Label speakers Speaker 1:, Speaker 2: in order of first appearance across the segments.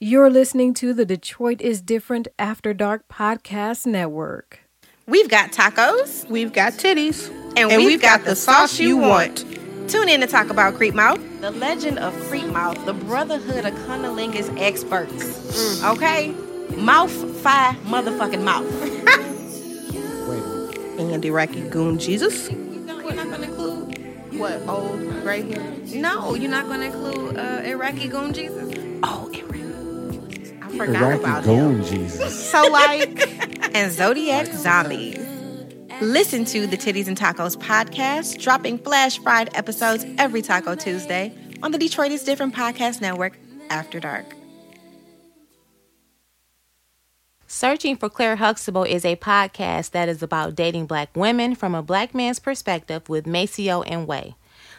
Speaker 1: You're listening to the Detroit is Different After Dark Podcast Network.
Speaker 2: We've got tacos
Speaker 3: We've got titties.
Speaker 2: and, we've, got, the sauce you want. Tune in to talk about Creep Mouth, the legend of Creep Mouth, the brotherhood of cunnilingus experts. Okay? Mouth fi motherfucking mouth.
Speaker 3: Andy Rocky Goon Jesus.
Speaker 2: You're not gonna include
Speaker 3: What, old, right here?
Speaker 2: No, you're not gonna include uh, Iraqi Goon Jesus. Oh, Iraqi. I forgot
Speaker 4: Iraqi
Speaker 2: about
Speaker 4: goon
Speaker 2: him.
Speaker 4: Jesus.
Speaker 3: So, like,
Speaker 2: and Zodiac Zombies. Listen to the Titties and Tacos podcast, dropping flash fried episodes every Taco Tuesday on the Detroit is Different Podcast Network after dark.
Speaker 5: Searching for Claire Huxtable is a podcast that is about dating black women from a black man's perspective with Maceo and Way.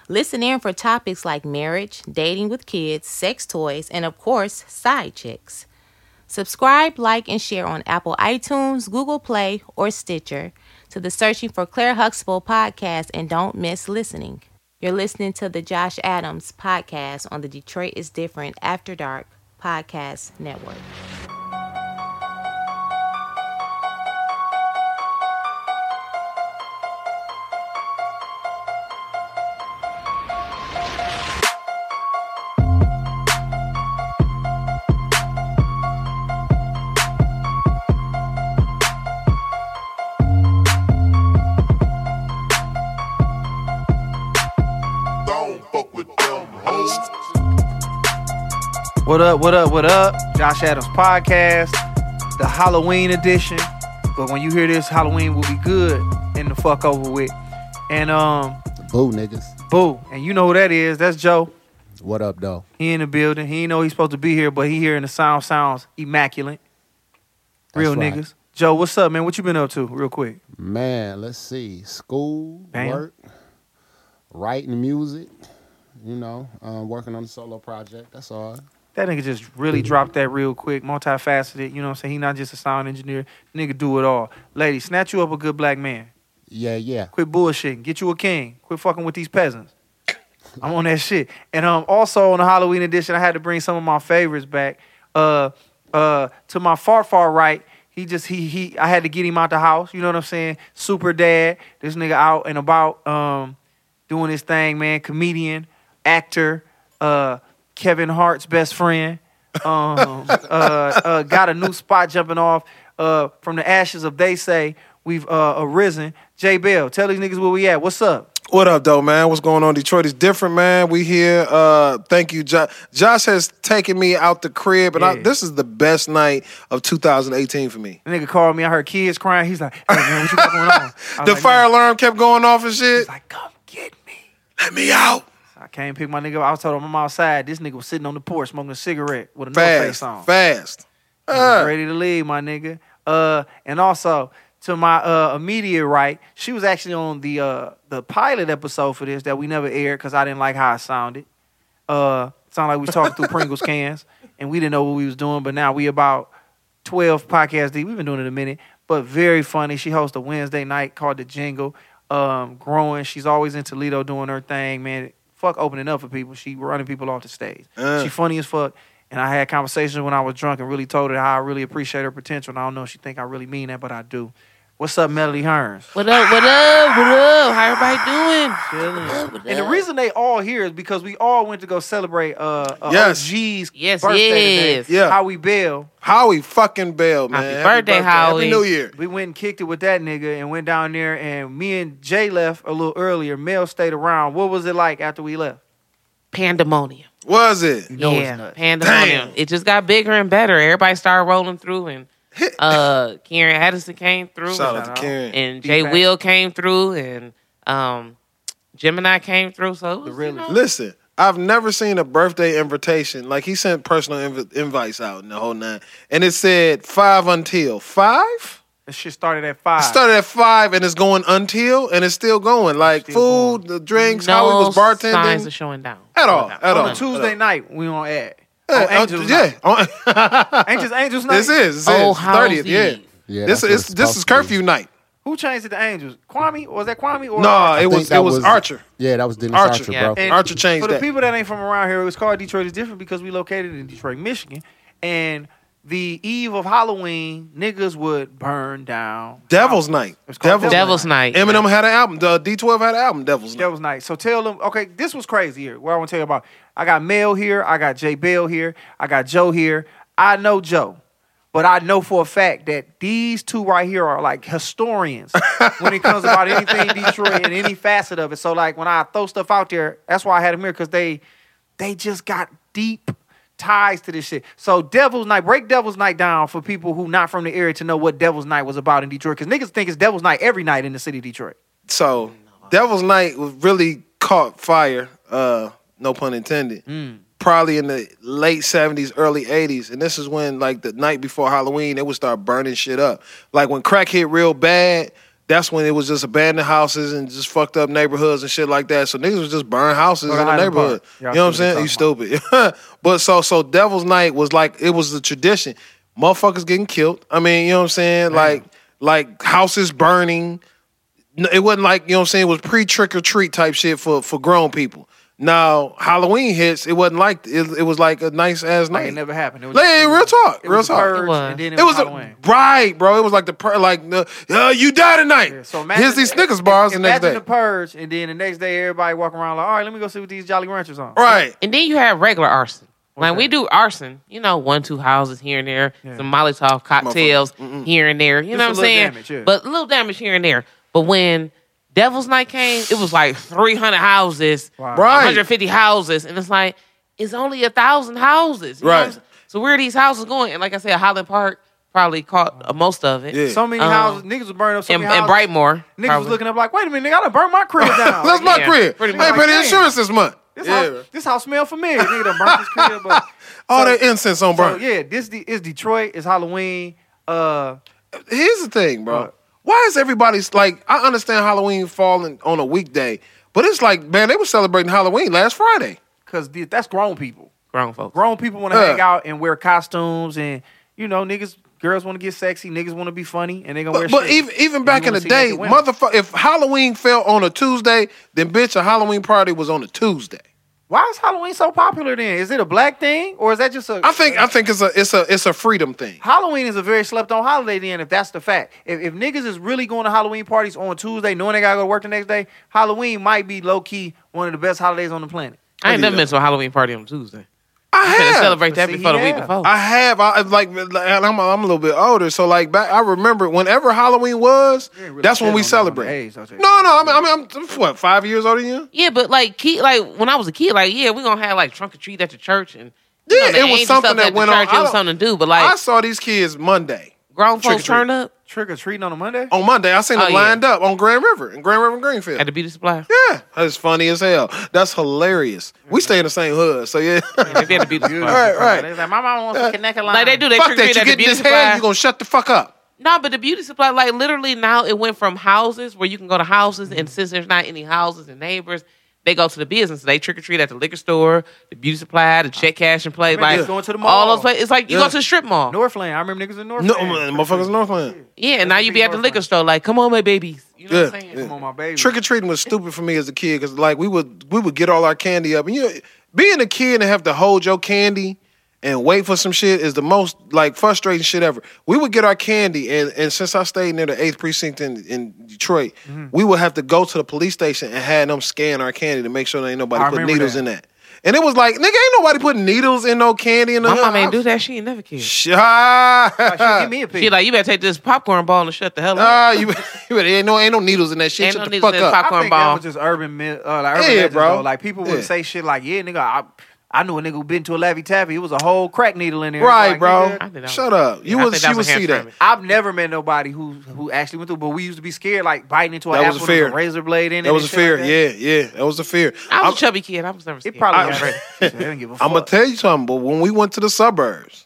Speaker 5: Listen in for topics like marriage, dating with kids, sex toys, and of course, side chicks. Subscribe, like, and share on Apple iTunes, Google Play, or Stitcher to the Searching for Claire Huxtable podcast and don't miss listening. You're listening to the Josh Adams podcast on the Detroit is Different After Dark podcast network.
Speaker 6: What up, what up, what up? Josh Adams Podcast, the Halloween edition. But when you hear this, Halloween will be good and the fuck over with. And um,
Speaker 4: Boo niggas.
Speaker 6: boo, and you know who that is, that's Joe.
Speaker 4: What up though?
Speaker 6: He in the building. He ain't know he's supposed to be here, but he here and the sound sounds immaculate. Real
Speaker 4: That's right.
Speaker 6: niggas. Joe, what's up, man? What you been up to real quick?
Speaker 4: Man, let's see. School,
Speaker 6: Damn.
Speaker 4: work, writing music, you know, um, working on the solo project. That's all.
Speaker 6: That nigga just really dropped that real quick, multifaceted. You know what I'm saying? He not just a sound engineer. Nigga do it all. Lady, snatch you up a good black man.
Speaker 4: Yeah, yeah.
Speaker 6: Quit bullshitting. Get you a king. Quit fucking with these peasants. I'm on that shit. And um, also on the Halloween edition, I had to bring some of my favorites back. Uh, uh, to my far far right, he just he he. I had to get him out the house. You know what I'm saying? Super dad. This nigga out and about, um, doing his thing, man. Comedian, actor, uh, Kevin Hart's best friend. Um, uh, uh, got a new spot jumping off uh, from the ashes of they say we've uh, arisen. J Bell, tell these niggas where we at. What's up?
Speaker 7: What up, though, man? What's going on? Detroit is different, man. We here. Uh, thank you, Josh. Josh has taken me out the crib, and I,
Speaker 6: Yeah.
Speaker 7: this is the best night of 2018 for me.
Speaker 6: The nigga called me. I heard kids crying. He's like, "Hey man, what you got going on?" I was
Speaker 7: The
Speaker 6: like,
Speaker 7: fire
Speaker 6: "Man."
Speaker 7: alarm kept going off and shit.
Speaker 6: He's like, "Come get me."
Speaker 7: Let me out.
Speaker 6: So I came pick my nigga. up. I was told him I'm outside. This nigga was sitting on the porch smoking a cigarette with a North Face
Speaker 7: Fast,
Speaker 6: on.
Speaker 7: fast.
Speaker 6: He was ready to leave, my nigga. Uh, and also to my uh immediate right, she was actually on the uh the pilot episode for this that we never aired because I didn't like how it sounded. Uh, sounded like we was talking through Pringles cans and we didn't know what we was doing, but now we about twelve podcasts deep. We've been doing it a minute, but very funny. She hosts a Wednesday night called the Jingle. Um, growing. She's always in Toledo doing her thing, man. Fuck opening up for people. She running people off the stage.
Speaker 7: Uh.
Speaker 6: She funny as fuck. And I had conversations when I was drunk and really told her how I really appreciate her potential. And I don't know if she think I really mean that, but I do. What's up, Melody Hearns?
Speaker 8: What up? What up? What up? How everybody doing?
Speaker 6: Chilling. And the reason they all here is because we all went to go celebrate uh, uh
Speaker 7: Yes.
Speaker 6: OG's
Speaker 8: Yes,
Speaker 6: birthday
Speaker 8: yes.
Speaker 6: today.
Speaker 7: Yeah.
Speaker 6: Howie Bell.
Speaker 7: Howie fucking Bell, man.
Speaker 8: Happy birthday, Howie.
Speaker 7: Happy New Year.
Speaker 6: We went and kicked it with that nigga and went down there and me and Jay left a little earlier. Mel stayed around. What was it like after we left?
Speaker 8: Pandemonium.
Speaker 7: Was it?
Speaker 6: know it's
Speaker 8: yeah,
Speaker 6: nuts.
Speaker 8: pandemonium.
Speaker 7: Damn.
Speaker 8: It just got bigger and better. Everybody started rolling through, and uh, Karen Addison came through,
Speaker 7: Shout
Speaker 6: Shout
Speaker 7: out to
Speaker 6: out.
Speaker 7: Karen.
Speaker 8: and
Speaker 6: Be
Speaker 8: Jay
Speaker 6: back.
Speaker 8: Will came through, and um, Gemini came through. So it was,
Speaker 6: realest.
Speaker 8: you know,
Speaker 7: Listen, I've never seen a birthday invitation. Like, he sent personal inv- invites out and the whole nine. And it said five until five?
Speaker 6: That shit started at five.
Speaker 7: It started at five and it's going until and it's still going. Like
Speaker 6: Still
Speaker 7: food, the drinks,
Speaker 8: no
Speaker 7: how we was
Speaker 8: signs of
Speaker 7: bartending.
Speaker 8: showing down
Speaker 7: At all. At all.
Speaker 6: on Tuesday night, we on ad.
Speaker 7: Yeah,
Speaker 6: on Oh, Angels
Speaker 7: uh,
Speaker 6: night.
Speaker 7: yeah.
Speaker 6: Angels, Angels night.
Speaker 7: this is. This
Speaker 8: Oh,
Speaker 7: is. Thirtieth.
Speaker 8: how's
Speaker 7: Yeah.
Speaker 8: Eve?
Speaker 4: Yeah, that's
Speaker 7: This
Speaker 4: what
Speaker 7: is.
Speaker 4: it's
Speaker 7: This is
Speaker 4: supposed to be.
Speaker 7: curfew night.
Speaker 6: Who changed it to Angels? Kwame? Was that Kwame? Or
Speaker 7: No,
Speaker 4: I
Speaker 7: it
Speaker 4: think
Speaker 7: was.
Speaker 4: that
Speaker 7: It was Archer.
Speaker 4: Yeah, that was Dennis
Speaker 7: Archer.
Speaker 4: Archer,
Speaker 8: Yeah.
Speaker 4: bro.
Speaker 7: Archer changed
Speaker 6: For the
Speaker 7: that.
Speaker 6: people that ain't from around here, it was called Detroit is different because we located in Detroit, Michigan. And the eve of Halloween, niggas would burn down.
Speaker 7: Devil's Night.
Speaker 6: It's called
Speaker 7: Devil's,
Speaker 8: Devil's Night.
Speaker 7: Eminem had an album. The D12 had an album. Devil's Night.
Speaker 6: That was nice. So tell them, okay, this was crazy here. What I want to tell you about. I got Mel here. I got Jay Bell here. I got Joe here. I know Joe, but I know for a fact that these two right here are like historians when it comes about anything Detroit and any facet of it. So like when I throw stuff out there, that's why I had them here because they they just got deep ties to this shit. So Devil's Night, break Devil's Night down for people who not from the area to know what Devil's Night was about in Detroit. Because niggas think it's Devil's Night every night in the city of Detroit.
Speaker 7: So Devil's Night was really caught fire, uh, no pun intended. Probably in the late seventies, early eighties, and this is when like the night before Halloween, they would start burning shit up. Like when crack hit real bad, that's when it was just abandoned houses and just fucked up neighborhoods and shit like that. So niggas was just burn houses
Speaker 6: Or
Speaker 7: in the
Speaker 6: Highland
Speaker 7: neighborhood.
Speaker 6: Park.
Speaker 7: You
Speaker 6: Y'all
Speaker 7: know what I'm saying? You
Speaker 6: see what
Speaker 7: stupid. but so so Devil's Night was like it was the tradition. Motherfuckers getting killed. I mean, you know what I'm saying? Like like houses burning. No, it wasn't like you know what I'm saying. It was pre trick or treat type shit for for grown people. Now Halloween hits. It wasn't like it, it was like a nice ass
Speaker 6: Like
Speaker 7: night.
Speaker 6: it never happened. It
Speaker 7: Like, yeah, real talk,
Speaker 6: it
Speaker 7: real
Speaker 6: was the
Speaker 7: talk.
Speaker 6: purge,
Speaker 8: It was.
Speaker 6: and then
Speaker 7: It was a,
Speaker 6: Halloween.
Speaker 7: right, bro. It was like the pur- like the, uh, you die tonight.
Speaker 6: Yeah, so imagine-
Speaker 7: Here's these Snickers bars the next
Speaker 6: Imagine
Speaker 7: day.
Speaker 6: the purge, and then the next day everybody walking around like, all right, let me go see what these Jolly Ranchers on.
Speaker 7: right.
Speaker 8: And then you have regular arson. Like
Speaker 6: that?
Speaker 8: we do arson, you know, one, two houses here and there, some Molotov cocktails here and there.
Speaker 6: Just
Speaker 8: You know
Speaker 6: a
Speaker 8: what I'm
Speaker 6: little
Speaker 8: saying?
Speaker 6: damage, yeah.
Speaker 8: But a little damage here and there. But when Devil's Night came, it was like 300 houses,
Speaker 7: Right.
Speaker 8: 150 houses, and it's like it's only a thousand houses. you know what I'm
Speaker 7: Right.
Speaker 8: saying? So where are these houses going? And like I said, Highland Park probably caught uh, most of it.
Speaker 7: Yeah.
Speaker 6: So many
Speaker 8: Um,
Speaker 6: houses, niggas was burning up. So
Speaker 8: And,
Speaker 6: many
Speaker 8: and
Speaker 6: houses,
Speaker 8: Brightmore,
Speaker 6: niggas was
Speaker 8: probably.
Speaker 6: looking up like, wait a minute, nigga, I done burned my crib down.
Speaker 7: That's
Speaker 6: Like,
Speaker 7: my
Speaker 8: yeah,
Speaker 7: crib. I
Speaker 8: pretty
Speaker 7: ain't
Speaker 8: much.
Speaker 7: paid the
Speaker 6: Damn.
Speaker 7: insurance this month.
Speaker 6: this,
Speaker 7: Yeah.
Speaker 6: house, this house smell familiar. Nigga done burnt this crib up.
Speaker 7: All
Speaker 6: So-
Speaker 7: that incense on
Speaker 6: So
Speaker 7: burn.
Speaker 6: yeah, this de- is Detroit. It's Halloween. Uh,
Speaker 7: Here's the thing, bro.
Speaker 6: What?
Speaker 7: Why is everybody's like? I understand Halloween falling on a weekday, but it's like, man, they were celebrating Halloween last Friday.
Speaker 6: cause the- that's grown people.
Speaker 8: grown folks.
Speaker 6: Grown people want to
Speaker 7: Yeah.
Speaker 6: hang out and wear costumes, and you know, niggas, girls want to get sexy, niggas want to be funny, and they gonna wear.
Speaker 7: But, but
Speaker 6: shit.
Speaker 7: even even
Speaker 6: And
Speaker 7: back
Speaker 6: you
Speaker 7: in
Speaker 6: wanna
Speaker 7: the
Speaker 6: see
Speaker 7: day,
Speaker 6: naked women.
Speaker 7: motherfucker, if Halloween fell on a Tuesday, then bitch, a Halloween party was on a Tuesday.
Speaker 6: Why is Halloween so popular then? Is it a black thing or is that just a
Speaker 7: I think I think it's a it's a it's a freedom thing.
Speaker 6: Halloween is a very slept on holiday then if that's the fact. If, if niggas is really going to Halloween parties on Tuesday knowing they got to go to work the next day, Halloween might be low key one of the best holidays on the planet.
Speaker 8: I ain't never been to a Halloween party on Tuesday.
Speaker 7: I
Speaker 8: I had to
Speaker 7: have.
Speaker 8: celebrate that
Speaker 6: See,
Speaker 8: before the week
Speaker 6: yeah.
Speaker 8: before.
Speaker 7: I have. I like. and I'm I'm a little bit older, so like back. I remember whenever Halloween was,
Speaker 6: You ain't really
Speaker 7: that's when
Speaker 6: shit
Speaker 7: we
Speaker 6: on that on the
Speaker 7: celebrate.
Speaker 6: A's, though, Jay.
Speaker 7: No, no. I mean, I mean, I'm what five years older than you.
Speaker 8: Yeah, but like kid, like when I was a kid, like yeah, we gonna have like trunk or treat at the church and you
Speaker 7: Yeah,
Speaker 8: know, the
Speaker 7: it was
Speaker 8: angel
Speaker 7: something
Speaker 8: stuff
Speaker 7: that
Speaker 8: at the
Speaker 7: went on.
Speaker 8: church, It was
Speaker 7: I-
Speaker 8: something to do, but
Speaker 7: I
Speaker 8: like
Speaker 7: saw these kids Monday.
Speaker 8: grown
Speaker 7: trick or
Speaker 8: folks turn up
Speaker 6: Trick or treating on a Monday?
Speaker 7: On Monday, I seen
Speaker 8: Oh,
Speaker 7: them
Speaker 8: yeah.
Speaker 7: lined up on Grand River in Grand River and Greenfield.
Speaker 8: at the beauty supply.
Speaker 7: yeah, that's funny as hell. That's hilarious. We stay in the same hood, so yeah.
Speaker 8: They be at the beauty supply.
Speaker 7: right, right. Uh,
Speaker 6: It's like my mama wants to connect a line.
Speaker 8: Like they do, they
Speaker 7: Fuck
Speaker 8: trick or
Speaker 7: that.
Speaker 8: treat
Speaker 7: You
Speaker 8: at the
Speaker 7: get
Speaker 8: beauty
Speaker 7: this hair,
Speaker 8: supply.
Speaker 7: you gonna shut the fuck up.
Speaker 8: No, but the beauty supply, like literally now, it went from houses where you can go to houses, and since there's not any houses and neighbors, they go to the business. They trick or treat at the liquor store, the beauty supply, the check cash and play.
Speaker 6: mean,
Speaker 8: like
Speaker 6: just going to the
Speaker 8: all
Speaker 6: mall.
Speaker 8: those places. It's like you
Speaker 7: Yeah.
Speaker 8: go to the strip mall.
Speaker 6: Northland. I remember niggas in
Speaker 7: No, uh,
Speaker 6: Northland.
Speaker 7: man, motherfuckers, in Northland.
Speaker 8: yeah, and now
Speaker 6: That's a
Speaker 8: you
Speaker 6: big
Speaker 8: be at the
Speaker 6: Northland.
Speaker 8: liquor store. Like, come on, my babies. You know
Speaker 7: Yeah,
Speaker 8: what I'm saying?
Speaker 7: yeah.
Speaker 6: Come on, my baby.
Speaker 7: Trick or treating was stupid for me as a kid because like we would we would get all our candy up and you know, being a kid and have to hold your candy and wait for some shit is the most like frustrating shit ever. We would get our candy and and since I stayed near the eighth precinct in, in Detroit,
Speaker 8: Mm-hmm.
Speaker 7: we would have to go to the police station and had them scan our candy to make sure there ain't nobody
Speaker 6: I
Speaker 7: putting
Speaker 6: remember
Speaker 7: needles
Speaker 6: that.
Speaker 7: in that. And it was like, nigga, ain't nobody putting needles in no candy in the
Speaker 8: My
Speaker 7: hood.
Speaker 8: mom ain't
Speaker 7: I-
Speaker 8: do that. She ain't never kid.
Speaker 7: Shut.
Speaker 6: Like, shit, give me a piece.
Speaker 8: She like, you better take this popcorn ball and shut the hell up.
Speaker 7: Ah, you, you better, ain't no ain't no needles in that shit.
Speaker 8: Ain't
Speaker 7: Shut
Speaker 8: no
Speaker 7: the
Speaker 8: needles
Speaker 7: fuck
Speaker 8: in the
Speaker 7: up.
Speaker 8: popcorn.
Speaker 6: I think
Speaker 8: ball.
Speaker 6: that was just urban, myth, uh, like urban
Speaker 7: Yeah,
Speaker 6: legends,
Speaker 7: bro.
Speaker 6: though. Like people
Speaker 7: Yeah.
Speaker 6: would say shit like, "Yeah, nigga, I, I knew a nigga who been to a Laffy Taffy. It was a whole crack needle in there." It's
Speaker 7: Right,
Speaker 6: like,
Speaker 7: bro.
Speaker 6: nigga,
Speaker 8: I think that
Speaker 7: Shut
Speaker 8: was-
Speaker 7: up. You
Speaker 8: I
Speaker 7: would
Speaker 8: think
Speaker 7: she
Speaker 8: that
Speaker 7: would
Speaker 8: was
Speaker 7: see that.
Speaker 8: hamstring.
Speaker 6: I've never met nobody who who actually went through, but we used to be scared, like biting into an
Speaker 7: That was
Speaker 6: apple
Speaker 7: a
Speaker 6: with a
Speaker 7: fear.
Speaker 6: razor blade in it.
Speaker 7: That was a
Speaker 6: and shit
Speaker 7: fear.
Speaker 6: like that.
Speaker 7: yeah, yeah. That was a fear.
Speaker 8: I was
Speaker 7: I'm,
Speaker 8: a chubby kid. I was never scared.
Speaker 6: It probably.
Speaker 8: I,
Speaker 6: was. Shit, they didn't give a fuck.
Speaker 7: I'm gonna tell you something, but when we went to the suburbs,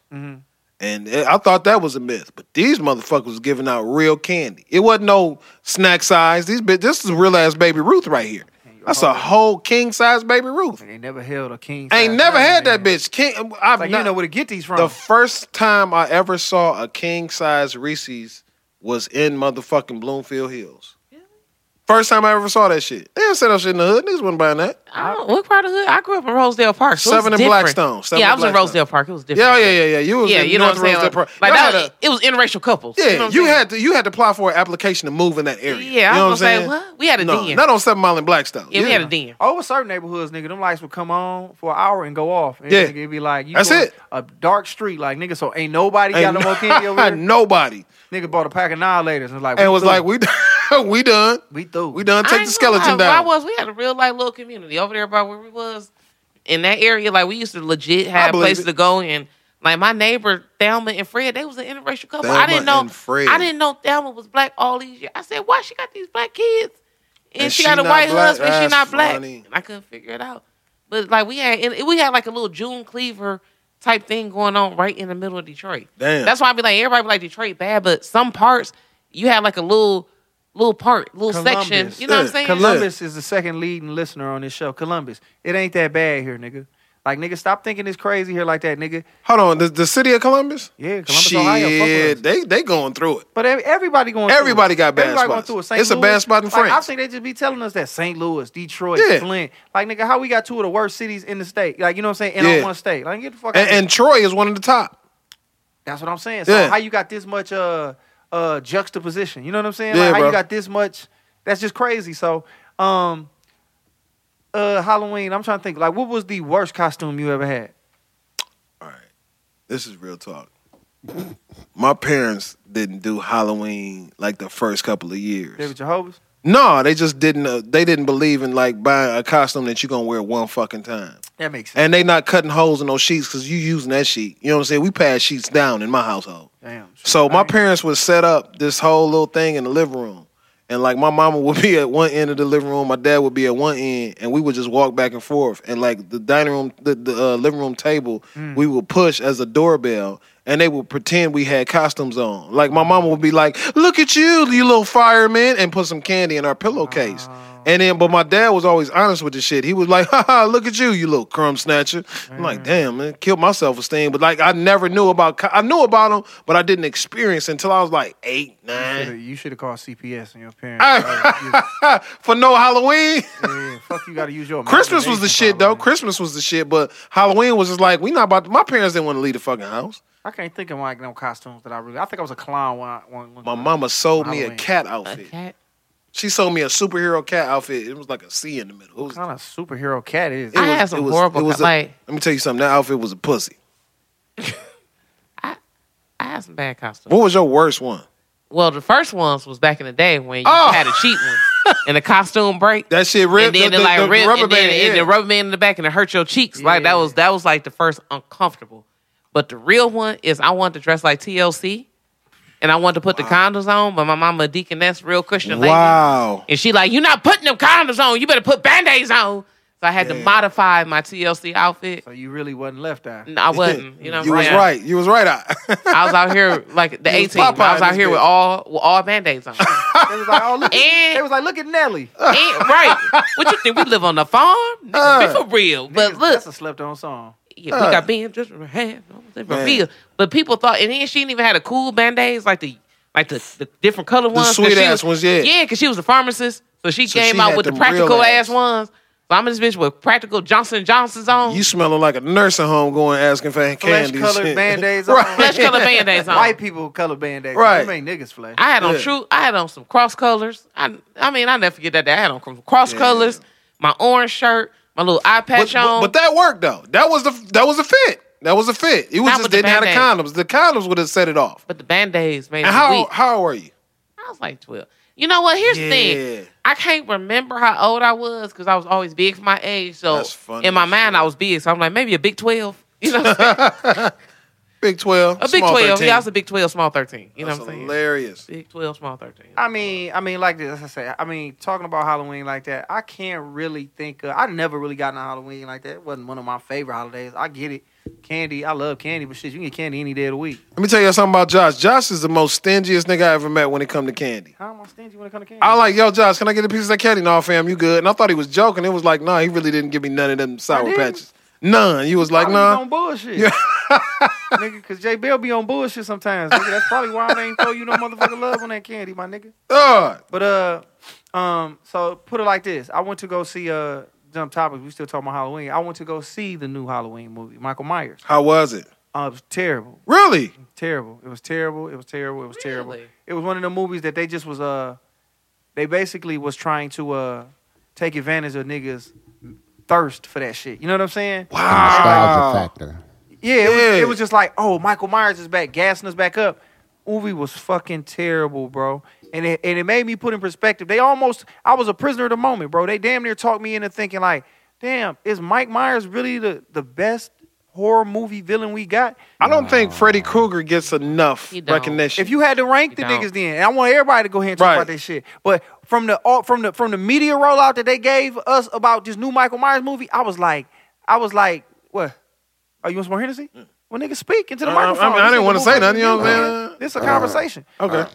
Speaker 7: and it- I thought that was a myth, but these motherfuckers was giving out real candy. It wasn't no snack size. These bit this is real ass baby Ruth right here. That's a whole king size baby Ruth.
Speaker 6: They never held a king.
Speaker 7: Ain't
Speaker 6: size
Speaker 7: never
Speaker 6: nine,
Speaker 7: had
Speaker 6: man.
Speaker 7: that bitch. King, I've
Speaker 6: Like you
Speaker 7: not,
Speaker 6: didn't know where to get these from.
Speaker 7: The first time I ever saw a king size Reese's was in motherfucking Bloomfield Hills. First time I ever saw that shit. They didn't set up shit in the hood. Niggas wasn't buying that.
Speaker 8: I don't, what part of the hood? I grew up in Rosedale Park. so it was
Speaker 7: Seven and
Speaker 8: different.
Speaker 7: Blackstone. Seven
Speaker 8: yeah, I
Speaker 7: and
Speaker 8: was in
Speaker 7: Blackstone.
Speaker 8: Rosedale Park. It was different.
Speaker 7: Yeah, yeah, yeah, yeah. You was
Speaker 8: Yeah,
Speaker 7: in
Speaker 8: you know
Speaker 7: North
Speaker 8: what I'm saying?
Speaker 7: Rosedale Pro-
Speaker 8: Like
Speaker 7: Y'all
Speaker 8: that
Speaker 7: had
Speaker 8: was, it was interracial couples.
Speaker 7: Yeah,
Speaker 8: you,
Speaker 7: you,
Speaker 8: know what I'm saying?
Speaker 7: had to you had to apply for an application to move in that area.
Speaker 8: Yeah, I
Speaker 7: you know
Speaker 8: was
Speaker 7: what
Speaker 8: gonna
Speaker 7: I'm saying?
Speaker 8: say, what? We had a
Speaker 7: no,
Speaker 8: den.
Speaker 7: Not on Seven Mile and Blackstone.
Speaker 8: Yeah, we had a den.
Speaker 6: Over certain neighborhoods, nigga, them lights would come on for an hour and go off. And
Speaker 7: Yeah.
Speaker 6: nigga, it'd be like you
Speaker 7: That's
Speaker 6: going
Speaker 7: it.
Speaker 6: A dark street, like nigga. So ain't nobody got no
Speaker 7: Ain't
Speaker 6: more candy over
Speaker 7: no-
Speaker 6: there.
Speaker 7: nobody.
Speaker 6: Nigga bought a pack of annihilators and was like,
Speaker 7: And
Speaker 6: we
Speaker 7: was
Speaker 6: through.
Speaker 7: like, we we done.
Speaker 6: we through,
Speaker 7: We done.
Speaker 8: I
Speaker 7: Take the
Speaker 8: ain't
Speaker 7: skeleton
Speaker 8: gonna lie, where
Speaker 7: down.
Speaker 8: I was, we had a real like little community over there by where we was in that area. Like we used to legit
Speaker 7: I
Speaker 8: have
Speaker 7: believe
Speaker 8: places
Speaker 7: it.
Speaker 8: to go and like my neighbor Thelma and Fred, they was an interracial couple. I
Speaker 7: Thelma
Speaker 8: didn't know
Speaker 7: and Fred.
Speaker 8: I didn't know Thelma was black all these years. I said, why she got these black kids and,
Speaker 7: And
Speaker 8: she
Speaker 7: she
Speaker 8: got a
Speaker 7: not
Speaker 8: white
Speaker 7: black?
Speaker 8: husband? She
Speaker 7: That's
Speaker 8: not black.
Speaker 7: funny.
Speaker 8: And I couldn't figure it out. But like we had, and we had like a little June Cleaver type thing going on right in the middle of Detroit.
Speaker 7: Damn.
Speaker 8: That's why I be like everybody be like Detroit bad, but some parts you had like a little little part, little section.
Speaker 6: Columbus.
Speaker 8: You know what I'm
Speaker 7: Yeah,
Speaker 8: saying?
Speaker 6: Columbus is the second leading listener on this show. Columbus, it ain't that bad here, nigga. Like nigga, stop thinking it's crazy here like that, nigga.
Speaker 7: Hold on, the, the city of Columbus.
Speaker 6: Yeah, Columbus, Ohio, fuck with us.
Speaker 7: Shit, they they going through it.
Speaker 6: But ev- everybody going.
Speaker 7: Everybody
Speaker 6: through it.
Speaker 7: got bad
Speaker 6: Everybody going
Speaker 7: spots.
Speaker 6: through it. St.
Speaker 7: It's a
Speaker 6: Louis,
Speaker 7: bad spot in
Speaker 6: like, I
Speaker 7: France.
Speaker 6: think they just be telling us that St. Louis, Detroit,
Speaker 7: Yeah.
Speaker 6: Flint. Like nigga, how we got two of the worst cities in the state? Like you know what I'm saying? And
Speaker 7: Yeah.
Speaker 6: on one state, like get the fuck. out
Speaker 7: And,
Speaker 6: of here.
Speaker 7: and Troy is one of the top.
Speaker 6: That's what I'm saying. So
Speaker 7: Yeah.
Speaker 6: how you got this much uh uh juxtaposition? You know what I'm saying?
Speaker 7: Yeah,
Speaker 6: like how you
Speaker 7: bro.
Speaker 6: got this much that's just crazy. So um uh Halloween, I'm trying to think like what was the worst costume you ever had?
Speaker 7: All right. This is real talk. My parents didn't do Halloween like the first couple of
Speaker 6: They were
Speaker 7: years.
Speaker 6: Jehovah's?
Speaker 7: No, they just didn't. Uh, they didn't believe in like buying a costume that you're gonna wear one fucking time.
Speaker 6: That makes sense.
Speaker 7: And they not cutting holes in those sheets because you using that sheet. You know what I'm saying? We pass sheets down in my household.
Speaker 6: Damn. shit.
Speaker 7: So
Speaker 6: I
Speaker 7: my
Speaker 6: ain't-
Speaker 7: parents would set up this whole little thing in the living room. And like my mama would be at one end of the living room, my dad would be at one end, and we would just walk back and forth. And like the dining room, the, the uh, living room table, we would push as a doorbell, and they would pretend we had costumes on. Like my mama would be like, "Look at you, you little fireman," and put some candy in our pillowcase. And then, but my dad was always honest with this shit. He was like, "Ha ha, look at you, you little crumb snatcher."
Speaker 6: Mm.
Speaker 7: I'm like, "Damn, man, killed my self esteem." But like, I never knew about. co- I knew about them, but I didn't experience until I was like eight,
Speaker 6: Shoulda-
Speaker 7: nine.
Speaker 6: you should have called CPS on your parents. Right.
Speaker 7: For no Halloween,
Speaker 6: yeah, yeah, fuck you gotta use your
Speaker 7: Christmas was the
Speaker 6: imagination,
Speaker 7: shit though.
Speaker 6: Halloween.
Speaker 7: Christmas was the shit, but Halloween was just like we not about. my parents didn't want to leave the fucking house.
Speaker 6: I can't think of like no costumes that I really I think I was a clown when I when, when
Speaker 7: My mama sold me a
Speaker 6: Halloween.
Speaker 7: cat
Speaker 8: A
Speaker 7: outfit.
Speaker 8: cat.
Speaker 7: She sold me a superhero cat outfit. It was like a C in the middle. It was,
Speaker 6: kind of superhero cat is.
Speaker 7: it
Speaker 8: I
Speaker 7: was-
Speaker 8: had some
Speaker 7: it was-
Speaker 8: horrible
Speaker 7: it was a-
Speaker 8: co- like-
Speaker 7: let me tell you something. That outfit was a pussy.
Speaker 8: I had some bad costumes.
Speaker 7: What was your worst one?
Speaker 8: Well, the first ones was back in the day when you
Speaker 7: Oh.
Speaker 8: had a cheap one and the costume break.
Speaker 7: That shit ripped.
Speaker 8: and then
Speaker 7: the,
Speaker 8: it
Speaker 7: the-
Speaker 8: like
Speaker 7: the
Speaker 8: ripped,
Speaker 7: rubber
Speaker 8: and then,
Speaker 7: band.
Speaker 8: and
Speaker 7: yeah.
Speaker 8: the rubber band in the back and it hurt your cheeks. Like that was that was like the first uncomfortable. But the real one is I wanted to dress like TLC, and I wanted to put the condoms on. But my mama a deaconess, real Christian lady,
Speaker 7: wow.
Speaker 8: and she like, "You're not putting them condoms on. You better put band aids on." So I had to modify my TLC outfit.
Speaker 6: So you really wasn't left eye.
Speaker 8: No, I wasn't. You know, what
Speaker 7: You
Speaker 8: I'm
Speaker 7: was
Speaker 8: saying?
Speaker 7: right. You was right. I-
Speaker 8: I was out here like the
Speaker 7: You was
Speaker 8: 18. I was
Speaker 7: Popeye in
Speaker 8: out
Speaker 7: this
Speaker 8: here with
Speaker 7: bitch.
Speaker 8: all with all band aids on.
Speaker 6: It was like, oh, look.
Speaker 8: And-
Speaker 7: Eh.
Speaker 6: At, it was like, look at Nelly.
Speaker 8: Ain't right. What you think? We live on the farm?
Speaker 7: Uh,
Speaker 8: Niggas, be for real. But
Speaker 6: Niggas,
Speaker 8: look,
Speaker 6: that's a slept on song.
Speaker 8: yeah, we got being just for half. For real. But people thought, and then she didn't even had a cool band aids like the like the, the different color ones. 'cause
Speaker 7: sweet
Speaker 8: she
Speaker 7: ass ones,
Speaker 8: was-
Speaker 7: yeah.
Speaker 8: Yeah, because she was a pharmacist, so she
Speaker 7: So
Speaker 8: came
Speaker 7: she
Speaker 8: out
Speaker 7: had
Speaker 8: with the
Speaker 7: them real
Speaker 8: practical ass.
Speaker 7: ass.
Speaker 8: ones. So I'm in this bitch with practical Johnson Johnsons on,
Speaker 7: you smelling like a nursing home going asking for
Speaker 6: Flesh
Speaker 7: candy. and
Speaker 6: colored
Speaker 7: shit.
Speaker 6: band aids on.
Speaker 7: Right.
Speaker 8: flesh color band aids on.
Speaker 6: White people color band aids.
Speaker 7: Right.
Speaker 6: Right. Them ain't niggas flesh.
Speaker 8: I had on
Speaker 7: Yeah.
Speaker 8: true. I had on some cross colors. I I mean, I never forget that day. I had on cross colors, my orange shirt, my little eye
Speaker 7: But,
Speaker 8: patch
Speaker 7: but,
Speaker 8: on.
Speaker 7: but that worked though. That was the that was a fit. That was a fit. It was
Speaker 8: Not
Speaker 7: just
Speaker 8: with the
Speaker 7: didn't have the
Speaker 8: Band-Aid.
Speaker 7: condoms. The condoms would have set it off.
Speaker 8: But the band aids made me
Speaker 7: And how
Speaker 8: weak.
Speaker 7: how were you?
Speaker 8: I was like 12. You know what? Here's the
Speaker 7: Yeah.
Speaker 8: thing. I can't remember how old I was because I was always big for my age. So
Speaker 7: That's funny
Speaker 8: in my
Speaker 7: as
Speaker 8: mind,
Speaker 7: shit.
Speaker 8: I was big. So I'm like, maybe a big 12. You know what I'm saying?
Speaker 7: Big twelve.
Speaker 8: A big
Speaker 7: small
Speaker 8: 12.
Speaker 7: 13.
Speaker 8: Yeah, I was a big 12, small 13. You know
Speaker 7: That's
Speaker 8: what I'm saying?
Speaker 7: hilarious.
Speaker 8: Big 12, small 13.
Speaker 6: I mean, I mean, like this, as I say, I mean, talking about Halloween like that, I can't really think. Of, I never really got into Halloween like that. It wasn't one of my favorite holidays. I get it, candy. I love candy, but shit, you can get candy any day of the week.
Speaker 7: Let me tell you something about Josh. Josh is the most stingiest nigga I ever met when it come to candy.
Speaker 6: How am I stingy when it comes to candy?
Speaker 7: I was like, yo, Josh, can I get a piece of that candy? No, fam, you good. And I thought he was joking. It was like, nah, he really didn't give me none of them sour
Speaker 6: didn't.
Speaker 7: patches. None. He was
Speaker 8: Oh,
Speaker 7: like,
Speaker 6: Probably was
Speaker 7: nah.
Speaker 6: on bullshit. nigga, because J Bell be on bullshit sometimes. Nigga. That's probably why I ain't throw you no motherfucking love on that candy, my nigga.
Speaker 7: Uh,
Speaker 6: But uh, Um, so put it like this: I went to go see uh jump topics. We still talking about Halloween. I went to go see the new Halloween movie, Michael Myers.
Speaker 7: How was it?
Speaker 6: Uh, it was terrible,
Speaker 7: Really?
Speaker 6: terrible. It was terrible. It was terrible. It was terrible.
Speaker 8: Really?
Speaker 6: It was one of the movies that they just was uh, they basically was trying to uh take advantage of niggas thirst for that shit. You know what I'm saying?
Speaker 4: The nostalgia
Speaker 7: Wow.
Speaker 4: factor.
Speaker 6: Yeah, it, Was,
Speaker 7: Yeah.
Speaker 6: it was just like, oh, Michael Myers is back, gassing us back up. Movie was fucking terrible, bro. And it, and it made me put in perspective. They almost, I was a prisoner of the moment, bro. They damn near talked me into thinking like, damn, is Mike Myers really the, the best horror movie villain we got?
Speaker 7: I don't think Freddy Krueger gets enough
Speaker 8: He don't.
Speaker 7: recognition.
Speaker 6: If you had to rank the
Speaker 8: You don't.
Speaker 6: niggas then, and I want everybody to go ahead and talk
Speaker 7: Right.
Speaker 6: about this shit. But from the all- from the from the media rollout that they gave us about this new Michael Myers movie, I was like, I was like, what? Oh, you want some more Hennessy? Well, nigga, speak into the
Speaker 7: Mm. Uh, I
Speaker 6: microphone.
Speaker 7: mean, I
Speaker 6: This
Speaker 7: didn't
Speaker 6: nigga
Speaker 7: wanna
Speaker 6: move
Speaker 7: say
Speaker 6: like
Speaker 7: nothing,
Speaker 6: this
Speaker 7: you know what I'm
Speaker 6: nigga.
Speaker 7: saying? Uh,
Speaker 6: This a conversation.
Speaker 7: okay,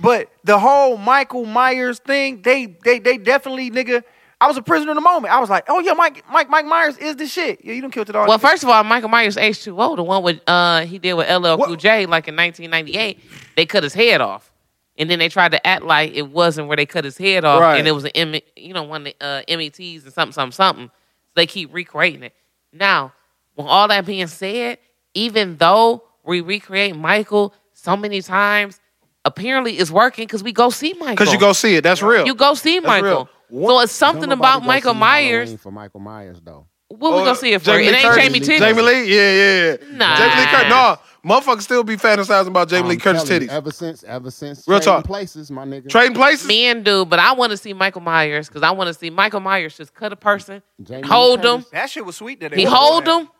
Speaker 6: But the whole Michael Myers thing, they they they definitely nigga. I was a prisoner in the moment. I was like, oh yeah, Mike Mike Mike Myers is the shit. Yeah, you done killed it all.
Speaker 8: Well, first of all, Michael Myers H2O, the one with uh he did with LL Cool
Speaker 7: What?
Speaker 8: J, like in 1998, they cut his head off, and then they tried to act like it wasn't where they cut his head off,
Speaker 7: Right.
Speaker 8: and it was an M- E, you know one of the uh, METs and something something something. So they keep recreating it. Now, with all that being said, even though we recreate Michael so many times, apparently it's working because we go see Michael.
Speaker 7: because you go see it. That's real.
Speaker 8: you go see Michael.
Speaker 7: real.
Speaker 8: So it's something
Speaker 4: Don't nobody
Speaker 8: about
Speaker 4: go
Speaker 8: Michael
Speaker 4: see
Speaker 8: Myers.
Speaker 4: Halloween For Michael Myers, though.
Speaker 8: What we
Speaker 7: Or
Speaker 8: gonna see it for?
Speaker 7: Jamie
Speaker 8: it
Speaker 7: Lee
Speaker 8: ain't
Speaker 7: Curtis.
Speaker 8: Jamie Tibbs.
Speaker 7: Jamie Lee, yeah, yeah, yeah.
Speaker 8: Nah.
Speaker 7: Jamie Lee Curtis. Nah, motherfuckers still be fantasizing about Jamie Lee
Speaker 4: I'm
Speaker 7: Curtis
Speaker 4: telling you,
Speaker 7: titties.
Speaker 4: Ever since, ever since.
Speaker 7: Real
Speaker 4: Trading
Speaker 7: talk.
Speaker 4: Places, my nigga.
Speaker 7: Trading places.
Speaker 8: Men do, but I want to see Michael Myers because I want to see Michael Myers just cut a person,
Speaker 4: Jamie
Speaker 8: hold
Speaker 4: Lee
Speaker 8: them,
Speaker 4: Curtis.
Speaker 6: that shit was sweet. That they
Speaker 8: he
Speaker 6: was doing
Speaker 8: hold
Speaker 6: that.
Speaker 8: them.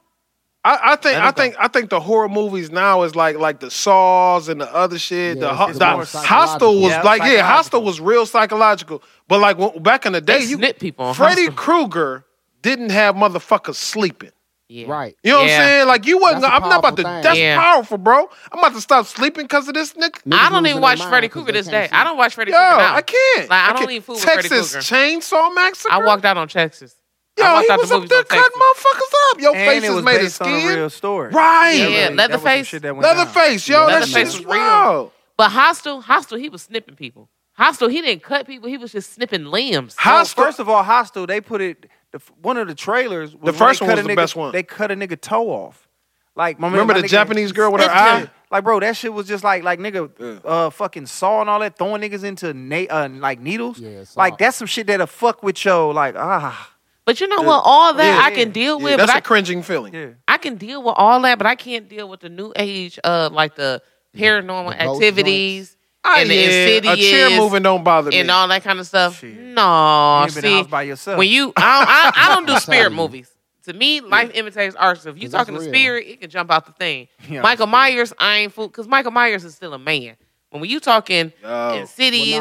Speaker 7: I, I think
Speaker 6: Let
Speaker 7: I
Speaker 6: him go.
Speaker 7: think I think the horror movies now is like like the Saws and the other shit.
Speaker 4: Yeah,
Speaker 7: the
Speaker 4: it's
Speaker 7: ho-
Speaker 4: just
Speaker 7: the
Speaker 4: more
Speaker 7: Hostel was
Speaker 6: psychological.
Speaker 7: like
Speaker 6: Yeah,
Speaker 7: yeah, Hostel was real psychological. But like when, back in the day,
Speaker 8: They
Speaker 7: you
Speaker 8: snip people on
Speaker 7: Freddy
Speaker 8: Hostel.
Speaker 7: Krueger didn't have motherfuckers sleeping.
Speaker 8: Yeah.
Speaker 4: Right.
Speaker 7: You know what
Speaker 8: Yeah.
Speaker 7: I'm saying? Like you wasn't.
Speaker 4: That's a
Speaker 7: I'm not about to.
Speaker 4: powerful thing.
Speaker 7: That's
Speaker 8: Yeah.
Speaker 7: powerful, bro. I'm about to stop sleeping because of this nigga.
Speaker 4: Niggas
Speaker 8: I don't
Speaker 4: losing
Speaker 8: even watch
Speaker 4: their
Speaker 8: Freddy
Speaker 4: mind 'cause
Speaker 8: Krueger
Speaker 4: they
Speaker 8: this day.
Speaker 4: can't
Speaker 8: I don't watch Freddy
Speaker 7: Yo,
Speaker 8: Krueger now.
Speaker 7: I can't.
Speaker 8: Like, I don't
Speaker 7: can't.
Speaker 8: even fool with Freddy
Speaker 7: Texas
Speaker 8: Krueger.
Speaker 7: Chainsaw Massacre.
Speaker 8: I walked out on Texas. I
Speaker 7: Yo,
Speaker 8: walked
Speaker 7: he
Speaker 8: out
Speaker 7: was
Speaker 8: the
Speaker 7: up
Speaker 8: movies
Speaker 7: there
Speaker 8: on
Speaker 7: cutting
Speaker 8: Texas.
Speaker 7: motherfuckers up. Your
Speaker 6: And it
Speaker 7: faces
Speaker 6: was
Speaker 7: made of
Speaker 6: based on a real
Speaker 7: skin.
Speaker 6: story.
Speaker 7: Right.
Speaker 8: Yeah,
Speaker 6: That was- that was some
Speaker 8: Leatherface.
Speaker 6: shit that went down.
Speaker 7: Leatherface, yo, that
Speaker 8: Leatherface
Speaker 7: shit
Speaker 8: was
Speaker 7: was
Speaker 8: real.
Speaker 7: wild.
Speaker 8: But Hostel, Hostel, he was snipping people. Hostel, he didn't cut people. He was just snipping limbs.
Speaker 6: No,
Speaker 7: Hostile.
Speaker 6: first of all, hostile. They put it. The, f- one of the trailers. Was
Speaker 7: The
Speaker 6: when
Speaker 7: first
Speaker 6: they
Speaker 7: one
Speaker 6: cut
Speaker 7: was
Speaker 6: a
Speaker 7: the
Speaker 6: nigga-
Speaker 7: best one.
Speaker 6: They cut a nigga toe off. Like my man-
Speaker 7: Remember
Speaker 6: my
Speaker 7: the
Speaker 6: nigga-
Speaker 7: Japanese girl with her
Speaker 6: Yeah.
Speaker 7: eye?
Speaker 6: Like bro, that shit was just like like nigga, uh, fucking saw and all that, throwing niggas into na- uh, like needles.
Speaker 4: Yeah, saw.
Speaker 6: like that's some shit that'll fuck with yo. Like ah,
Speaker 8: But you know what? All that
Speaker 6: Yeah.
Speaker 8: I can deal
Speaker 7: yeah,
Speaker 8: with,
Speaker 7: that's
Speaker 8: but
Speaker 7: a
Speaker 8: I
Speaker 7: cringing feeling.
Speaker 6: yeah.
Speaker 8: I can deal with all that, but I can't deal with the new age, uh, like the paranormal
Speaker 4: The Oh, ghost
Speaker 8: activities
Speaker 7: Ah,
Speaker 8: and the
Speaker 7: yeah, a
Speaker 8: insidious
Speaker 7: chair moving don't bother me.
Speaker 8: and all that kind of stuff.
Speaker 6: Shit.
Speaker 8: No,
Speaker 6: You ain't been in the
Speaker 8: see,
Speaker 6: house by yourself.
Speaker 8: when you, I, I, I don't do spirit
Speaker 4: you.
Speaker 8: movies. To me, life imitates art. So if you
Speaker 4: 'Cause that's
Speaker 8: talking to
Speaker 4: real.
Speaker 8: spirit, it can jump out the thing.
Speaker 6: Yeah,
Speaker 8: Michael Myers, I ain't fool because Michael Myers is still a man. When you talking
Speaker 7: Yo.
Speaker 8: insidious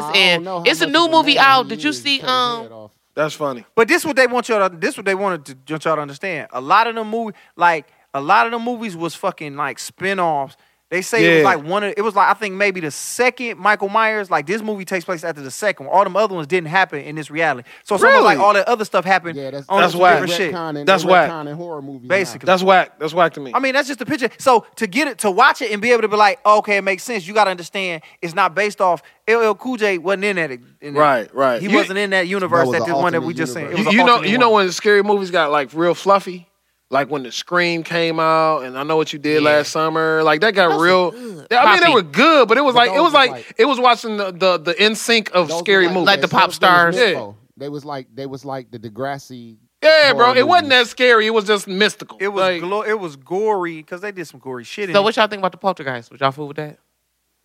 Speaker 4: Well, nah, I don't
Speaker 8: and
Speaker 4: know how
Speaker 8: it's a
Speaker 4: much
Speaker 8: new
Speaker 4: of
Speaker 8: movie
Speaker 4: man
Speaker 8: out.
Speaker 4: he
Speaker 8: Did you
Speaker 4: is. He
Speaker 8: see?
Speaker 4: cut his
Speaker 8: Um,
Speaker 4: head off.
Speaker 7: That's funny.
Speaker 6: But this what they want y'all. To, this what they wanted to want y'all to understand. A lot of the movie, like a lot of the movies, was fucking like spin-offs. They say it was
Speaker 7: Yeah.
Speaker 6: like one of. It was like I think maybe the second Michael Myers. Like this movie takes place after the second. one. All them other ones didn't happen in this reality. So it's almost
Speaker 7: Really?
Speaker 6: like all that other stuff happened.
Speaker 4: Yeah, that's
Speaker 6: on
Speaker 7: That's
Speaker 6: some
Speaker 7: whack.
Speaker 6: different shit.
Speaker 4: retconning- they
Speaker 7: That's whack.
Speaker 4: retconning horror movies now.
Speaker 6: Basically.
Speaker 7: That's whack. That's whack to me.
Speaker 6: I mean, that's just a picture. So to get it, to watch it and be able to be like, okay, it makes sense. You got to understand, it's not based off. LL Cool J wasn't in that. In that.
Speaker 7: Right, right.
Speaker 6: He
Speaker 7: You-
Speaker 6: wasn't in that universe.
Speaker 4: was
Speaker 6: That,
Speaker 4: an
Speaker 6: this one that
Speaker 4: alternate
Speaker 6: we just seen.
Speaker 4: universe.
Speaker 6: It was an
Speaker 7: you, you know,
Speaker 6: alternate
Speaker 7: you know
Speaker 6: one.
Speaker 7: when scary movies got like real fluffy, like when the Scream came out, and I know what you did last summer. Like that got
Speaker 8: Those
Speaker 7: real.
Speaker 8: were good.
Speaker 7: Yeah, I mean, they
Speaker 8: Poppy.
Speaker 7: were good, but it was
Speaker 4: But
Speaker 7: like it
Speaker 4: those
Speaker 7: was
Speaker 4: were
Speaker 7: like,
Speaker 4: like-
Speaker 7: it was watching the the the in sync of
Speaker 4: Those
Speaker 7: scary
Speaker 4: were
Speaker 7: movies.
Speaker 8: Like the
Speaker 4: that's what
Speaker 8: pop
Speaker 4: they was
Speaker 8: stars.
Speaker 4: meant
Speaker 7: Yeah.
Speaker 4: for. They was like they was like the Degrassi.
Speaker 7: yeah, bro,
Speaker 4: horror
Speaker 7: it wasn't
Speaker 4: movies.
Speaker 7: that scary. It was just mystical.
Speaker 6: It was
Speaker 7: like,
Speaker 6: glo- it was gory because they did some gory shit.
Speaker 8: so
Speaker 6: in it.
Speaker 8: what y'all think about the Poltergeist? Would y'all fool with that?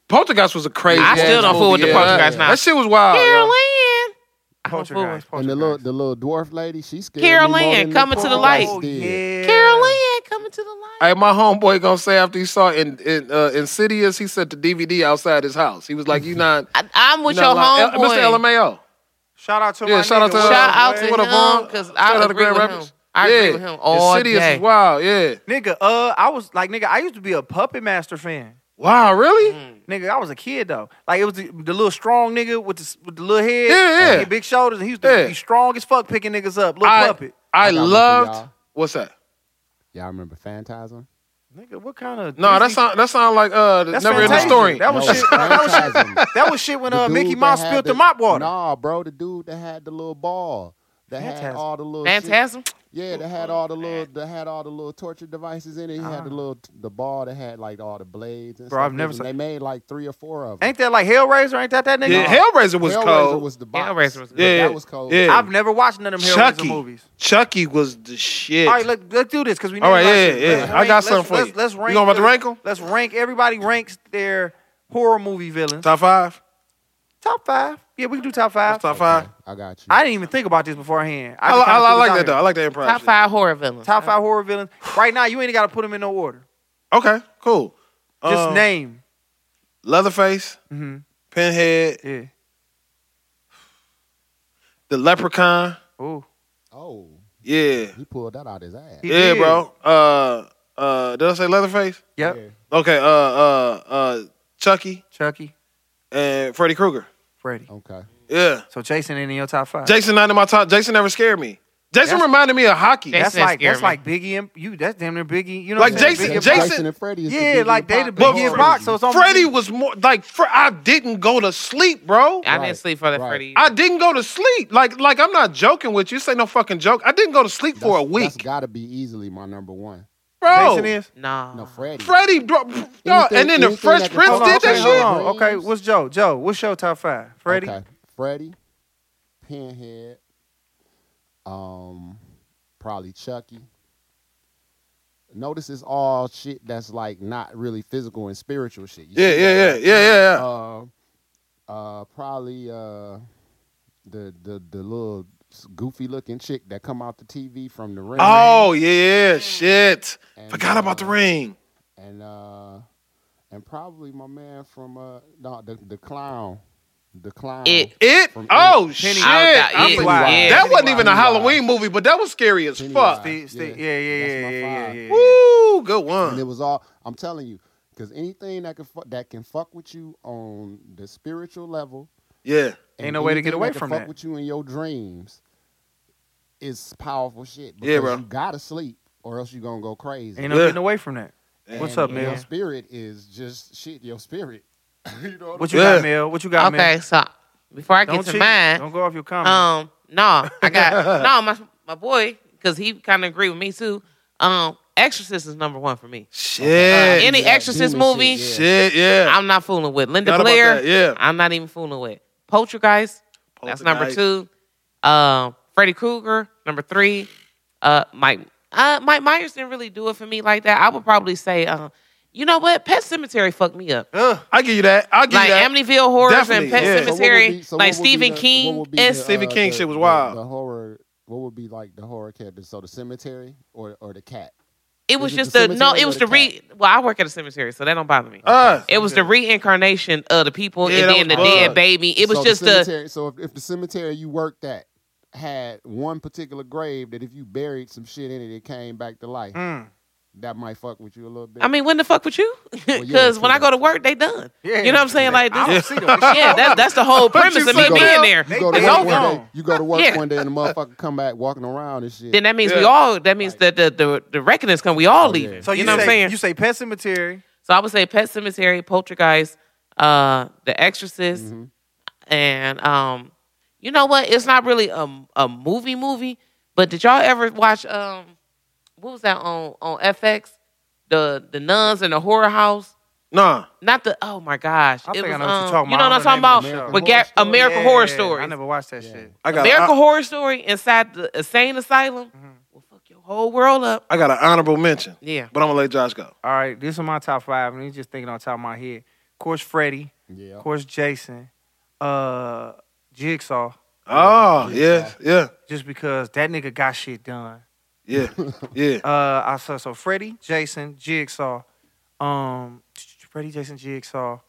Speaker 7: Poltergeist was a crazy.
Speaker 8: I still
Speaker 7: ass
Speaker 8: don't fool
Speaker 7: movie,
Speaker 8: with the
Speaker 7: yeah.
Speaker 8: Poltergeist now.
Speaker 7: That shit was wild. yo.
Speaker 8: Carol Ann. I don't fool with
Speaker 6: Poltergeist.
Speaker 4: Oh, And the little the little dwarf lady, she scared
Speaker 8: Carol
Speaker 4: me more
Speaker 8: Ann,
Speaker 4: than
Speaker 8: coming to the light.
Speaker 4: Poltergeist
Speaker 6: Oh
Speaker 4: did.
Speaker 6: yeah,
Speaker 8: Carol Ann coming to the light.
Speaker 7: Hey, my homeboy gonna say after he saw in, in uh, Insidious, he set the DVD outside his house. He was like, "You not,
Speaker 8: I, I'm with
Speaker 7: you
Speaker 8: your
Speaker 7: not Uh, lying."
Speaker 8: homeboy.
Speaker 7: El- Mr. LMAO."
Speaker 6: Shout out to
Speaker 7: Yeah,
Speaker 6: my
Speaker 7: shout out
Speaker 6: nigga.
Speaker 7: to
Speaker 6: What
Speaker 8: Shout
Speaker 6: up,
Speaker 8: out
Speaker 6: man?
Speaker 8: to
Speaker 7: What up,
Speaker 8: him
Speaker 7: Vaughn?
Speaker 8: because
Speaker 7: Shout out
Speaker 8: I
Speaker 7: to
Speaker 8: agree
Speaker 7: Grand
Speaker 8: with him.
Speaker 7: Rapids.
Speaker 8: I
Speaker 7: yeah.
Speaker 8: agree with him all
Speaker 7: Insidious
Speaker 8: day.
Speaker 7: is wild. Yeah.
Speaker 6: nigga. Uh, I was like nigga. I used to be a Puppet Master fan.
Speaker 7: Wow. Really?
Speaker 8: Mm.
Speaker 6: Nigga, I was a kid though. Like it was the, the little strong nigga with the, s- with the little head,
Speaker 7: Yeah, yeah.
Speaker 6: and big shoulders, and he used to
Speaker 7: Yeah.
Speaker 6: be strong as fuck picking niggas up, little
Speaker 7: I,
Speaker 6: puppet.
Speaker 7: I
Speaker 4: I got one for
Speaker 7: loved.
Speaker 4: y'all.
Speaker 7: What's that?
Speaker 4: Y'all remember Phantasm?
Speaker 6: Nigga, what kind of
Speaker 7: No, that sound that sound like uh the
Speaker 6: That's
Speaker 7: never ending
Speaker 6: Fantasia.
Speaker 7: story.
Speaker 6: That was
Speaker 4: No,
Speaker 6: shit. That was shit.
Speaker 4: franchising.
Speaker 6: That was shit when
Speaker 4: The
Speaker 6: uh,
Speaker 4: dude
Speaker 6: Mickey
Speaker 4: that
Speaker 6: Mouse
Speaker 4: had
Speaker 6: spilled the mop water.
Speaker 4: Nah, bro, the dude that had the little ball. That had
Speaker 6: Phantasm.
Speaker 4: all the little shit-
Speaker 8: Phantasm.
Speaker 4: Yeah, that had all the little that had all the little torture devices in it. He had the little the ball that had like all the blades and
Speaker 6: Bro,
Speaker 4: stuff
Speaker 6: I've
Speaker 4: in
Speaker 6: never
Speaker 4: it, and
Speaker 6: seen-
Speaker 4: They made like three or four of them.
Speaker 6: Ain't that like Hellraiser? Ain't that that nigga?
Speaker 7: yeah, Hellraiser was
Speaker 4: Hellraiser
Speaker 7: cold.
Speaker 4: was the box.
Speaker 8: Hellraiser was
Speaker 4: but
Speaker 7: yeah,
Speaker 4: That was cold.
Speaker 7: Yeah.
Speaker 6: I've never watched none of them
Speaker 7: Chucky.
Speaker 6: Hellraiser movies.
Speaker 7: Chucky was the shit.
Speaker 6: All right, let, let's do this because we. Need
Speaker 7: All right,
Speaker 6: to watch
Speaker 7: yeah,
Speaker 6: it.
Speaker 7: yeah,
Speaker 6: Let's
Speaker 7: yeah. I got
Speaker 6: rank-
Speaker 7: something
Speaker 6: let's-
Speaker 7: for you.
Speaker 6: Let's, let's
Speaker 7: You
Speaker 6: rank.
Speaker 7: going about to
Speaker 6: the-
Speaker 7: rank 'em?
Speaker 6: Let's rank. Everybody ranks their horror movie villains. Top,
Speaker 7: top five.
Speaker 6: five. Yeah, we can do top five.
Speaker 7: Top five.
Speaker 4: I got you.
Speaker 6: I didn't even think about this beforehand.
Speaker 7: I,
Speaker 6: just
Speaker 7: li- I,
Speaker 6: kinda
Speaker 7: li- I
Speaker 6: threw
Speaker 7: like
Speaker 6: this
Speaker 7: that though. I
Speaker 6: out
Speaker 7: like that improv.
Speaker 8: Top
Speaker 7: shit.
Speaker 8: five horror villains.
Speaker 6: here. Top five horror villains. Right now, you ain't got to put them in no order.
Speaker 7: Okay, cool.
Speaker 6: Just
Speaker 7: Um,
Speaker 6: name.
Speaker 7: Leatherface,
Speaker 6: hmm
Speaker 7: Pinhead,
Speaker 6: Yeah.
Speaker 7: the Leprechaun.
Speaker 6: Oh.
Speaker 4: oh,
Speaker 7: Yeah,
Speaker 4: he pulled that out his ass.
Speaker 6: He
Speaker 7: yeah,
Speaker 6: did.
Speaker 7: bro. Uh, uh, did I say Leatherface?
Speaker 6: Yep.
Speaker 4: Yeah.
Speaker 7: Okay. Uh, uh, uh, Chucky
Speaker 6: Chucky.
Speaker 7: and Freddy Krueger.
Speaker 6: Freddy.
Speaker 4: Okay.
Speaker 7: Yeah.
Speaker 6: So Jason ain't in your top five.
Speaker 7: Jason not in my top. Jason never scared me. Jason
Speaker 6: That's-
Speaker 7: reminded me of hockey.
Speaker 8: Jason
Speaker 6: That's
Speaker 8: didn't
Speaker 6: like
Speaker 8: scare
Speaker 6: that's
Speaker 8: me.
Speaker 6: like Biggie and you. That's damn near Biggie. You know,
Speaker 7: Like
Speaker 6: what I'm saying?
Speaker 7: Jason-
Speaker 6: Biggie-
Speaker 7: Jason-
Speaker 4: and Freddy. Is the
Speaker 6: Yeah,
Speaker 4: biggie
Speaker 6: like they the
Speaker 4: pop-
Speaker 7: But
Speaker 6: Biggie and
Speaker 7: Fre-
Speaker 6: Pac. So it's almost
Speaker 7: Freddie was more like Fre- I didn't go to sleep, bro.
Speaker 8: I
Speaker 4: Right,
Speaker 8: didn't sleep for the
Speaker 4: right.
Speaker 8: Freddy.
Speaker 7: I didn't go to sleep. Like, like I'm not joking with you. This ain't no fucking joke. I didn't go to sleep for a
Speaker 4: That's- That's
Speaker 7: week,
Speaker 4: gotta be easily my number one.
Speaker 7: bro.
Speaker 6: Jason is.
Speaker 8: Nah.
Speaker 4: No, Freddy.
Speaker 7: Freddie, bro, y'all, and then the
Speaker 4: anything
Speaker 7: Fresh
Speaker 4: that can
Speaker 7: Prince
Speaker 4: Hold
Speaker 6: Hold
Speaker 4: on,
Speaker 7: did that
Speaker 4: okay,
Speaker 7: shit.
Speaker 4: hold
Speaker 6: on. Okay, what's Joe? Joe, what's your top five? Freddie.
Speaker 4: Okay. Freddy, Pinhead, um, probably Chucky. Notice it's all shit that's like not really physical and spiritual shit. You
Speaker 7: Yeah,
Speaker 4: see
Speaker 7: yeah, yeah,
Speaker 4: that?
Speaker 7: yeah, yeah, yeah.
Speaker 4: Uh, uh, probably uh, the the the little goofy looking chick that come out the TV from the ring.
Speaker 7: oh yeah, shit.
Speaker 4: And,
Speaker 7: Forgot about the
Speaker 4: uh,
Speaker 7: ring.
Speaker 4: and uh, and probably my man from uh, no, the the clown, the clown.
Speaker 8: It.
Speaker 7: It.
Speaker 4: From
Speaker 7: Oh
Speaker 4: It.
Speaker 7: shit.
Speaker 6: Pennywise.
Speaker 8: Oh, that-
Speaker 7: I
Speaker 8: yeah,
Speaker 7: forgot.
Speaker 6: yeah,
Speaker 7: That wasn't even a
Speaker 4: Pennywise.
Speaker 7: Halloween movie, but that was scary as
Speaker 4: Pennywise.
Speaker 7: fuck.
Speaker 6: Steve, Steve,
Speaker 4: Yeah,
Speaker 6: yeah, yeah,
Speaker 4: that's
Speaker 6: yeah,
Speaker 4: my
Speaker 6: yeah,
Speaker 4: five.
Speaker 6: yeah, yeah.
Speaker 7: Woo, good
Speaker 4: and it
Speaker 7: one.
Speaker 4: was all I'm telling you, because anything that can fu- that can fuck with you on the spiritual level,
Speaker 7: Yeah.
Speaker 4: and
Speaker 6: Ain't no way to get
Speaker 4: anything
Speaker 6: away
Speaker 4: can
Speaker 6: from
Speaker 4: fuck
Speaker 6: that.
Speaker 4: With you in your dreams, is powerful shit.
Speaker 7: Yeah,
Speaker 4: because
Speaker 7: bro.
Speaker 4: You gotta sleep, or else you gonna go crazy.
Speaker 6: Ain't no
Speaker 7: Yeah.
Speaker 6: getting away from that. What's
Speaker 4: And
Speaker 6: up,
Speaker 4: Your
Speaker 6: Mel?
Speaker 4: spirit is just shit. Your spirit. you know what
Speaker 6: What you
Speaker 7: Yeah.
Speaker 6: got, Mel? What you got, Mel?
Speaker 8: Okay, so before I get
Speaker 6: Don't
Speaker 8: to
Speaker 6: cheat.
Speaker 8: mine,
Speaker 6: Don't go off your comment.
Speaker 8: Um, no, I got no my my boy because he kind of agreed with me too. Um, Exorcist is number one for me.
Speaker 7: Shit.
Speaker 8: Any
Speaker 4: yeah,
Speaker 8: Exorcist
Speaker 4: demon
Speaker 8: movie,
Speaker 4: shit,
Speaker 7: Shit. Yeah.
Speaker 8: I'm not fooling with. Linda
Speaker 7: Forgot about
Speaker 8: Blair,
Speaker 7: that, yeah.
Speaker 8: I'm not even fooling with. Poltergeist, that's number
Speaker 7: Poltergeist.
Speaker 8: two. Um, Freddy Krueger, number three. Uh, Mike, uh, Mike Myers didn't really do it for me like that. I would probably say, uh, you know what? Pet Cemetery fucked me up.
Speaker 7: Ugh, I give you that. I give
Speaker 8: Like
Speaker 7: you that.
Speaker 8: Amityville Horrors
Speaker 7: Definitely,
Speaker 8: and Pet
Speaker 7: yeah. So what would
Speaker 8: Cemetery,
Speaker 4: be- so
Speaker 8: like
Speaker 4: what would be
Speaker 8: Stephen
Speaker 4: the- what
Speaker 8: King.
Speaker 4: would be the, uh,
Speaker 8: esque.
Speaker 7: Stephen King shit was
Speaker 4: the-
Speaker 7: wild.
Speaker 4: The horror. What would be like the horror character? So the cemetery or or the cat?
Speaker 8: It was
Speaker 4: it
Speaker 8: just
Speaker 4: the
Speaker 8: the no.
Speaker 4: cemetery Oh,
Speaker 8: It
Speaker 4: or
Speaker 8: was
Speaker 4: the
Speaker 8: the re. Well, I work at a cemetery, so that don't bother me.
Speaker 7: Uh,
Speaker 8: it was the reincarnation of the people
Speaker 7: Yeah, that
Speaker 8: and then the
Speaker 7: was bugs.
Speaker 8: dead baby. It was
Speaker 4: So
Speaker 8: just
Speaker 4: the
Speaker 8: the
Speaker 4: cemetery. So if, if the cemetery you worked at had one particular grave that if you buried some shit in it, it came back to life.
Speaker 6: Mm.
Speaker 4: That might fuck with you a little bit.
Speaker 8: I mean, when the fuck with you?
Speaker 4: Well,
Speaker 8: Because
Speaker 4: yeah,
Speaker 8: when I
Speaker 4: true.
Speaker 8: go to work, they done.
Speaker 6: Yeah.
Speaker 8: you know what I'm saying? Like,
Speaker 6: I
Speaker 8: this,
Speaker 6: don't see them. They
Speaker 8: yeah, that, that's the whole
Speaker 7: But you
Speaker 8: premise of me
Speaker 7: said
Speaker 8: being
Speaker 7: that.
Speaker 8: there.
Speaker 4: you go to
Speaker 6: They
Speaker 8: It's
Speaker 4: work
Speaker 8: over.
Speaker 4: one
Speaker 6: gone.
Speaker 4: day. You go to work
Speaker 8: Yeah.
Speaker 4: one day and the motherfucker come back walking around and shit.
Speaker 8: Then that means we
Speaker 7: Yeah.
Speaker 8: all. That means that the, the the reckoning's come. We all
Speaker 4: Oh, yeah.
Speaker 8: leaving.
Speaker 6: So
Speaker 8: you,
Speaker 6: you,
Speaker 8: know
Speaker 6: say,
Speaker 8: what I'm saying?
Speaker 6: You say Pet Cemetery.
Speaker 8: so I would say Pet Cemetery, Poltergeist, uh, The Exorcist,
Speaker 4: Mhm.
Speaker 8: and um, you know what? It's not really a a movie movie, but did y'all ever watch um, what was that on on FX? The the nuns in the horror house.
Speaker 7: Nah.
Speaker 8: Not the oh my gosh!
Speaker 6: I
Speaker 8: it
Speaker 6: think I
Speaker 8: was,
Speaker 6: know what you're
Speaker 8: um,
Speaker 6: talking
Speaker 8: You know
Speaker 6: about.
Speaker 8: what I'm
Speaker 6: I
Speaker 8: talking
Speaker 6: don't know
Speaker 8: about?
Speaker 6: the name of the show.
Speaker 8: With Ga-
Speaker 4: Horror Story?
Speaker 8: American Horror
Speaker 6: Yeah,
Speaker 8: Story.
Speaker 6: I Mm-hmm. never watched that
Speaker 4: Yeah.
Speaker 6: shit.
Speaker 7: I got.
Speaker 8: American
Speaker 7: I,
Speaker 8: Horror Story inside the insane asylum will fuck your whole world up.
Speaker 7: I got an honorable mention,
Speaker 8: Yeah.
Speaker 7: but I'm gonna let Josh go.
Speaker 6: All right, this is my top five, and he's just thinking on top of my head. Of course, Freddie.
Speaker 4: yeah.
Speaker 6: Of course, Jason. Uh, Jigsaw.
Speaker 7: Oh yeah, yeah,
Speaker 6: Just because that nigga got shit done.
Speaker 7: yeah, yeah.
Speaker 6: Uh, I saw so Freddie, Jason, Jigsaw, um, Freddie, Jason, Jigsaw.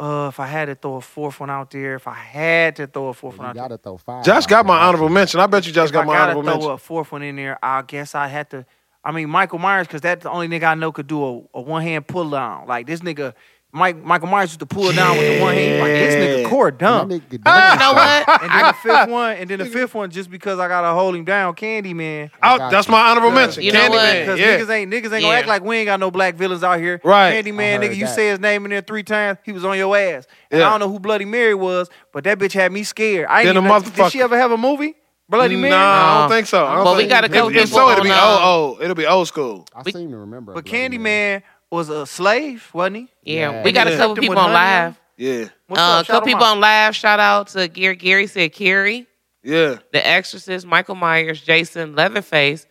Speaker 6: Uh, if I had to throw a fourth one out there, if I had to throw a fourth
Speaker 4: Well,
Speaker 6: one
Speaker 4: you
Speaker 6: out there,
Speaker 4: gotta throw five.
Speaker 7: Josh
Speaker 4: out
Speaker 7: got
Speaker 4: there.
Speaker 7: my honorable mention. I bet you Josh
Speaker 6: if I
Speaker 7: got my
Speaker 6: gotta
Speaker 7: honorable
Speaker 6: throw
Speaker 7: mention.
Speaker 6: a fourth one in there, I guess I had to. I mean, Michael Myers, because that's the only nigga I know could do a, a one hand pull down. Like this nigga, Mike Michael Myers used to pull down with the one hand. Like this nigga core dumb.
Speaker 4: That nigga
Speaker 8: You know what?
Speaker 6: And then the fifth one, and then the fifth one, just because I gotta hold him down, Candyman.
Speaker 7: Oh, that's my honorable mention.
Speaker 8: You know
Speaker 7: Candyman.
Speaker 6: Because
Speaker 7: Yeah.
Speaker 6: niggas ain't niggas ain't gonna
Speaker 8: Yeah.
Speaker 6: act like we ain't got no black villains out here.
Speaker 7: Right.
Speaker 6: Candyman,
Speaker 4: I heard
Speaker 6: nigga, you
Speaker 4: that.
Speaker 6: say his name in there three times, he was on your ass. And
Speaker 7: Yeah.
Speaker 6: I don't know who Bloody Mary was, but that bitch had me scared. I ain't
Speaker 7: Then a
Speaker 6: even know- Did she
Speaker 7: motherfucker.
Speaker 6: ever have a movie? Bloody Mary?
Speaker 7: Nah, I
Speaker 8: No.
Speaker 7: don't think so. I don't
Speaker 8: Well, we
Speaker 7: think-
Speaker 8: gotta go
Speaker 7: If, if
Speaker 8: people
Speaker 7: so, it'll be
Speaker 8: on,
Speaker 7: old,
Speaker 8: uh,
Speaker 7: old. It'll be old school.
Speaker 4: I
Speaker 8: We-
Speaker 4: seem to remember. a
Speaker 6: But
Speaker 4: Bloody Mary.
Speaker 6: Candyman was a slave, wasn't he?
Speaker 8: Yeah,
Speaker 4: Yeah.
Speaker 8: we got a
Speaker 7: Yeah.
Speaker 8: couple
Speaker 6: Something
Speaker 8: people
Speaker 6: with
Speaker 8: on
Speaker 6: honey on
Speaker 8: live.
Speaker 6: it.
Speaker 7: Yeah.
Speaker 6: What's
Speaker 8: uh,
Speaker 6: up? Shout
Speaker 8: couple
Speaker 6: him
Speaker 8: people
Speaker 6: out.
Speaker 8: on live. Shout out to Gary. Gary said Carrie,
Speaker 7: Yeah.
Speaker 8: The Exorcist, Michael Myers, Jason, Leatherface,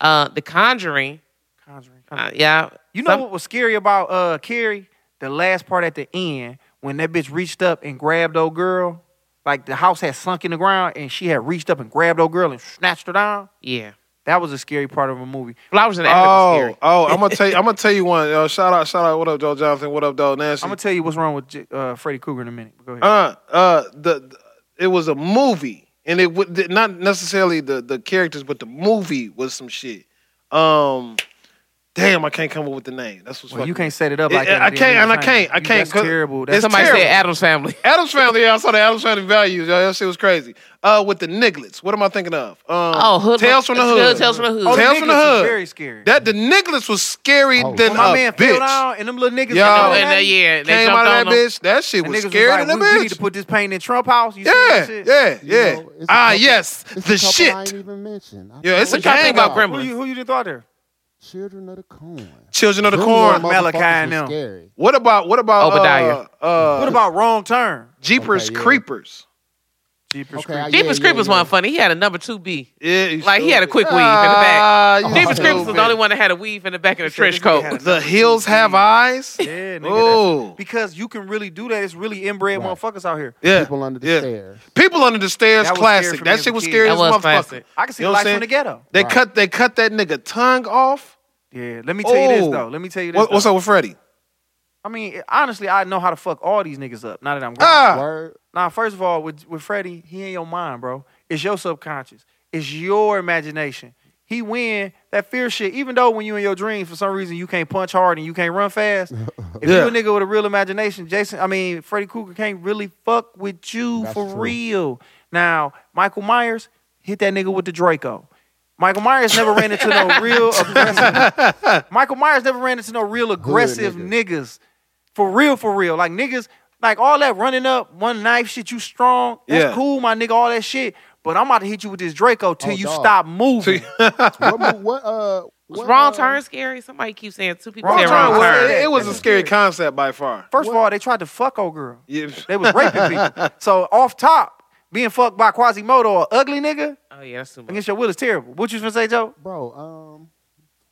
Speaker 8: uh, The Conjuring.
Speaker 6: Conjuring.
Speaker 8: Uh, yeah,
Speaker 6: You know
Speaker 8: Some-
Speaker 6: what was scary about uh Carrie? The last part at the end when that bitch reached up and grabbed old girl. Like the house had sunk in the ground and she had reached up and grabbed old girl and snatched her down.
Speaker 8: yeah.
Speaker 6: That was a scary part of a movie.
Speaker 8: Flowers in the Attic was
Speaker 7: Oh,
Speaker 8: scary.
Speaker 7: oh, I'm gonna tell you. I'm gonna tell you one. Yo, shout out, shout out. What up, Joe Jonathan? What up, Joe Nancy?
Speaker 6: I'm gonna tell you what's wrong with J- uh, Freddy Cougar in a minute. Go ahead.
Speaker 7: uh, uh, the, the- it was a movie, and it would not necessarily the the characters, but the movie was some shit. Um, damn, I can't come up with the name. That's what's.
Speaker 6: well, you
Speaker 7: fucking-
Speaker 6: can't set it up
Speaker 7: Yeah,
Speaker 6: like that.
Speaker 7: I
Speaker 6: then
Speaker 7: can't,
Speaker 6: leave
Speaker 7: and I
Speaker 6: it
Speaker 7: can't, I
Speaker 6: hanging.
Speaker 7: can't,
Speaker 6: That's
Speaker 7: 'cause
Speaker 6: terrible.
Speaker 7: it's
Speaker 6: That's
Speaker 8: Somebody
Speaker 7: terrible.
Speaker 8: said Adam's Family.
Speaker 7: Adam's Family. Yeah, I saw the Adam's Family values. Yo, that shit was crazy. Uh, with the Nigglets. What am I thinking of? Um,
Speaker 8: Oh, Hood-
Speaker 7: Tales from the
Speaker 8: Hood-
Speaker 7: Hood.
Speaker 8: Tales from the Hood.
Speaker 6: Oh, the
Speaker 7: Tales from the
Speaker 6: Nigglets was
Speaker 7: Hood.
Speaker 6: very scary.
Speaker 7: That the Nigglets was scary
Speaker 4: Oh,
Speaker 7: than
Speaker 6: when my
Speaker 7: a
Speaker 6: man fell
Speaker 7: bitch.
Speaker 6: down and them little niggas
Speaker 7: Yo.
Speaker 6: fell
Speaker 7: Oh,
Speaker 8: and
Speaker 6: down,
Speaker 8: they, yeah, they
Speaker 7: Came
Speaker 8: jumped
Speaker 7: out of that
Speaker 8: on them.
Speaker 7: bitch. That shit
Speaker 6: and
Speaker 7: was
Speaker 6: niggas
Speaker 7: scary
Speaker 6: like,
Speaker 7: than a
Speaker 6: we, we need to
Speaker 7: bitch.
Speaker 6: put this paint in Trump house. You see that
Speaker 7: Yeah,
Speaker 6: shit?
Speaker 7: yeah,
Speaker 4: You
Speaker 7: yeah.
Speaker 4: know, it's a
Speaker 7: ah,
Speaker 4: couple-
Speaker 7: yes,
Speaker 4: it's a
Speaker 7: the
Speaker 4: couple
Speaker 7: shit.
Speaker 4: I ain't even mentioned. I
Speaker 7: Yo, it's
Speaker 4: thought
Speaker 7: a
Speaker 8: What y'all
Speaker 7: gang
Speaker 8: think about
Speaker 7: about
Speaker 8: Gremlins?
Speaker 6: Who you, who you just thought there?
Speaker 4: Children of the Corn.
Speaker 7: Children of the
Speaker 4: Them
Speaker 7: Corn.
Speaker 4: little
Speaker 6: Malachi
Speaker 4: motherfuckers
Speaker 6: and
Speaker 4: was
Speaker 6: them.
Speaker 4: Scary.
Speaker 7: What about what about
Speaker 8: Obadiah.
Speaker 7: Uh, uh,
Speaker 6: What about Wrong Turn?
Speaker 7: Jeepers
Speaker 4: Okay, yeah.
Speaker 7: Creepers?
Speaker 6: Jeepers
Speaker 4: Okay,
Speaker 6: Creepers.
Speaker 4: I-
Speaker 8: Jeepers
Speaker 4: Yeah, yeah,
Speaker 8: Creepers
Speaker 4: yeah.
Speaker 8: wasn't funny. He had a number two B.
Speaker 7: Yeah, you
Speaker 8: Like, he had a
Speaker 7: stupid.
Speaker 8: quick weave in the back.
Speaker 7: Ah, you
Speaker 8: Jeepers Creepers was
Speaker 7: stupid.
Speaker 8: the only one that had a weave in the back of the trench coat.
Speaker 6: had
Speaker 7: The hills have eyes.
Speaker 6: Yeah, nigga,
Speaker 7: Oh.
Speaker 6: that's- because you can really do that. It's really inbred
Speaker 4: Right.
Speaker 6: motherfuckers out here.
Speaker 7: Yeah,
Speaker 4: People under the
Speaker 7: yeah.
Speaker 4: stairs.
Speaker 7: People under the stairs.
Speaker 6: That was scary
Speaker 7: classic.
Speaker 6: for me
Speaker 7: That
Speaker 6: as
Speaker 7: shit
Speaker 6: a
Speaker 7: was
Speaker 6: kid.
Speaker 7: scary
Speaker 8: That
Speaker 7: as
Speaker 8: was
Speaker 7: motherfucker.
Speaker 8: classic.
Speaker 6: I can see
Speaker 7: You know
Speaker 6: the
Speaker 7: what I'm
Speaker 6: lights from
Speaker 7: saying?
Speaker 6: the ghetto.
Speaker 7: They
Speaker 4: Right.
Speaker 7: cut they cut that nigga tongue off.
Speaker 6: Yeah, let me tell you this
Speaker 7: Oh.
Speaker 6: though. Let me tell you this.
Speaker 7: What, what's
Speaker 6: though.
Speaker 7: up with Freddy?
Speaker 6: I mean, it- honestly, I know how to fuck all these niggas up. Now that I'm grown.
Speaker 7: Ah,
Speaker 4: Word.
Speaker 6: Now, first of all, with with Freddie, he ain't your mind, bro. It's your subconscious. It's your imagination. He win that fear shit. Even though when you in your dreams, for some reason you can't punch hard and you can't run fast. If
Speaker 7: Yeah.
Speaker 6: you a nigga with a real imagination, Jason, I mean Freddy Krueger can't really fuck with you
Speaker 4: That's
Speaker 6: for
Speaker 4: true.
Speaker 6: real. Now Michael Myers hit that nigga with the Draco. Michael Myers never ran into no real aggressive. Michael Myers never ran into no real aggressive
Speaker 4: niggas.
Speaker 6: niggas. For real, for real. Like niggas, like all that running up, one knife shit, you strong. That's
Speaker 7: Yeah.
Speaker 6: cool, my nigga, all that shit. But I'm about to hit you with this Draco till
Speaker 4: Oh,
Speaker 6: you
Speaker 4: dog.
Speaker 6: stop moving.
Speaker 4: what, mo- what, uh,
Speaker 8: Was
Speaker 4: what,
Speaker 8: wrong
Speaker 4: uh,
Speaker 8: turn scary? Somebody keeps saying two people
Speaker 6: Wrong
Speaker 8: said
Speaker 6: Turn
Speaker 8: wrong
Speaker 6: was-
Speaker 8: turn.
Speaker 7: it, it was a
Speaker 6: That's
Speaker 7: scary
Speaker 6: scary.
Speaker 7: concept by far.
Speaker 6: First of all, they tried to fuck old girl.
Speaker 7: Yeah.
Speaker 6: They was raping people. So off top, being fucked by Quasimodo, an ugly nigga,
Speaker 8: Oh yeah, that's too much.
Speaker 6: against your will is terrible. What you finna say, Joe?
Speaker 4: Bro, um,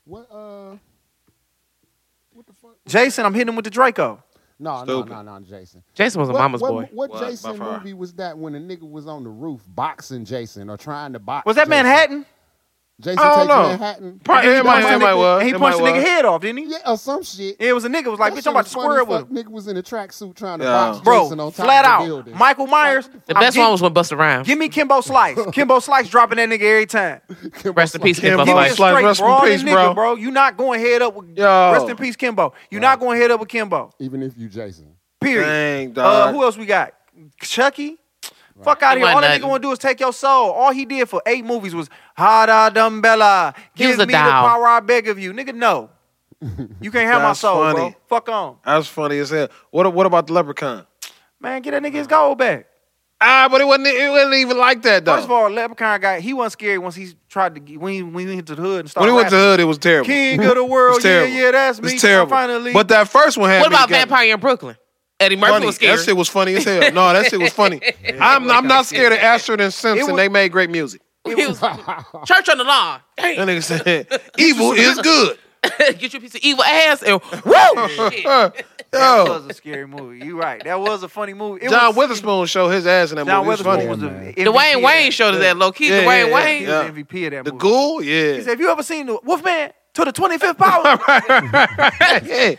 Speaker 4: what, uh, what the fuck?
Speaker 6: Jason, I'm hitting him with the Draco.
Speaker 4: No,
Speaker 7: Stupid.
Speaker 4: no, no, no, Jason.
Speaker 8: Jason was a
Speaker 4: what,
Speaker 8: mama's
Speaker 4: what,
Speaker 8: boy.
Speaker 4: What,
Speaker 7: Was, by
Speaker 4: Jason
Speaker 7: far.
Speaker 4: movie was that when a nigga was on the roof boxing Jason or trying to box?
Speaker 6: Was that
Speaker 4: Jason?
Speaker 6: Manhattan?
Speaker 4: Jason
Speaker 7: I don't
Speaker 4: takes
Speaker 7: know.
Speaker 4: Manhattan.
Speaker 7: Probably-
Speaker 4: Yeah,
Speaker 7: it might- it
Speaker 4: somebody-
Speaker 7: might well.
Speaker 6: And he
Speaker 7: It
Speaker 6: punched the
Speaker 7: might
Speaker 6: nigga
Speaker 7: well.
Speaker 6: head off, didn't he?
Speaker 4: Yeah, or some shit.
Speaker 6: Yeah, it was a nigga. Was like,
Speaker 4: That
Speaker 6: bitch,
Speaker 4: shit
Speaker 6: I'm about to
Speaker 4: was funny
Speaker 6: square
Speaker 4: as
Speaker 6: with
Speaker 4: fuck.
Speaker 6: him.
Speaker 4: Nigga was in a tracksuit trying to
Speaker 7: Yeah.
Speaker 4: box
Speaker 6: Bro,
Speaker 4: Jason on top
Speaker 6: flat
Speaker 4: of the
Speaker 6: out.
Speaker 4: building.
Speaker 6: Michael Myers.
Speaker 8: The best one was when Busta Rhymes.
Speaker 6: Give me Kimbo Slice. Kimbo Slice dropping that nigga every time.
Speaker 4: Kimbo
Speaker 8: Rest in
Speaker 4: Slice.
Speaker 8: peace,
Speaker 7: Kimbo
Speaker 8: Kimbo
Speaker 6: Give me a
Speaker 8: Slice.
Speaker 7: Slice,
Speaker 6: straight
Speaker 7: rest in
Speaker 6: raw
Speaker 7: peace,
Speaker 6: nigga, bro.
Speaker 7: bro.
Speaker 6: You not going head up with
Speaker 7: Yo.
Speaker 6: rest in peace, Kimbo. You not going head up with Kimbo.
Speaker 4: Even if you Jason.
Speaker 6: Period.
Speaker 7: Dang,
Speaker 6: Uh,
Speaker 7: dog.
Speaker 6: who else we got? Chucky. Fuck out
Speaker 8: He
Speaker 6: here. All
Speaker 8: wasn't
Speaker 6: that nigga
Speaker 8: nothing.
Speaker 6: want to do is take your soul. All he did for eight movies was Hada Dumbella.
Speaker 8: He
Speaker 6: Give
Speaker 8: was a
Speaker 6: me the
Speaker 8: doll.
Speaker 6: power I beg of you. Nigga, no. You can't have my
Speaker 7: That's
Speaker 6: soul, bro.
Speaker 7: funny.
Speaker 6: Fuck on.
Speaker 7: That's funny as hell. What what about the leprechaun?
Speaker 6: Man, get that nigga his gold back.
Speaker 7: Ah, but it wasn't it wasn't even like that though.
Speaker 6: First of all, Leprechaun guy, he wasn't scary once he tried to get, when he, when he went to the hood and started.
Speaker 7: when he went to the
Speaker 6: rapping.
Speaker 7: hood, it was terrible.
Speaker 6: King of the world.
Speaker 7: It's
Speaker 6: yeah,
Speaker 7: terrible.
Speaker 6: yeah, that's me.
Speaker 7: It's terrible.
Speaker 6: I finally.
Speaker 7: But that first one had
Speaker 8: What
Speaker 7: me
Speaker 8: about
Speaker 7: together.
Speaker 8: Vampire in Brooklyn? Eddie Murphy
Speaker 7: Funny.
Speaker 8: was scary.
Speaker 7: That shit was funny as hell. No, that shit was funny. I'm I'm not scared of Astrid and Simpson.
Speaker 6: was-
Speaker 7: they made great music.
Speaker 8: He was- church on the lawn. Damn.
Speaker 7: That nigga said, "Evil is good."
Speaker 8: Get you a piece of evil ass and woo. Shit.
Speaker 7: Uh,
Speaker 6: that
Speaker 7: yo,
Speaker 6: was a scary movie. You right. That was a funny movie. It
Speaker 7: John
Speaker 6: was,
Speaker 7: Witherspoon showed his ass in that
Speaker 6: John
Speaker 7: movie. It was funny.
Speaker 6: Witherspoon was the
Speaker 4: Yeah, man.
Speaker 6: MVP
Speaker 8: Dwayne
Speaker 6: of
Speaker 8: Wayne
Speaker 6: that.
Speaker 8: showed us that low key.
Speaker 7: Yeah,
Speaker 8: Dwayne
Speaker 7: yeah,
Speaker 8: Wayne.
Speaker 7: yeah.
Speaker 6: He was the MVP of that
Speaker 7: the
Speaker 6: movie.
Speaker 7: ghoul,
Speaker 6: He
Speaker 7: yeah.
Speaker 6: said, "Have you ever seen the Wolfman to the twenty fifth power?"
Speaker 7: yeah.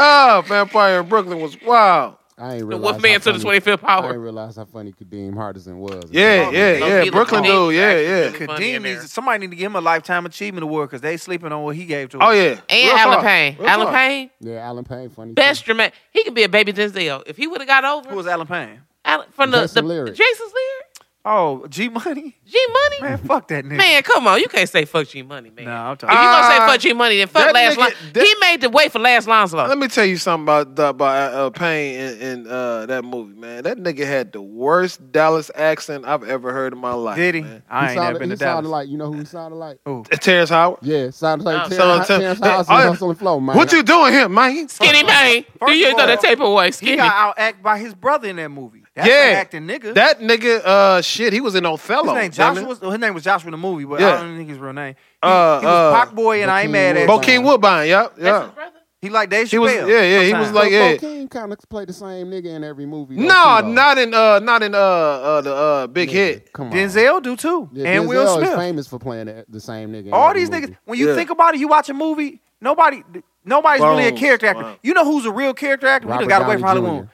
Speaker 7: Oh, Vampire in Brooklyn was wild.
Speaker 4: I ain't
Speaker 8: The
Speaker 4: realize
Speaker 8: Wolfman
Speaker 4: how
Speaker 8: to the
Speaker 4: funny-
Speaker 8: 25th
Speaker 4: I didn't
Speaker 8: Power.
Speaker 4: realize how funny Kadeem Hardison was.
Speaker 7: Yeah, yeah,
Speaker 8: Low-key,
Speaker 7: yeah.
Speaker 8: the
Speaker 7: Brooklyn
Speaker 8: Kadeem
Speaker 7: dude. Yeah,
Speaker 8: actually
Speaker 7: yeah.
Speaker 8: really funny
Speaker 6: Kadeem
Speaker 8: in there.
Speaker 6: needs somebody need to give him a lifetime achievement award because they sleeping on what he gave to.
Speaker 7: Oh
Speaker 6: us.
Speaker 7: yeah. Real
Speaker 8: And Alan
Speaker 7: talk.
Speaker 8: Payne.
Speaker 7: Real
Speaker 8: Alan
Speaker 7: talk.
Speaker 8: Payne,
Speaker 4: Yeah, Alan Payne, funny.
Speaker 8: best
Speaker 4: too.
Speaker 8: dramatic. He could be a baby Denzel if he would have got
Speaker 6: Who
Speaker 8: over
Speaker 6: was Alan Payne?
Speaker 8: Alan, from the,
Speaker 4: Jason
Speaker 8: the
Speaker 4: Lyric.
Speaker 8: Jason's Lear.
Speaker 6: Oh, G Money.
Speaker 8: G Money.
Speaker 6: Man, fuck that nigga.
Speaker 8: Man, come on. You can't say fuck G Money, man.
Speaker 6: No, I'm talking-
Speaker 8: if you going to say
Speaker 7: Uh,
Speaker 8: fuck G Money, then fuck
Speaker 7: that
Speaker 8: Last
Speaker 7: nigga-
Speaker 8: Line.
Speaker 7: that-
Speaker 8: he made the way for Last Lancelot.
Speaker 7: Let me tell you something about the- about uh, Payne in, in uh, that movie, man. That nigga had the worst Dallas accent I've ever heard in my life.
Speaker 6: Did he?
Speaker 7: man.
Speaker 6: I
Speaker 4: he
Speaker 6: ain't
Speaker 4: sounded,
Speaker 6: never been
Speaker 4: he
Speaker 6: to
Speaker 4: sounded
Speaker 6: Dallas.
Speaker 4: like you know who he sounded like.
Speaker 6: Ooh.
Speaker 7: Terrence Howard.
Speaker 4: Yeah, sounded like
Speaker 8: Oh,
Speaker 4: Terrence,
Speaker 7: sounded
Speaker 4: Terrence
Speaker 7: like-
Speaker 4: Howard
Speaker 7: Hey,
Speaker 4: was
Speaker 7: I-
Speaker 4: on the floor, man.
Speaker 7: What you doing here, Mike?
Speaker 8: Skinny Payne.
Speaker 6: first
Speaker 8: Do you
Speaker 6: of
Speaker 8: throw that
Speaker 6: all,
Speaker 8: tape away?
Speaker 6: He
Speaker 8: Skinny.
Speaker 6: got out act by his brother in that movie. That's
Speaker 7: Yeah.
Speaker 6: an acting nigga.
Speaker 7: That nigga, uh, shit, he was in
Speaker 6: his
Speaker 7: Othello.
Speaker 6: name
Speaker 7: damn it.
Speaker 6: Joshua. well, His name was Joshua in the movie, but I
Speaker 7: Yeah.
Speaker 6: don't think his real name. He,
Speaker 7: Uh,
Speaker 6: he was
Speaker 7: uh,
Speaker 6: Pac Boy, and I ain't
Speaker 4: Bokeem
Speaker 6: mad at.
Speaker 4: Woodbine.
Speaker 6: you.
Speaker 7: Bokeem Woodbine, yeah,
Speaker 8: That's
Speaker 7: yeah.
Speaker 8: his brother.
Speaker 6: He like Dave
Speaker 7: He was-
Speaker 6: Chappelle.
Speaker 7: yeah, yeah, he was
Speaker 6: sometimes.
Speaker 7: like-
Speaker 4: But
Speaker 7: yeah.
Speaker 4: Bokeem kind of played the same nigga in every movie. though,
Speaker 7: No,
Speaker 4: too, though.
Speaker 7: not in uh, not in uh, uh the uh big hit.
Speaker 4: Come on,
Speaker 6: Denzel do too,
Speaker 4: Yeah,
Speaker 6: and
Speaker 4: Denzel
Speaker 6: Will
Speaker 4: is
Speaker 6: Smith.
Speaker 4: famous for playing the, the same nigga. in
Speaker 6: All
Speaker 4: every
Speaker 6: these
Speaker 4: movie.
Speaker 6: niggas. When you
Speaker 7: Yeah.
Speaker 6: think about it, you watch a movie. Nobody, nobody's really a
Speaker 7: Bones,
Speaker 6: character actor.
Speaker 7: wow.
Speaker 6: You know who's a real character actor? we
Speaker 4: Robert
Speaker 6: done got away from
Speaker 4: Downey
Speaker 6: Hollywood.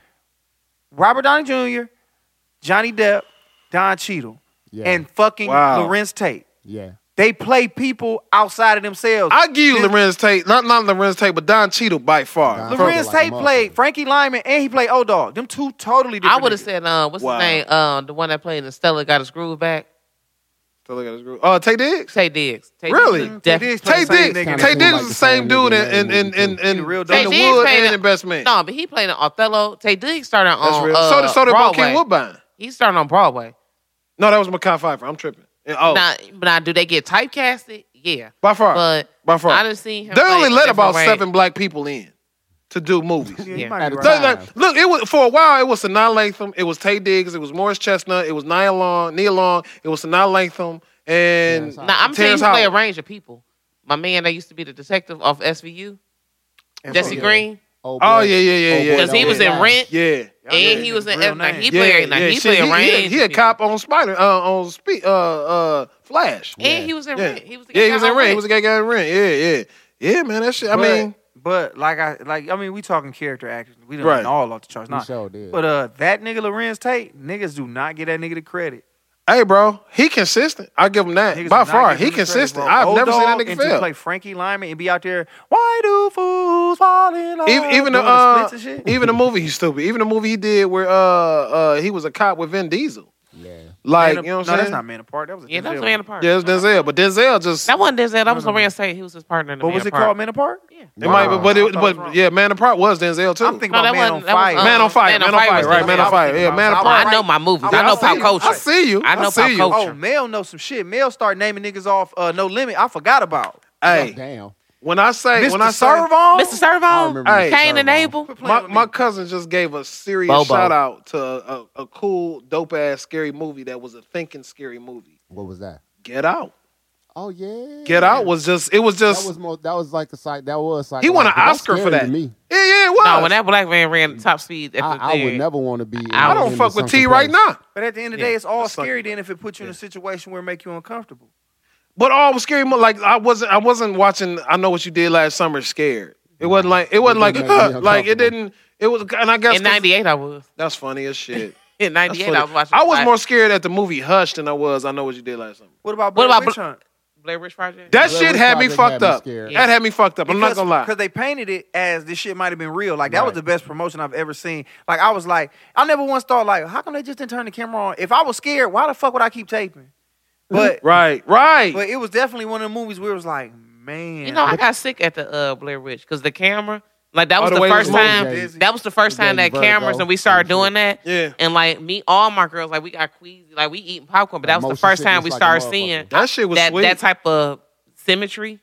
Speaker 6: Robert Downey Jr., Johnny Depp, Don Cheadle,
Speaker 4: Yeah,
Speaker 6: and fucking
Speaker 7: Wow.
Speaker 6: Lorenz Tate.
Speaker 4: yeah,
Speaker 6: They play people outside of themselves.
Speaker 7: I give you
Speaker 6: This-
Speaker 7: Lorenz Tate, not not Lorenz Tate, but Don Cheadle by far.
Speaker 4: Don-
Speaker 6: Lorenz
Speaker 4: Like a
Speaker 6: Tate
Speaker 4: motherfucker.
Speaker 6: played Frankie Lyman and he played Old Dog. Them two totally different.
Speaker 8: I would have
Speaker 6: niggas.
Speaker 8: said, uh, what's
Speaker 7: Wow.
Speaker 8: his name? Uh, the one that played in Stella got his groove back.
Speaker 7: So look at this group. Uh, Tay Diggs.
Speaker 8: Tay Diggs. Tay
Speaker 7: Really?
Speaker 8: Diggs is
Speaker 6: Tay
Speaker 8: definitely-
Speaker 6: Diggs
Speaker 7: Tay
Speaker 6: played the same
Speaker 4: Kinda
Speaker 6: nigga.
Speaker 7: Diggs. Tay
Speaker 4: seem
Speaker 7: Diggs
Speaker 4: like
Speaker 7: is
Speaker 4: the
Speaker 7: the same
Speaker 4: same nigga
Speaker 7: dude
Speaker 4: in
Speaker 7: in
Speaker 4: that
Speaker 7: in in
Speaker 4: movie,
Speaker 7: in,
Speaker 4: too.
Speaker 7: in,
Speaker 6: He the real
Speaker 7: in
Speaker 6: Tay
Speaker 7: the
Speaker 8: Diggs
Speaker 7: wood
Speaker 8: played
Speaker 7: and
Speaker 8: a-
Speaker 7: in Best Man.
Speaker 8: No, but he played on Othello. Tay Diggs started on
Speaker 7: That's real.
Speaker 8: uh,
Speaker 7: so did so did
Speaker 8: Broadway.
Speaker 7: Bokeem Woodbine.
Speaker 8: He started on Broadway.
Speaker 7: No, that was Makai Pfeiffer. I'm tripping. Yeah, Oh,
Speaker 8: Now, but now, do they get typecasted? Yeah.
Speaker 7: by far,
Speaker 8: But
Speaker 7: by far.
Speaker 8: I done seen him.
Speaker 7: they
Speaker 8: play
Speaker 7: only let
Speaker 8: different
Speaker 7: about
Speaker 8: ways.
Speaker 7: seven black people in to do movies.
Speaker 6: Yeah, you
Speaker 8: Yeah.
Speaker 6: might be
Speaker 4: At
Speaker 6: right.
Speaker 4: the
Speaker 7: They-
Speaker 4: time.
Speaker 7: they- look, it was for a while. It was Sanaa Latham. It was Tay Diggs. It was Morris Chestnut. It was Nia Long. Nia Long. It was Sanaa Latham. And
Speaker 4: Terrence Howard.
Speaker 8: Now, I'm saying
Speaker 7: Terrence
Speaker 8: you play a
Speaker 7: Howard.
Speaker 8: range of people. My man that used to be the detective off SVU, Jesse
Speaker 4: yeah.
Speaker 8: Green,
Speaker 4: oh,
Speaker 7: oh yeah, yeah, yeah, yeah.
Speaker 8: because he was
Speaker 7: yeah.
Speaker 8: in Rent
Speaker 7: Yeah.
Speaker 8: and he was in.
Speaker 6: Real
Speaker 8: Now,
Speaker 6: name.
Speaker 8: he played.
Speaker 7: yeah,
Speaker 8: now,
Speaker 7: yeah.
Speaker 8: he
Speaker 7: Shit,
Speaker 8: played a range.
Speaker 7: He, he a
Speaker 8: of
Speaker 7: cop on Spider uh, on spe- uh uh Flash.
Speaker 8: people. And he was in
Speaker 7: Yeah.
Speaker 8: Rent. He was. the
Speaker 7: yeah,
Speaker 8: guy
Speaker 7: he was
Speaker 8: on
Speaker 7: in Rent. He was a gay guy in Rent. Yeah, yeah, yeah, man. That shit. I
Speaker 6: But-
Speaker 7: mean,
Speaker 6: but like I like I mean, we talking character actors. We done
Speaker 7: Right.
Speaker 6: went all off the charts.
Speaker 4: He
Speaker 6: Nah.
Speaker 4: sure did.
Speaker 6: But uh, that nigga Lorenz Tate, niggas do not get that nigga the credit.
Speaker 7: hey, bro, he consistent. I give him that.
Speaker 6: Niggas
Speaker 7: By
Speaker 6: do not
Speaker 7: far,
Speaker 6: give him
Speaker 7: he
Speaker 6: the credit,
Speaker 7: consistent.
Speaker 6: bro.
Speaker 7: I've
Speaker 6: Old
Speaker 7: never seen that
Speaker 6: Dog
Speaker 7: nigga
Speaker 6: and to
Speaker 7: fail.
Speaker 6: play Frankie Lyman and be out there. Why do fools fall in love?
Speaker 7: even, even the
Speaker 6: doing
Speaker 7: uh,
Speaker 6: splits and shit?
Speaker 7: even the movie he's stupid. Even the movie he did where uh uh he was a cop with Vin Diesel.
Speaker 4: yeah.
Speaker 7: Like
Speaker 6: Man
Speaker 7: you know what
Speaker 6: no,
Speaker 7: I'm
Speaker 6: that's
Speaker 7: saying?
Speaker 6: not Man Apart. That was a
Speaker 8: Yeah, that was
Speaker 6: Denzel
Speaker 8: Man
Speaker 6: movie.
Speaker 8: Apart.
Speaker 7: yeah, it's Denzel, but Denzel just
Speaker 8: That wasn't Denzel. That was Lorenz Tate. He was his partner in the
Speaker 6: But
Speaker 8: Man
Speaker 6: was it
Speaker 8: Apart.
Speaker 6: called Man Apart?
Speaker 8: Yeah.
Speaker 7: it might, be,
Speaker 6: I
Speaker 7: but it,
Speaker 6: thought it was
Speaker 7: but
Speaker 6: wrong.
Speaker 7: yeah, Man Apart was Denzel too.
Speaker 6: I'm thinking
Speaker 8: No,
Speaker 6: about
Speaker 8: that
Speaker 6: Man on
Speaker 8: wasn't- that was,
Speaker 6: Fire.
Speaker 8: uh,
Speaker 7: Man on Fire, Man on Fire,
Speaker 8: was
Speaker 7: right?
Speaker 8: the
Speaker 7: Man
Speaker 8: one
Speaker 7: on
Speaker 8: I was
Speaker 7: Fire, yeah,
Speaker 6: thinking
Speaker 7: Man
Speaker 6: about.
Speaker 7: on
Speaker 8: Oh, I
Speaker 7: Fire.
Speaker 8: know my movies.
Speaker 6: I
Speaker 8: I know
Speaker 6: was- I
Speaker 8: pop
Speaker 6: see-
Speaker 8: culture.
Speaker 7: I see you.
Speaker 8: I know
Speaker 7: see
Speaker 8: pop
Speaker 7: you.
Speaker 8: culture.
Speaker 6: Oh, Mel know some shit. Mel start naming niggas off uh, No Limit. I forgot about.
Speaker 7: Hey,
Speaker 4: Damn.
Speaker 7: when I say
Speaker 6: Mr.
Speaker 7: when I say
Speaker 6: Servon.
Speaker 8: Mr. Servo,
Speaker 4: remember
Speaker 7: Hey. Mr.
Speaker 8: Cain and
Speaker 4: Servo.
Speaker 8: Abel.
Speaker 6: playing
Speaker 7: my,
Speaker 6: with
Speaker 7: my
Speaker 6: me.
Speaker 7: cousin just gave a serious
Speaker 8: Bobo.
Speaker 7: shout out to a, a cool, dope ass scary movie that was a thinking scary movie.
Speaker 4: What was that?
Speaker 7: Get Out.
Speaker 4: Oh yeah.
Speaker 7: Get Out was just it was
Speaker 4: That
Speaker 7: just
Speaker 4: was more. That was like a site. That was like
Speaker 7: He won an Oscar for that.
Speaker 4: To me,
Speaker 7: yeah yeah it was.
Speaker 8: No, when that black man ran top speed at the
Speaker 4: I, I would
Speaker 8: thing.
Speaker 4: never want to be. in-
Speaker 8: I
Speaker 7: I
Speaker 4: in
Speaker 7: don't
Speaker 4: the
Speaker 7: fuck with
Speaker 4: Sunken
Speaker 7: T right
Speaker 4: Place.
Speaker 7: now.
Speaker 6: But at the end of the
Speaker 8: Yeah,
Speaker 6: day, it's all
Speaker 7: that's like-
Speaker 6: scary. Then if it puts you in a situation where it make you uncomfortable.
Speaker 7: But all was scary. mo- Like I wasn't. I wasn't watching. I know what you did last summer. Scared. It wasn't like. It wasn't
Speaker 4: It
Speaker 7: like.
Speaker 4: didn't make me
Speaker 7: like it
Speaker 4: uncomfortable.
Speaker 7: didn't. It was. And I guess
Speaker 8: In
Speaker 7: 'cause-
Speaker 8: '98, I was.
Speaker 7: That's funny as shit.
Speaker 8: In
Speaker 7: That's
Speaker 8: '98,
Speaker 7: funny.
Speaker 8: I was watching.
Speaker 7: I was
Speaker 8: Black-
Speaker 7: more scared at the movie Hush than I was. I know what you did last summer.
Speaker 6: What about Blair
Speaker 8: What about
Speaker 6: Witch
Speaker 8: Bla-
Speaker 6: Hunt?
Speaker 8: Blair Witch Project.
Speaker 4: Blair
Speaker 7: That shit
Speaker 4: Witch
Speaker 7: had me
Speaker 4: Project had
Speaker 7: fucked
Speaker 4: me
Speaker 7: up.
Speaker 4: scared.
Speaker 7: That had me fucked up. I'm not gonna lie.
Speaker 6: Because they painted it as this shit might have been real. Like that was the best promotion I've ever seen. Like I was like, I never once thought like, how come they just didn't turn the camera on? If I was scared, why the fuck would I keep taping? But
Speaker 7: Right. Right.
Speaker 6: but it was definitely one of the movies where it was like, man,
Speaker 8: You know, I got sick at the uh, Blair Witch because the camera, like that
Speaker 7: Oh,
Speaker 8: was
Speaker 7: the
Speaker 8: the,
Speaker 7: way it
Speaker 8: first
Speaker 7: was moving.
Speaker 8: time.
Speaker 6: Busy.
Speaker 8: That was the first
Speaker 4: It gave
Speaker 8: time that
Speaker 4: you
Speaker 8: cameras
Speaker 4: vertigo
Speaker 8: and we started
Speaker 4: and shit.
Speaker 8: doing that.
Speaker 7: Yeah.
Speaker 8: And like me, all my girls, like we got queasy, like we eating popcorn, but that was the
Speaker 4: Motion
Speaker 8: first time
Speaker 4: sickness
Speaker 8: we
Speaker 4: like a
Speaker 8: started
Speaker 4: motherfucker.
Speaker 8: seeing
Speaker 7: that shit was
Speaker 8: that
Speaker 7: sweet.
Speaker 8: that type of symmetry.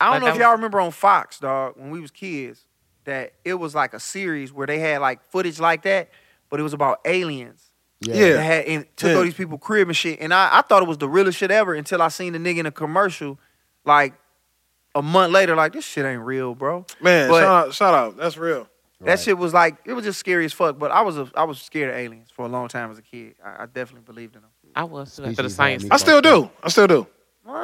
Speaker 6: I don't
Speaker 8: Like,
Speaker 6: know if
Speaker 8: that
Speaker 6: y'all
Speaker 8: was-
Speaker 6: remember on Fox, dog, when we was kids, that it was like a series where they had like footage like that, but it was about aliens.
Speaker 7: Yeah.
Speaker 6: That had and took
Speaker 7: Yeah.
Speaker 6: all these people crib and shit. And I, I thought it was the realest shit ever until I seen the nigga in a commercial, like a month later, like this shit ain't real, bro.
Speaker 7: Man,
Speaker 6: But-
Speaker 7: shout out, shout out. That's real.
Speaker 6: That shit was like it was just scary as fuck. But I was a, I was scared of aliens for a long time as a kid. I, I definitely believed in them.
Speaker 8: I was too after the
Speaker 4: Species
Speaker 8: science.
Speaker 4: had me
Speaker 7: I still do. I still do.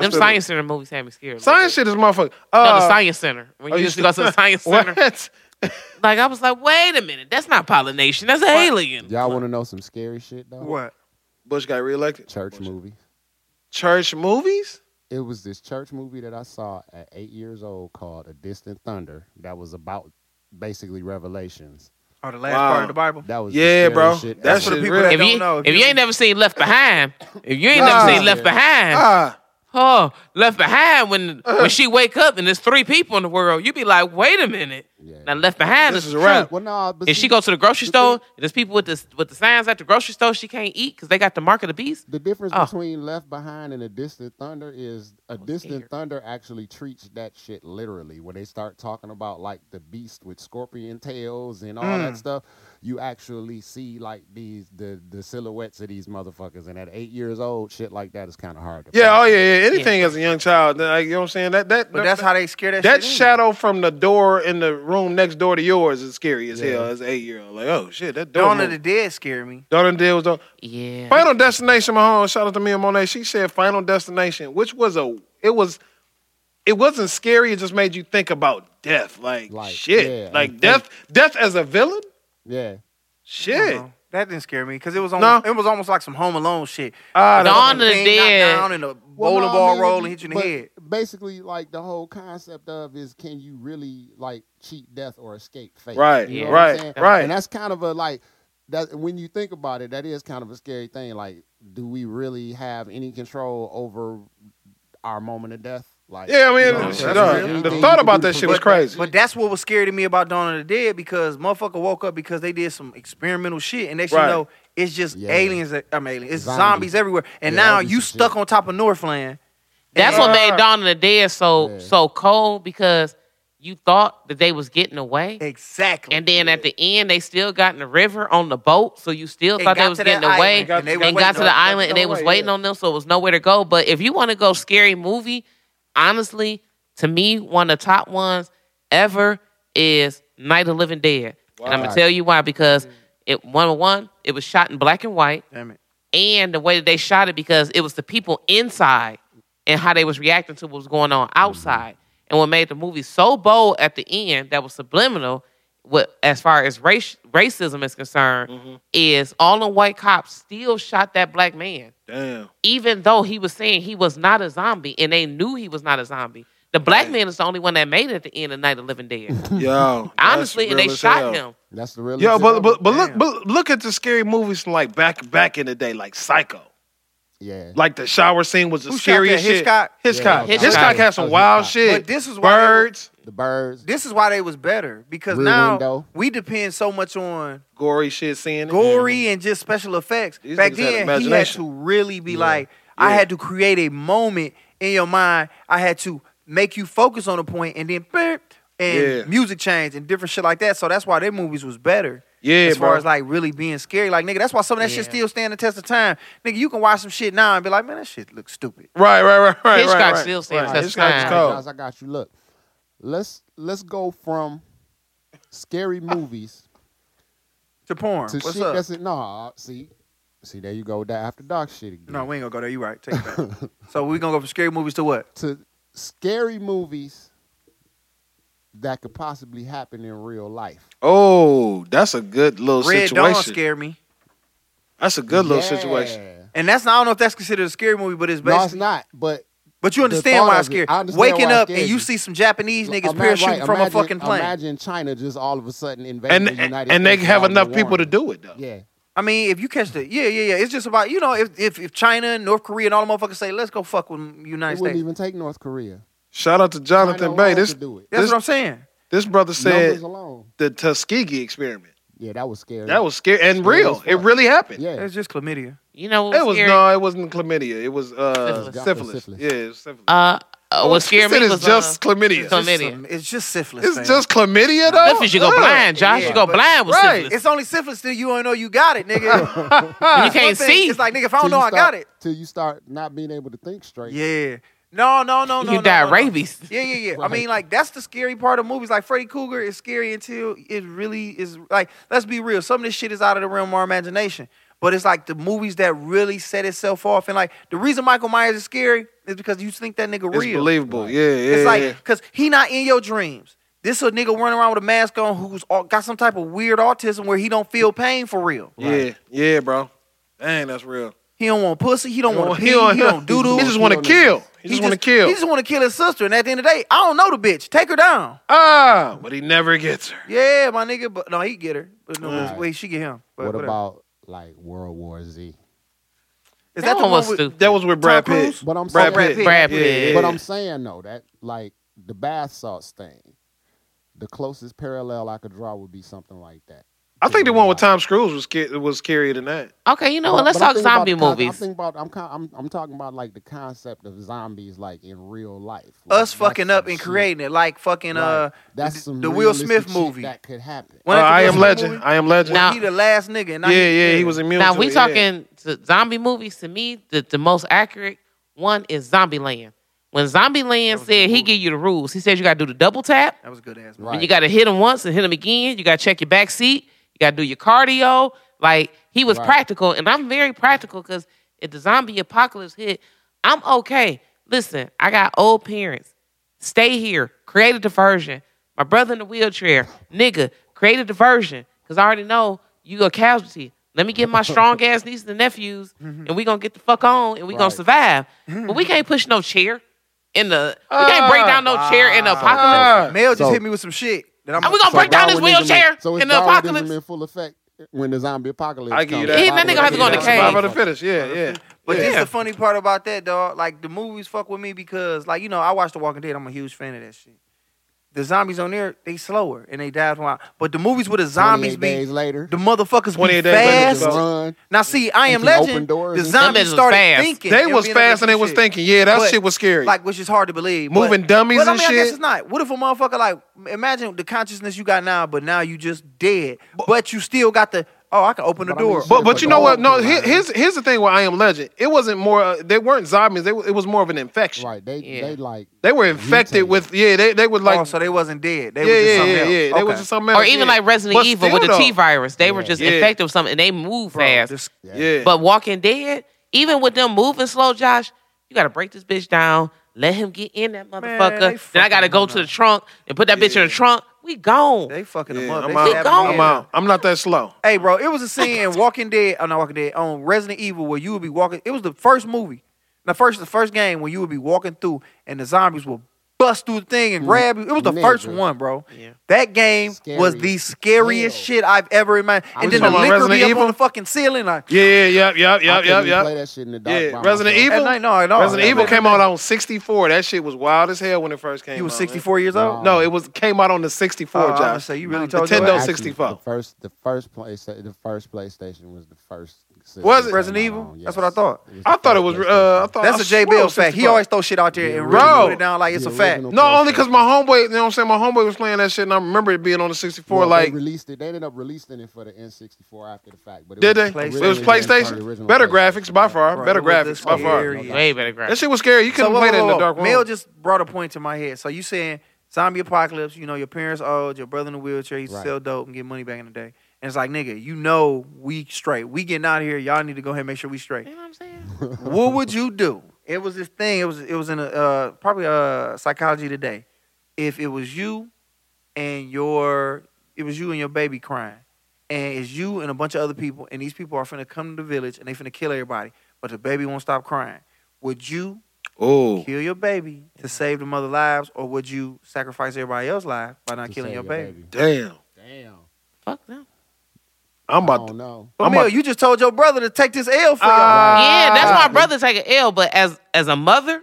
Speaker 8: Them science center movies had me scared. a little
Speaker 7: Science
Speaker 8: bit.
Speaker 7: shit is motherfucker.
Speaker 8: No,
Speaker 7: Uh,
Speaker 8: the science center. When
Speaker 7: oh,
Speaker 8: you
Speaker 7: you
Speaker 8: used to go to the
Speaker 7: still-
Speaker 8: science center,
Speaker 7: What?
Speaker 8: like I was like, wait a minute, that's not pollination, that's an alien.
Speaker 4: Y'all want to know some scary shit though?
Speaker 6: What?
Speaker 7: Bush got reelected.
Speaker 4: Church
Speaker 7: Bullshit.
Speaker 4: movie.
Speaker 7: Church movies?
Speaker 4: It was this church movie that I saw at eight years old called A Distant Thunder. That was about basically revelations.
Speaker 6: Or Oh, the last
Speaker 7: Wow.
Speaker 6: part of the Bible?
Speaker 4: That was the
Speaker 7: Yeah,
Speaker 4: scariest
Speaker 7: bro.
Speaker 4: Shit
Speaker 7: That's
Speaker 4: ever.
Speaker 6: For
Speaker 7: what
Speaker 6: the
Speaker 7: shit
Speaker 6: people
Speaker 7: real.
Speaker 6: that
Speaker 8: If
Speaker 6: don't
Speaker 8: you,
Speaker 6: know,
Speaker 8: if you ain't never seen Left Behind, if you ain't
Speaker 7: Ah.
Speaker 8: never seen Left Behind,
Speaker 7: Ah,
Speaker 8: oh, Left Behind, when when she wake up and there's three people in the world, you be like, wait a minute.
Speaker 4: Yeah.
Speaker 8: Now Left Behind
Speaker 7: this is
Speaker 8: is
Speaker 7: a wrap.
Speaker 4: Well, no, but
Speaker 8: if
Speaker 4: see,
Speaker 8: she go to the grocery
Speaker 4: the thing-
Speaker 8: store, and there's people with the with the signs at the grocery store she can't eat because they got the mark of the beast.
Speaker 4: The difference
Speaker 6: Ah.
Speaker 8: Oh.
Speaker 4: between Left Behind and A Distant Thunder is A Distant
Speaker 8: scared.
Speaker 4: Thunder actually treats that shit literally. When they start talking about like the beast with scorpion tails and all
Speaker 6: Mm.
Speaker 4: that stuff, you actually see like these the the silhouettes of these motherfuckers. And at eight years old, shit like that is kind of hard. To
Speaker 7: Yeah, oh
Speaker 4: process.
Speaker 7: yeah, yeah. Anything as a young child, like, you know what I'm saying? That that
Speaker 6: But that's how they scare that,
Speaker 7: that
Speaker 6: shit in.
Speaker 7: shadow from the door in the room next door to yours is scary as
Speaker 4: Yeah.
Speaker 7: hell as an eight year old. Like, oh shit, that door.
Speaker 6: Dawn of
Speaker 7: moved.
Speaker 6: the Dead scared me.
Speaker 7: Dawn of the Dead was on.
Speaker 8: Yeah.
Speaker 7: Final Destination, my home. Shout out to me and Monet. She said Final Destination, which was a it was it wasn't scary, it just made you think about death. Like,
Speaker 4: Like,
Speaker 7: shit.
Speaker 4: yeah,
Speaker 7: like
Speaker 4: and
Speaker 7: death death as a villain?
Speaker 4: yeah.
Speaker 7: Shit.
Speaker 6: No, Uh-huh. that didn't scare me because it was
Speaker 7: No.
Speaker 6: almost, it was almost like some Home Alone shit.
Speaker 7: Ah,
Speaker 8: Dawn of the
Speaker 6: Thing knocked
Speaker 8: Dead.
Speaker 6: down and a bowling
Speaker 4: Well, no, I
Speaker 6: ball
Speaker 4: mean, if
Speaker 6: roll and
Speaker 4: you-
Speaker 6: hit you in the
Speaker 4: but
Speaker 6: head.
Speaker 4: Basically, like the whole concept of is can you really like cheat death or escape fate?
Speaker 7: Right,
Speaker 4: You know what
Speaker 8: Yeah.
Speaker 4: I'm
Speaker 7: right,
Speaker 4: saying?
Speaker 7: right.
Speaker 4: And that's kind of a like that when you think about it, that is kind of a scary thing. Like, do we really have any control over our moment of death? Like,
Speaker 7: Yeah, I mean,
Speaker 4: you know,
Speaker 7: shit,
Speaker 4: that's
Speaker 7: dog.
Speaker 4: really-
Speaker 7: the thought about that shit was
Speaker 6: But-
Speaker 7: crazy.
Speaker 6: But that's what was scary to me about Dawn of the Dead because motherfucker woke up because they did some experimental shit and they should
Speaker 7: Right.
Speaker 6: know it's just
Speaker 4: Yeah.
Speaker 6: aliens. That, I'm aliens. It's zombies,
Speaker 4: Zombies.
Speaker 6: everywhere. And
Speaker 4: Yeah,
Speaker 6: now
Speaker 4: that'd be
Speaker 6: you
Speaker 4: some
Speaker 6: stuck
Speaker 4: shit.
Speaker 6: on top of Northland.
Speaker 8: That's
Speaker 6: Yeah.
Speaker 8: what made Dawn of the Dead so
Speaker 4: Yeah.
Speaker 8: so cold because you thought that they was getting away,
Speaker 6: Exactly.
Speaker 8: and then at the end they still got in the river on the boat, so you still
Speaker 6: And
Speaker 8: thought
Speaker 6: got
Speaker 8: they was
Speaker 6: to that
Speaker 8: getting away,
Speaker 6: island, and they
Speaker 8: and,
Speaker 6: was waiting
Speaker 8: got to
Speaker 6: on
Speaker 8: the
Speaker 6: them.
Speaker 8: island and they was
Speaker 7: away,
Speaker 8: waiting
Speaker 7: yeah.
Speaker 8: on them, so it was nowhere to go. But if you want to go scary movie, honestly, to me one of the top ones ever is Night of the Living Dead, and I'm
Speaker 4: Wow.
Speaker 8: gonna tell you why because it one oh one it was shot in black and white
Speaker 6: Damn it.
Speaker 8: and the way that they shot it because it was the people inside and how they was reacting to what was going on outside. And what made the movie so bold at the end that was subliminal, what as far as race, racism is concerned, is all the white cops still shot that black man,
Speaker 7: Damn.
Speaker 8: even though he was saying he was not a zombie and they knew he was not a zombie. The black man is the only one that made it at the end of Night of the Living Dead.
Speaker 7: Yo. that's
Speaker 8: Honestly, and
Speaker 7: real
Speaker 8: they
Speaker 7: as hell.
Speaker 8: shot him.
Speaker 4: That's the real.
Speaker 7: Yo, but but, but look
Speaker 6: Damn.
Speaker 7: but look at the scary movies from like back back in the day, like Psycho.
Speaker 4: yeah,
Speaker 7: Like the shower scene was the
Speaker 6: Who shot
Speaker 7: scariest
Speaker 6: that?
Speaker 7: shit.
Speaker 6: Hitchcock? Oh,
Speaker 7: Hitchcock.
Speaker 8: Yeah,
Speaker 7: Hitchcock.
Speaker 8: Hitchcock.
Speaker 7: had some
Speaker 4: Hitchcock.
Speaker 7: wild shit.
Speaker 6: But this is why they-
Speaker 7: birds,
Speaker 4: the birds.
Speaker 6: This is why they was better because
Speaker 4: Rear
Speaker 6: now
Speaker 4: window.
Speaker 6: we depend so much on
Speaker 7: gory shit, seeing it.
Speaker 6: gory and just special effects.
Speaker 7: These
Speaker 6: Back
Speaker 7: niggas had
Speaker 6: then, he had
Speaker 7: imagination.
Speaker 6: to really be like, I
Speaker 7: Yeah.
Speaker 6: had to create a moment in your mind. I had to make you focus on a point, and then beep, and
Speaker 7: Yeah.
Speaker 6: music changed and different shit like that. So that's why their movies was better.
Speaker 7: Yeah,
Speaker 6: as far
Speaker 7: bro.
Speaker 6: as like really being scary, like nigga, that's why some of that shit
Speaker 8: Yeah.
Speaker 6: still stand the test of time. Nigga, you can watch some shit now and be like, man, that shit looks stupid.
Speaker 7: Right, right, right, right.
Speaker 8: Hitchcock
Speaker 7: right, right.
Speaker 8: still stands
Speaker 7: Right.
Speaker 8: test
Speaker 7: Hitchcock is
Speaker 8: time.
Speaker 4: All right,
Speaker 7: cold.
Speaker 4: Josh, I got you. Look, let's let's go from scary movies
Speaker 6: To porn,
Speaker 4: to
Speaker 6: what's
Speaker 4: shit
Speaker 6: up?
Speaker 4: that's no. see, see, there you go with that after dark shit again.
Speaker 6: No, we ain't gonna go there. You right? Take it back. so we gonna go from scary movies to what?
Speaker 4: to scary movies that could possibly happen in real life.
Speaker 7: Oh, that's a good little
Speaker 6: Red Dawn
Speaker 7: situation.
Speaker 6: scared me.
Speaker 7: That's a good little
Speaker 4: Yeah.
Speaker 7: situation.
Speaker 6: And that's I don't know if that's considered a scary movie, but it's
Speaker 4: No, it's
Speaker 6: basically.
Speaker 4: not. But
Speaker 6: but you
Speaker 4: the
Speaker 6: understand
Speaker 4: thought
Speaker 6: why
Speaker 4: of
Speaker 6: I'm
Speaker 4: it.
Speaker 6: scared.
Speaker 4: I understand
Speaker 6: Waking
Speaker 4: why it
Speaker 6: up and
Speaker 4: scares
Speaker 6: you
Speaker 4: you.
Speaker 6: see some Japanese niggas
Speaker 4: Ima-
Speaker 6: parachuting
Speaker 4: right,
Speaker 6: from a
Speaker 4: imagine-
Speaker 6: fucking plane.
Speaker 4: Imagine China just all of a sudden invading
Speaker 7: And
Speaker 4: the United
Speaker 7: and, and they
Speaker 4: States
Speaker 7: have
Speaker 4: without no
Speaker 7: enough people to
Speaker 4: warning.
Speaker 7: do it though.
Speaker 4: Yeah,
Speaker 6: I mean, if you catch the yeah, yeah, yeah. It's just about you know if if, if China, and North Korea, and all the motherfuckers say let's go fuck with United
Speaker 4: it wouldn't
Speaker 6: States.
Speaker 4: even take North Korea.
Speaker 7: Shout out to
Speaker 4: China
Speaker 7: Jonathan Bay.
Speaker 4: alone
Speaker 7: This
Speaker 4: could do it.
Speaker 6: That's
Speaker 7: this,
Speaker 6: what I'm saying.
Speaker 7: this brother
Speaker 4: Numbers
Speaker 7: said
Speaker 4: alone.
Speaker 7: the Tuskegee experiment.
Speaker 4: Yeah, that was scary.
Speaker 7: That was scary and
Speaker 4: Scary as
Speaker 7: real.
Speaker 4: fuck.
Speaker 7: It really happened.
Speaker 4: yeah.
Speaker 6: It's just chlamydia.
Speaker 8: You know what
Speaker 7: It was
Speaker 8: scary?
Speaker 7: no, it wasn't chlamydia. It was uh,
Speaker 4: Syphilis.
Speaker 7: syphilis.
Speaker 4: Syphilis.
Speaker 7: Yeah, it was syphilis.
Speaker 8: uh, uh, what
Speaker 7: She
Speaker 8: scared
Speaker 7: said
Speaker 8: me
Speaker 7: it's
Speaker 8: was
Speaker 7: just
Speaker 8: uh,
Speaker 7: chlamydia.
Speaker 8: chlamydia.
Speaker 6: It's some- It's just syphilis.
Speaker 7: It's
Speaker 6: fam.
Speaker 7: just chlamydia though.
Speaker 8: syphilis, you go
Speaker 7: Ugh.
Speaker 8: blind, Josh. You go blind with
Speaker 7: Right.
Speaker 8: syphilis.
Speaker 6: It's only syphilis till you don't know you got it, nigga.
Speaker 8: And you
Speaker 6: It's one
Speaker 8: can't
Speaker 6: thing,
Speaker 8: see.
Speaker 6: It's like nigga, if I
Speaker 4: Till
Speaker 6: don't know
Speaker 4: you
Speaker 6: I
Speaker 4: start-
Speaker 6: got it.
Speaker 4: Till you start not being able to think straight.
Speaker 6: Yeah. No, no, no, no.
Speaker 8: you
Speaker 6: no,
Speaker 8: die
Speaker 6: no, no.
Speaker 8: rabies.
Speaker 6: Yeah, yeah, yeah. I
Speaker 4: Right.
Speaker 6: mean, like that's the scary part of movies. Like Freddy Krueger is scary until it really is. Like, let's be real. Some of this shit is out of the realm of our imagination. But it's like the movies that really set itself off, and like the reason Michael Myers is scary is because you think that nigga
Speaker 7: It's
Speaker 6: real.
Speaker 7: believable. Yeah, yeah.
Speaker 6: It's like
Speaker 7: yeah.
Speaker 6: because he not in your dreams. This a nigga running around with a mask on who's au- got some type of weird autism where he don't feel pain for real.
Speaker 7: yeah, yeah, bro. Dang, that's real.
Speaker 6: He don't want pussy. He don't want to pee. He
Speaker 7: don't-
Speaker 6: don't do do.
Speaker 7: He just want to kill. He just want to kill.
Speaker 6: He just want to kill his sister. And at the end of the day, I don't know the bitch. Take her down.
Speaker 7: ah, but he never gets her.
Speaker 6: Yeah, my nigga. But no, he get her. But no,
Speaker 4: Alright.
Speaker 6: wait, she get him. But
Speaker 4: What
Speaker 6: whatever.
Speaker 4: about like World War Z?
Speaker 6: Is
Speaker 8: That
Speaker 6: the
Speaker 8: one was
Speaker 6: with-
Speaker 8: stupid.
Speaker 7: That was with Brad Pitt.
Speaker 4: But I'm saying,
Speaker 7: Brad
Speaker 6: Brad
Speaker 7: Pitt.
Speaker 6: Pitt.
Speaker 8: Brad
Speaker 7: Yeah,
Speaker 8: Pitt.
Speaker 7: yeah.
Speaker 4: but I'm saying though that like the bath salts thing, the closest parallel I could draw would be something like that.
Speaker 7: I think the one with Tom Cruise was ca- was scarier than that.
Speaker 8: Okay, you know what?
Speaker 4: But-
Speaker 8: Let's
Speaker 4: but I'm
Speaker 8: talk
Speaker 4: thinking about
Speaker 8: zombie
Speaker 4: the con- I'm
Speaker 8: movies.
Speaker 4: thinking about I'm, con- I'm I'm talking about like the concept of zombies like in real life. Like,
Speaker 6: us
Speaker 4: that's
Speaker 6: fucking up
Speaker 4: some
Speaker 6: and
Speaker 4: shit.
Speaker 6: creating it, like fucking uh,
Speaker 4: Right. that's
Speaker 6: th-
Speaker 4: some
Speaker 6: the Will
Speaker 4: realistic
Speaker 6: Smith
Speaker 4: shit
Speaker 6: movie.
Speaker 4: that could happen.
Speaker 6: When
Speaker 7: Uh,
Speaker 6: that the
Speaker 7: I
Speaker 6: Will
Speaker 7: am
Speaker 6: Smith
Speaker 7: legend.
Speaker 6: movie?
Speaker 7: I am legend.
Speaker 8: Now-
Speaker 6: he the last nigga. and now
Speaker 7: yeah, yeah,
Speaker 6: dead.
Speaker 7: he was immune.
Speaker 8: Now
Speaker 7: to
Speaker 8: we
Speaker 7: it, yeah.
Speaker 8: talking to zombie movies. To me, the, the most accurate one is Zombieland. When Zombieland said he give you the rules, he said you got to do the double tap.
Speaker 6: That was a good ass. movie.
Speaker 4: Right.
Speaker 8: And you got to hit him once and hit him again. You got to check your back seat. You got to do your cardio. Like he was
Speaker 4: Right.
Speaker 8: practical, and I'm very practical because if the zombie apocalypse hit, I'm okay. Listen, I got old parents. Stay here. Create a diversion. My brother in the wheelchair, nigga, create a diversion because I already know you a casualty. Let me get my strong ass nieces and nephews, and we gonna get the fuck on, and we gonna
Speaker 4: Mm-hmm. Right.
Speaker 8: survive. But we can't push no chair in the. we can't
Speaker 4: Ah,
Speaker 8: break down no chair in the apocalypse.
Speaker 7: Ah,
Speaker 6: Mel just
Speaker 4: So-
Speaker 6: hit me with some shit that I'm.
Speaker 8: And we gonna break down his
Speaker 4: Darwinism
Speaker 8: wheelchair
Speaker 4: is- so it's
Speaker 8: in the
Speaker 4: Darwinism
Speaker 8: apocalypse.
Speaker 4: in full effect when the zombie apocalypse.
Speaker 7: I give you
Speaker 4: comes.
Speaker 7: that.
Speaker 8: He- that nigga gonna have to go in the
Speaker 7: Yeah,
Speaker 8: cave.
Speaker 7: Survivor of the fittest. Yeah, yeah.
Speaker 6: But
Speaker 7: yeah.
Speaker 6: this the funny part about that, dog. Like the movies fuck with me because, like you know, I watch The Walking Dead. I'm a huge fan of that shit. The zombies on there, they slower and they die from. out. But the movies with the zombies
Speaker 4: 28
Speaker 6: be
Speaker 4: days later.
Speaker 6: the motherfuckers
Speaker 7: 28
Speaker 6: be
Speaker 7: days later,
Speaker 6: fast.
Speaker 7: just
Speaker 4: run.
Speaker 6: Now see, I am
Speaker 4: Into open
Speaker 6: legend.
Speaker 4: doors
Speaker 6: The
Speaker 4: and
Speaker 8: shit.
Speaker 6: zombies
Speaker 8: Them bitches
Speaker 6: started
Speaker 8: fast.
Speaker 6: thinking.
Speaker 7: They was
Speaker 6: being able to
Speaker 7: fast
Speaker 6: do
Speaker 7: and they was
Speaker 6: shit.
Speaker 7: thinking. Yeah, that
Speaker 6: But-
Speaker 7: shit was scary.
Speaker 6: Like, which is hard to believe.
Speaker 7: Moving
Speaker 6: but,
Speaker 7: dummies
Speaker 6: but, I
Speaker 7: and
Speaker 6: mean, I guess
Speaker 7: shit.
Speaker 6: it's not. What if a motherfucker like imagine the consciousness you got now, but now you just dead, but, you still got the oh, I can open the
Speaker 4: But I mean,
Speaker 6: door.
Speaker 4: shit,
Speaker 7: But but you know what? No,
Speaker 4: Like,
Speaker 7: here- here's here's the thing with I Am Legend. It wasn't more. Uh, they weren't zombies. They, w- it was more of an infection.
Speaker 4: Right. They
Speaker 8: Yeah.
Speaker 4: they like
Speaker 7: They were infected
Speaker 4: Mutated.
Speaker 7: with. Yeah, they they would like.
Speaker 6: oh, so they wasn't dead. They
Speaker 7: yeah,
Speaker 6: was just
Speaker 7: yeah,
Speaker 6: something
Speaker 7: yeah,
Speaker 6: else.
Speaker 7: yeah. They
Speaker 6: Okay.
Speaker 7: was just something else.
Speaker 8: or even
Speaker 7: yeah.
Speaker 8: like Resident
Speaker 7: But
Speaker 8: Evil
Speaker 7: still,
Speaker 8: with the
Speaker 7: though,
Speaker 8: T virus. They were just
Speaker 7: Yeah.
Speaker 8: infected with something and they move
Speaker 6: Bro,
Speaker 8: fast.
Speaker 6: this-
Speaker 7: Yeah,
Speaker 8: But Walking Dead, even with them moving slow, Josh, you gotta break this bitch down. Let him get in that motherfucker.
Speaker 6: they
Speaker 8: then I gotta
Speaker 6: fucking
Speaker 8: go
Speaker 6: on
Speaker 8: to the
Speaker 6: that.
Speaker 8: trunk and put that bitch in the trunk. We gone.
Speaker 6: they fucking them
Speaker 7: yeah,
Speaker 6: up.
Speaker 7: I'm
Speaker 6: They
Speaker 7: out.
Speaker 6: stabbing them
Speaker 7: I'm
Speaker 6: up.
Speaker 7: out. I'm not that slow.
Speaker 6: Hey, bro, it was a scene in Walking Dead. Oh, not Walking Dead. On Resident Evil, where you would be walking. It was the first movie, the first, the first game where you would be walking through, and the zombies will bust through the thing and grab you. It was the
Speaker 4: Mm. Nigga.
Speaker 6: first one, bro.
Speaker 8: Yeah.
Speaker 6: That game
Speaker 4: Scary
Speaker 6: was the
Speaker 4: as
Speaker 6: scariest
Speaker 4: hell.
Speaker 6: shit I've ever imagined. And
Speaker 4: was
Speaker 6: then
Speaker 4: talking
Speaker 6: the
Speaker 4: about
Speaker 6: liquor be
Speaker 7: Resident
Speaker 6: up
Speaker 7: Evil?
Speaker 6: on the fucking ceiling. Like,
Speaker 7: Yeah, yeah, yep, yep,
Speaker 4: I
Speaker 7: yep,
Speaker 4: couldn't
Speaker 7: yep,
Speaker 4: even play
Speaker 7: yep.
Speaker 4: that shit in the dark.
Speaker 7: Yeah,
Speaker 4: by
Speaker 7: Resident
Speaker 4: myself.
Speaker 7: Evil.
Speaker 6: At night, no, no.
Speaker 7: Resident
Speaker 6: no,
Speaker 7: Evil
Speaker 6: no,
Speaker 7: came
Speaker 6: no.
Speaker 7: out on 64. That shit was wild as hell when it first came out.
Speaker 6: He was
Speaker 7: man.
Speaker 6: 64 years old.
Speaker 7: No, it was came out on the 64,
Speaker 6: Oh, I was gonna
Speaker 7: Josh.
Speaker 6: say you really
Speaker 7: The
Speaker 6: told your
Speaker 7: Nintendo
Speaker 6: ass.
Speaker 4: Actually,
Speaker 7: 64.
Speaker 4: The first, the first place, the first PlayStation was the first. system
Speaker 7: Was it?
Speaker 4: that
Speaker 6: Resident
Speaker 4: came
Speaker 6: Evil?
Speaker 4: out,
Speaker 6: That's what I thought.
Speaker 4: It
Speaker 7: I
Speaker 4: the
Speaker 7: thought it
Speaker 4: first
Speaker 7: was.
Speaker 4: PlayStation.
Speaker 7: Uh, I thought
Speaker 6: That's
Speaker 7: I
Speaker 6: a J
Speaker 7: swore it
Speaker 6: Bell
Speaker 7: was
Speaker 6: fact. He
Speaker 7: 64.
Speaker 6: always throw shit out there and really
Speaker 7: Bro.
Speaker 6: put it down like it's a
Speaker 4: The
Speaker 6: fact.
Speaker 4: original
Speaker 7: No, only
Speaker 4: PlayStation.
Speaker 7: because my homeboy, you know what I'm saying? My homeboy was playing that shit and I remember it being on the 64.
Speaker 4: Well,
Speaker 7: like,
Speaker 4: they released it. They ended up releasing it for the N64 after the fact. But it
Speaker 7: did they?
Speaker 4: was
Speaker 7: It
Speaker 6: PlayStation.
Speaker 7: was
Speaker 4: originally meant for the
Speaker 7: PlayStation.
Speaker 4: original
Speaker 7: Better
Speaker 4: PlayStation.
Speaker 7: graphics by far.
Speaker 6: Bro,
Speaker 7: Better
Speaker 6: it was
Speaker 7: graphics by far.
Speaker 6: scary.
Speaker 8: Way better graphic.
Speaker 7: That shit was scary. You couldn't
Speaker 6: whoa,
Speaker 7: play that
Speaker 6: whoa,
Speaker 7: in the
Speaker 6: whoa.
Speaker 7: dark
Speaker 6: Mel
Speaker 7: room.
Speaker 6: just brought a point to my head. So you saying zombie apocalypse? You know, your parents old, your brother in the wheelchair, he used to
Speaker 4: Right.
Speaker 6: sell dope and get money back in the day. And it's like, nigga, you know we straight. We getting out of here. Y'all need to go ahead and make sure we straight.
Speaker 8: you know what I'm saying?
Speaker 6: what would you do? It was this thing. It was it was in a, uh, probably uh, psychology today. If it was you and your it was you and your baby crying, and it's you and a bunch of other people, and these people are finna come to the village and they finna kill everybody, but the baby won't stop crying. Would you
Speaker 7: Oh.
Speaker 6: kill your baby to save the mother lives, or would you sacrifice everybody else's life by not
Speaker 4: To
Speaker 6: killing
Speaker 4: save
Speaker 6: your baby?
Speaker 7: Damn.
Speaker 4: Damn.
Speaker 8: Fuck them.
Speaker 7: I'm
Speaker 4: I
Speaker 7: about to.
Speaker 4: don't know.
Speaker 6: But
Speaker 7: I'm
Speaker 6: Mel,
Speaker 7: a-
Speaker 6: you just told your brother to take this L for
Speaker 7: Ah.
Speaker 8: yeah, that's
Speaker 7: Ah.
Speaker 8: my brother take an L, but as as a mother,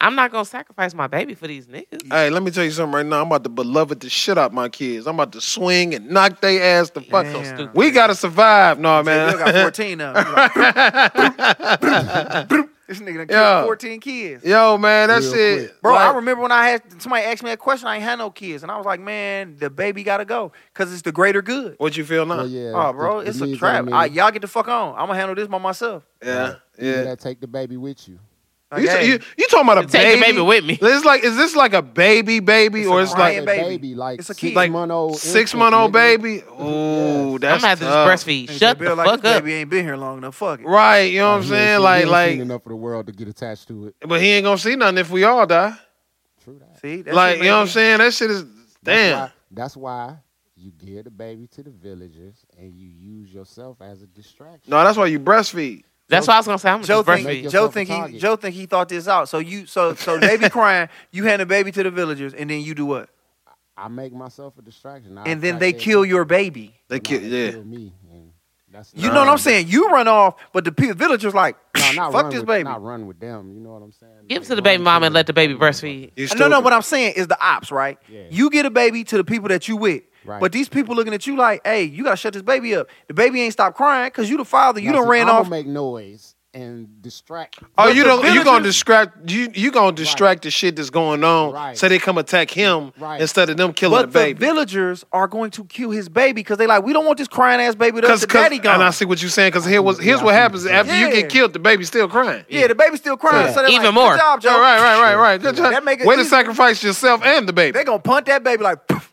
Speaker 8: I'm not gonna sacrifice my baby for these niggas.
Speaker 7: Hey, let me tell you something right now. I'm about to beloved the shit out my kids. I'm about to swing and knock they ass the fuck
Speaker 6: Damn.
Speaker 7: out. We gotta survive, no
Speaker 6: your man.
Speaker 7: man.
Speaker 6: got 14 of them. Like, this nigga done killed
Speaker 7: Yeah.
Speaker 6: 14 kids.
Speaker 7: Yo, man, that
Speaker 4: Real
Speaker 7: shit,
Speaker 4: quick.
Speaker 6: Bro,
Speaker 7: like-
Speaker 6: I remember when I had somebody asked me that question, I ain't had no kids. And I was like, man, the baby gotta go. Cause it's the greater good.
Speaker 7: What you feel now?
Speaker 4: Well, yeah.
Speaker 6: oh,
Speaker 4: the-
Speaker 6: bro,
Speaker 4: the
Speaker 6: it's a
Speaker 4: needs
Speaker 6: trap.
Speaker 4: and the
Speaker 6: I,
Speaker 4: needs.
Speaker 6: y'all get the fuck on. I'm gonna handle this by myself.
Speaker 7: yeah,
Speaker 4: You
Speaker 7: yeah.
Speaker 4: gotta take the baby with you.
Speaker 7: You,
Speaker 6: Like,
Speaker 7: you, you talking about a
Speaker 8: Take
Speaker 7: baby?
Speaker 8: the baby with me.
Speaker 7: It's like, is this like a baby baby
Speaker 6: It's a
Speaker 7: or it's
Speaker 6: crying
Speaker 7: like
Speaker 4: That
Speaker 6: baby.
Speaker 4: like
Speaker 6: It's a
Speaker 4: six
Speaker 6: kid. Like,
Speaker 4: month old,
Speaker 7: six
Speaker 4: infant,
Speaker 7: month old
Speaker 4: nigga.
Speaker 7: baby? Ooh,
Speaker 8: I'm
Speaker 7: that's
Speaker 8: gonna have to
Speaker 7: tough.
Speaker 8: just breastfeed. Shut the
Speaker 6: Bill, like,
Speaker 8: fuck
Speaker 6: this
Speaker 8: up.
Speaker 6: Baby ain't been here long enough. Fuck it.
Speaker 7: Right, you know what
Speaker 4: He ain't
Speaker 7: I'm saying?
Speaker 4: seen-
Speaker 7: Like,
Speaker 4: he ain't seen
Speaker 7: like,
Speaker 4: enough of the world to get attached to it.
Speaker 7: but he ain't gonna see nothing if we all die.
Speaker 4: True that.
Speaker 6: See, that
Speaker 7: Like,
Speaker 6: shit
Speaker 7: you know what I'm
Speaker 6: made
Speaker 7: saying? That shit is damn.
Speaker 4: That's why, that's why you give the baby to the villagers and you use yourself as a distraction.
Speaker 7: No, that's why you breastfeed.
Speaker 8: That's what I was gonna say. I'm
Speaker 6: me-
Speaker 8: gonna
Speaker 6: Joe
Speaker 8: just
Speaker 4: Make
Speaker 6: think
Speaker 8: breastfeed.
Speaker 4: yourself
Speaker 6: Joe
Speaker 4: a
Speaker 6: think he
Speaker 4: target.
Speaker 6: Joe think he thought this out. So you so so baby crying, you hand the baby to the villagers, and then you do what?
Speaker 4: I make myself a distraction. I
Speaker 6: And then
Speaker 4: attract
Speaker 6: they
Speaker 4: that
Speaker 6: kill
Speaker 4: shit.
Speaker 6: your baby.
Speaker 7: They
Speaker 4: No,
Speaker 7: kill,
Speaker 4: they
Speaker 7: yeah.
Speaker 4: kill me. and that's
Speaker 6: You know what I'm saying? You run off, but the pe- villagers like,
Speaker 4: No, not
Speaker 6: fuck
Speaker 4: run
Speaker 6: this
Speaker 4: with,
Speaker 6: baby.
Speaker 4: Not run with them. You know what I'm saying?
Speaker 8: Give it
Speaker 4: Like,
Speaker 8: to the
Speaker 4: run
Speaker 8: baby mama and
Speaker 4: them.
Speaker 8: let the baby breastfeed.
Speaker 7: You
Speaker 6: No, no.
Speaker 7: stupid.
Speaker 6: What I'm saying is the ops, right?
Speaker 4: Yeah.
Speaker 6: You get a baby to the people that you with,
Speaker 4: Right.
Speaker 6: but these people looking at you like, "Hey, you gotta shut this baby up." The baby ain't stop crying because you the father. You
Speaker 4: Now,
Speaker 6: done
Speaker 4: see,
Speaker 6: ran
Speaker 4: I'ma
Speaker 6: off.
Speaker 4: Make noise and distract.
Speaker 7: Oh,
Speaker 6: But
Speaker 7: you
Speaker 6: the
Speaker 7: don't. You gonna
Speaker 6: villagers-
Speaker 7: distract. You you gonna distract the shit that's going on,
Speaker 4: Right.
Speaker 7: so they come attack him
Speaker 4: Right.
Speaker 7: instead of them killing
Speaker 6: But
Speaker 7: the
Speaker 6: the,
Speaker 7: baby.
Speaker 6: villagers are going to kill his baby because they like, we don't want this crying ass baby to us. The daddy gone.
Speaker 7: and I see what you're saying. Because here was here's what happens after you
Speaker 6: Yeah.
Speaker 7: get killed. The baby's still crying.
Speaker 6: yeah, the baby's still crying.
Speaker 4: Yeah.
Speaker 6: So they're
Speaker 8: Even
Speaker 6: like,
Speaker 8: more.
Speaker 6: Good job, Joe.
Speaker 7: Yeah, right, right, right, right. Good job.
Speaker 6: That make it
Speaker 7: Way to
Speaker 6: easy.
Speaker 7: sacrifice yourself and the baby.
Speaker 6: They gonna punt that baby like. poof.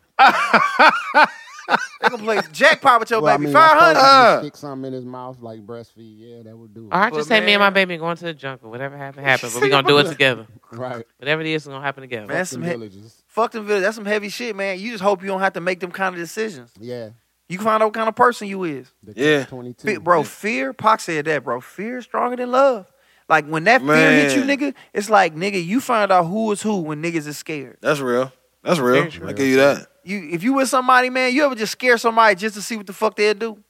Speaker 6: they gonna play jackpot with your
Speaker 4: Well, I
Speaker 6: baby.
Speaker 4: mean, I
Speaker 6: Five
Speaker 4: suppose
Speaker 6: hundred.
Speaker 4: if you
Speaker 7: Uh.
Speaker 4: Stick something in his mouth like breastfeed. Yeah, that would do it.
Speaker 8: All right, just
Speaker 6: But
Speaker 8: take me and my
Speaker 6: man-
Speaker 8: baby going to the jungle. Whatever happened, happened. But we're gonna do it together.
Speaker 4: Right.
Speaker 8: Whatever it is, it's gonna happen together.
Speaker 6: Man, that's
Speaker 4: Some
Speaker 6: some he-
Speaker 4: villages.
Speaker 6: fuck them villagers. That's some heavy shit, man. You just hope you don't have to make them kind of decisions.
Speaker 4: Yeah.
Speaker 6: You can find out what kind of person you is.
Speaker 4: The
Speaker 7: Yeah.
Speaker 4: Twenty-two.
Speaker 6: Fe- bro, fear, Pac said that, bro. Fear is stronger than love. Like when that fear hit you,
Speaker 7: Man.
Speaker 6: nigga, it's like, nigga, you find out who is who when niggas is scared.
Speaker 7: That's real. That's real.
Speaker 8: Very
Speaker 7: I give you that.
Speaker 6: You if you with somebody, man, you ever just scare somebody just to see what the fuck they'll do?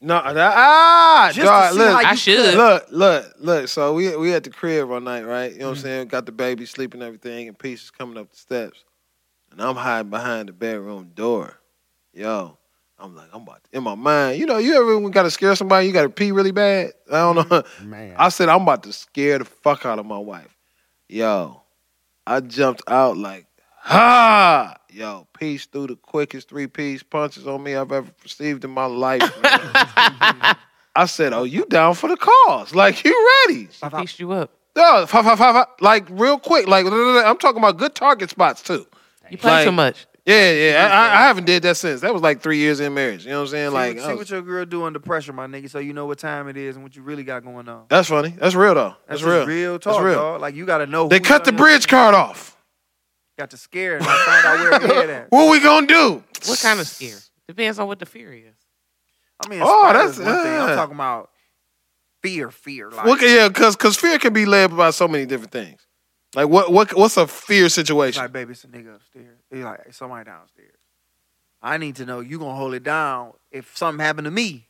Speaker 7: No, that, ah,
Speaker 6: Just
Speaker 7: dog,
Speaker 6: to see
Speaker 7: look,
Speaker 6: how you
Speaker 8: I should.
Speaker 7: look, look, look. So we we at the crib one night, right? You know what I'm saying? Got the baby sleeping, everything, and pieces coming up the steps, and I'm hiding behind the bedroom door. Yo, I'm like, I'm about to, in my mind. You know, you ever when gotta scare somebody? You gotta pee really bad. I don't know.
Speaker 4: Man.
Speaker 7: I said I'm about to scare the fuck out of my wife. Yo, I jumped out like, ha! Yo, peace through the quickest three piece punches on me I've ever received in my life. man. I said, oh, you down for the cause? Like you ready?
Speaker 8: She pieced you up.
Speaker 7: No, fa- fa- fa- fa- like real quick. Like I'm talking about good target spots too.
Speaker 8: You play
Speaker 7: Like-
Speaker 8: too much.
Speaker 7: Yeah, yeah. I, I- I haven't did that since. That was like three years in marriage. You know what I'm saying?
Speaker 6: See,
Speaker 7: Like oh.
Speaker 6: what-
Speaker 7: I
Speaker 6: see
Speaker 7: was-
Speaker 6: what your girl do under pressure, my nigga, so you know what time it is and what you really got going on.
Speaker 7: that's funny. That's real though. That's,
Speaker 6: just
Speaker 7: real.
Speaker 6: real
Speaker 7: That's
Speaker 6: talk,
Speaker 7: real.
Speaker 6: dog. Like you gotta know
Speaker 7: They
Speaker 6: who
Speaker 7: cut the
Speaker 6: you
Speaker 7: bridge card off.
Speaker 6: got to scare and like, find out where your head at.
Speaker 7: What we gonna do?
Speaker 8: What kind of scare? Depends on what the fear is.
Speaker 6: I mean,
Speaker 7: Oh,
Speaker 6: oh,
Speaker 7: that's-
Speaker 6: that's one thing. I'm
Speaker 7: yeah.
Speaker 6: talking about fear, fear. Like
Speaker 7: What, yeah, because because fear can be led by so many different things. Like what what what's a fear
Speaker 6: It's
Speaker 7: situation?
Speaker 6: like, baby, it's a nigga upstairs. It's like "It's somebody downstairs. I need to know you gonna hold it down if something happened to me.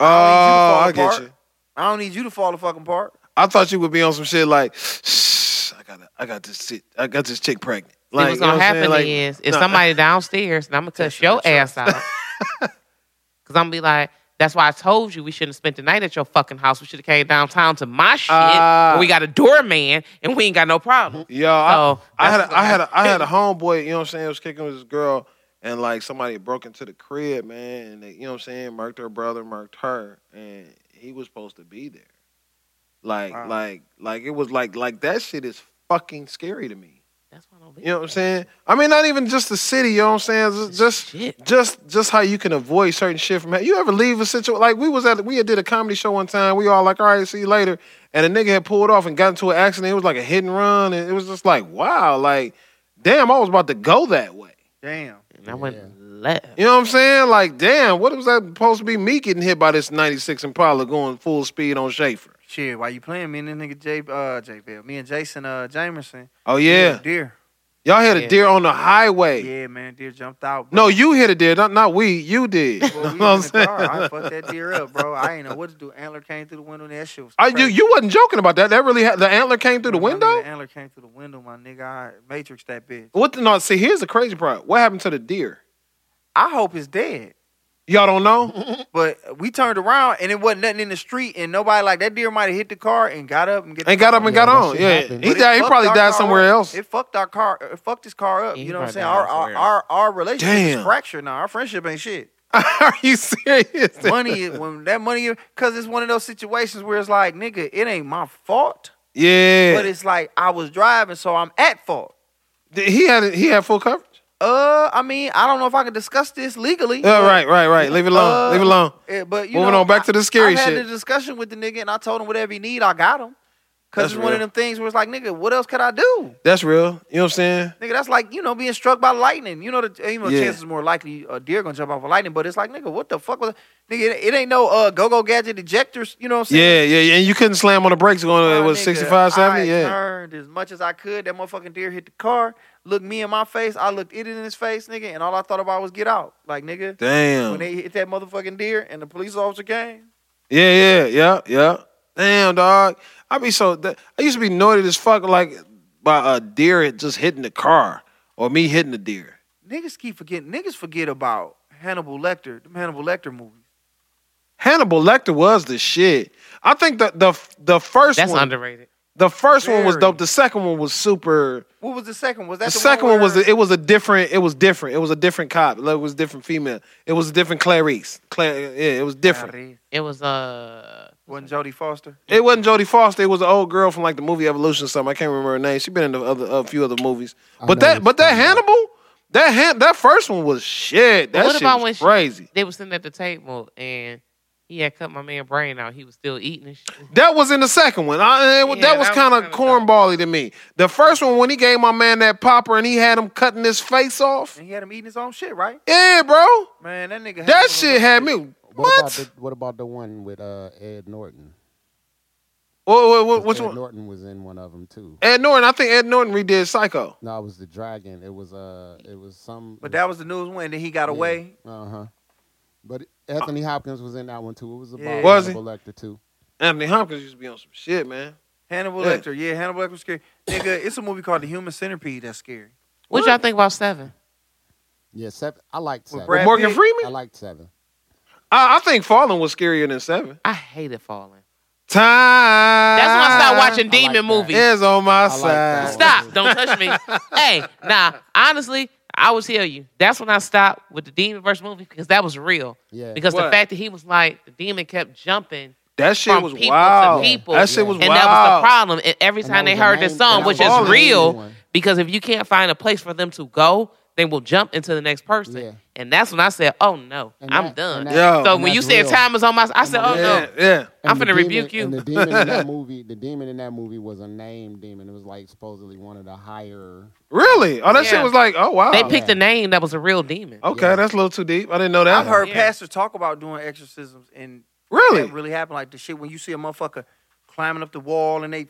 Speaker 7: Oh,
Speaker 6: I need
Speaker 7: I
Speaker 6: you to fall
Speaker 7: get
Speaker 6: apart.
Speaker 7: you.
Speaker 6: I don't need you to fall the fucking part.
Speaker 7: I thought you would be on some shit like, "Shh, I got I got this shit, I got this chick pregnant.
Speaker 8: See,
Speaker 7: Like
Speaker 8: what's
Speaker 7: you know
Speaker 8: gonna
Speaker 7: what I'm
Speaker 8: happen
Speaker 7: saying? Like,
Speaker 8: is if
Speaker 7: nah.
Speaker 8: somebody downstairs and I'm gonna cuss your ass out, because I'm gonna be like, "That's why I told you we shouldn't have spent the night at your fucking house. We should have came downtown to my shit.
Speaker 7: Ah.
Speaker 8: where we got a doorman and we ain't got no problem."
Speaker 7: Yo, I,
Speaker 8: So,
Speaker 7: I had
Speaker 8: that's
Speaker 7: a, I had a, I had a homeboy. You know what I'm saying? I was kicking with this girl, and like somebody broke into the crib, man. And they, you know what I'm saying? Murked her brother, murked her, and he was supposed to be there. Like
Speaker 6: Wow.
Speaker 7: like like it was like like that shit is fucking scary to me.
Speaker 8: That's why I don't.
Speaker 7: You know what I'm saying? I mean, not even just the city. You know what I'm saying? Just just
Speaker 8: Shit.
Speaker 7: just, just how you can avoid certain shit from. ha- You ever leave a situation like we was at? We had did a comedy show one time. We all like, all right, see you later. And a nigga had pulled off and got into an accident. It was like a hit and run, and it was just like, wow, like, damn, I was about to go that way.
Speaker 6: Damn.
Speaker 8: And I went left.
Speaker 7: You know what I'm saying? Like, damn, what was that supposed to be? Me getting hit by this '96 Impala going full speed on Schaefer.
Speaker 6: Shit, why you playing? Me and this nigga J uh J Bell. Me and Jason uh Jamerson.
Speaker 7: Oh
Speaker 6: we
Speaker 7: yeah,
Speaker 6: had Deer.
Speaker 7: y'all hit a
Speaker 8: Yeah.
Speaker 7: deer on the highway.
Speaker 6: Yeah, man. Deer jumped out. Bro.
Speaker 7: No, you hit a deer, not not we. You did.
Speaker 6: Boy,
Speaker 7: You
Speaker 6: we
Speaker 7: know what I'm
Speaker 6: was in the
Speaker 7: saying?
Speaker 6: car. I fucked that deer up, bro. I ain't know what to do. Antler came through the window and that shit was
Speaker 7: Are you you wasn't joking about that? That really ha- the antler came through the
Speaker 6: My
Speaker 7: window.
Speaker 6: nigga Antler came through the window, my nigga. I matrix that bitch.
Speaker 7: What? The, no, see, here's the crazy part. What happened to the deer?
Speaker 6: I hope it's dead.
Speaker 7: Y'all don't know.
Speaker 6: But we turned around and it wasn't nothing in the street and nobody like that deer might have hit the car and got up and get
Speaker 7: and got up and
Speaker 4: Yeah,
Speaker 7: got
Speaker 4: that
Speaker 7: on.
Speaker 4: shit
Speaker 7: Yeah,
Speaker 4: happened.
Speaker 7: he
Speaker 6: But it
Speaker 7: died. He
Speaker 6: fucked
Speaker 7: probably
Speaker 6: our
Speaker 7: died
Speaker 6: car
Speaker 7: somewhere
Speaker 6: up.
Speaker 7: else.
Speaker 6: It fucked our car. It fucked his car up.
Speaker 8: Yeah,
Speaker 6: you
Speaker 8: he
Speaker 6: know what I'm
Speaker 8: probably
Speaker 6: saying?
Speaker 8: died
Speaker 6: Our our,
Speaker 8: somewhere
Speaker 6: our our relationship is
Speaker 7: Damn.
Speaker 6: fractured now. Our friendship ain't shit.
Speaker 7: Are you serious?
Speaker 6: Money is- when that money because it's one of those situations where it's like nigga, it ain't my fault.
Speaker 7: Yeah,
Speaker 6: But it's like I was driving, so I'm at fault.
Speaker 7: Did- he had he had full coverage.
Speaker 6: Uh, I mean, I don't know if I can discuss this legally.
Speaker 7: Yeah, right, right, right. Leave it alone.
Speaker 6: Uh,
Speaker 7: Leave it alone.
Speaker 6: Yeah, but you
Speaker 7: Moving
Speaker 6: know,
Speaker 7: on back to the scary
Speaker 6: I, I
Speaker 7: shit.
Speaker 6: had a discussion with the nigga, and I told him whatever he need, I got him. Cause
Speaker 7: That's
Speaker 6: it's one of
Speaker 7: real.
Speaker 6: them things where it's like, nigga, what else could I do?
Speaker 7: That's real. You know what I'm saying?
Speaker 6: Nigga, that's like you know being struck by lightning. You know the you know
Speaker 7: Yeah.
Speaker 6: chances more likely a deer gonna jump off a lightning, but it's like nigga, what the fuck was nigga? It, it ain't no uh go go gadget ejectors. You know what I'm saying?
Speaker 7: Yeah, yeah, yeah. And you couldn't slam on the brakes going
Speaker 6: My
Speaker 7: to what
Speaker 6: nigga,
Speaker 7: 65, 70?
Speaker 6: I
Speaker 7: Yeah.
Speaker 6: turned as much as I could. That motherfucking deer hit the car, looked me in my face. I looked it in his face, nigga, and all I thought about was get out. Like, nigga, when
Speaker 7: Damn.
Speaker 6: they hit that motherfucking deer and the police officer came,
Speaker 7: Yeah, yeah, yeah, yeah. Damn, dog. I be so. th- I used to be annoyed as fuck, like by a deer just hitting the car or me hitting the deer.
Speaker 6: niggas keep forgetting. Niggas forget about Hannibal Lecter, them Hannibal Lecter movies.
Speaker 7: Hannibal Lecter was the shit. I think the the the first
Speaker 8: That's
Speaker 7: one,
Speaker 8: underrated.
Speaker 7: the first one was
Speaker 6: Very.
Speaker 7: dope. The second one was super.
Speaker 6: What was the second? Was that
Speaker 7: The
Speaker 6: the,
Speaker 7: second one was
Speaker 6: where-
Speaker 7: it was a different. It was different. It was a different cop. Like, It was a different female. It was a different Clarice. Claire, yeah, it was different.
Speaker 8: It was uh
Speaker 6: Wasn't Jodie Foster?
Speaker 7: It wasn't Jodie Foster. It was an old girl from like the movie Evolution or something. I can't remember her name. She's been in the other, a few other movies.
Speaker 4: I
Speaker 7: But
Speaker 4: know
Speaker 7: that,
Speaker 4: which
Speaker 7: but that
Speaker 4: one you're talking
Speaker 7: Hannibal, that Han, that first one was shit. That
Speaker 8: But what
Speaker 7: shit
Speaker 8: about
Speaker 7: was
Speaker 8: when she-
Speaker 7: crazy.
Speaker 8: they was sitting at the table and he had cut my man brain out. He was still eating and shit.
Speaker 7: That was in the second one. I, it-
Speaker 8: Yeah,
Speaker 7: that was
Speaker 8: that was
Speaker 7: kind of
Speaker 8: kinda
Speaker 7: cornbally to me. The first one when he gave my man that popper and he had him cutting his face off.
Speaker 6: And he had him eating his own shit, right?
Speaker 7: Yeah, bro,
Speaker 6: Man, that nigga.
Speaker 7: that
Speaker 6: Hannibal
Speaker 7: shit had me.
Speaker 4: What, About
Speaker 7: What?
Speaker 4: the, what about the one with uh, Ed Norton?
Speaker 7: Whoa, whoa, whoa,
Speaker 4: 'Cause
Speaker 7: which
Speaker 4: Ed
Speaker 7: one?
Speaker 4: Norton was in one of them too.
Speaker 7: Ed Norton. I think Ed Norton redid Psycho.
Speaker 4: No, it was the dragon. It was uh, it was some.
Speaker 6: But that was the newest one. Then he got
Speaker 4: Yeah.
Speaker 6: away.
Speaker 4: Uh huh. But Anthony Hopkins was in that one too. It was about
Speaker 6: Yeah.
Speaker 7: Uh. Was he?
Speaker 4: Hannibal Lecter too.
Speaker 7: Anthony Hopkins used to be on some shit, man.
Speaker 6: Hannibal
Speaker 7: Yeah.
Speaker 6: Lecter, yeah, Hannibal Lecter was scary. Nigga, it's a movie called The Human Centipede that's scary.
Speaker 8: What y'all think about seven?
Speaker 4: Yeah, seven. I liked seven.
Speaker 6: Brad
Speaker 7: Morgan
Speaker 6: Pitt.
Speaker 7: Freeman.
Speaker 4: I liked seven.
Speaker 7: I, I think Fallen was scarier than Seven.
Speaker 8: I hated falling.
Speaker 7: Time.
Speaker 8: That's when I started watching
Speaker 4: Ah, I
Speaker 8: demon
Speaker 4: like that.
Speaker 8: movies.
Speaker 7: Is on my
Speaker 4: like that
Speaker 7: side.
Speaker 4: one.
Speaker 8: Stop! Don't touch me. hey, nah. Honestly, I will tell you. That's when I stopped with the demon verse movie because that was real.
Speaker 4: Yeah.
Speaker 8: Because the
Speaker 7: What?
Speaker 8: fact that he was like the demon kept jumping
Speaker 7: That shit
Speaker 8: From
Speaker 7: was
Speaker 8: people to
Speaker 7: wild.
Speaker 8: people.
Speaker 7: That shit was
Speaker 8: And
Speaker 7: wild.
Speaker 8: that was the problem. And every
Speaker 4: And
Speaker 8: time
Speaker 4: that
Speaker 8: they
Speaker 4: was the
Speaker 8: heard this
Speaker 4: main-
Speaker 8: song,
Speaker 4: that
Speaker 8: which
Speaker 7: was
Speaker 8: is
Speaker 7: the main
Speaker 8: real,
Speaker 4: one.
Speaker 8: because if you can't find a place for them to go, they will jump into the next person.
Speaker 4: Yeah.
Speaker 8: And that's when I said, "Oh no,
Speaker 4: And
Speaker 8: I'm
Speaker 4: that-
Speaker 8: done."
Speaker 4: and that-
Speaker 7: Yo.
Speaker 8: so
Speaker 4: and
Speaker 8: when you
Speaker 4: that's
Speaker 8: said
Speaker 4: real.
Speaker 8: time is on my, s- I said, "Oh
Speaker 7: Yeah,
Speaker 8: no."
Speaker 7: yeah.
Speaker 8: I'm
Speaker 4: And the
Speaker 8: finna
Speaker 4: demon-
Speaker 8: rebuke you.
Speaker 4: And the demon in that movie, the demon in that movie was a named demon. It was like supposedly one of the higher.
Speaker 7: Really? Oh, that
Speaker 8: Yeah.
Speaker 7: shit was like, oh wow.
Speaker 8: They picked
Speaker 4: Yeah.
Speaker 8: a name that was a real demon.
Speaker 7: okay,
Speaker 4: Yeah.
Speaker 7: that's a little too deep. I didn't know that.
Speaker 6: I've heard
Speaker 8: Yeah.
Speaker 6: pastors talk about doing exorcisms and
Speaker 7: Really?
Speaker 6: that really happened. Like the shit when you see a motherfucker climbing up the wall and they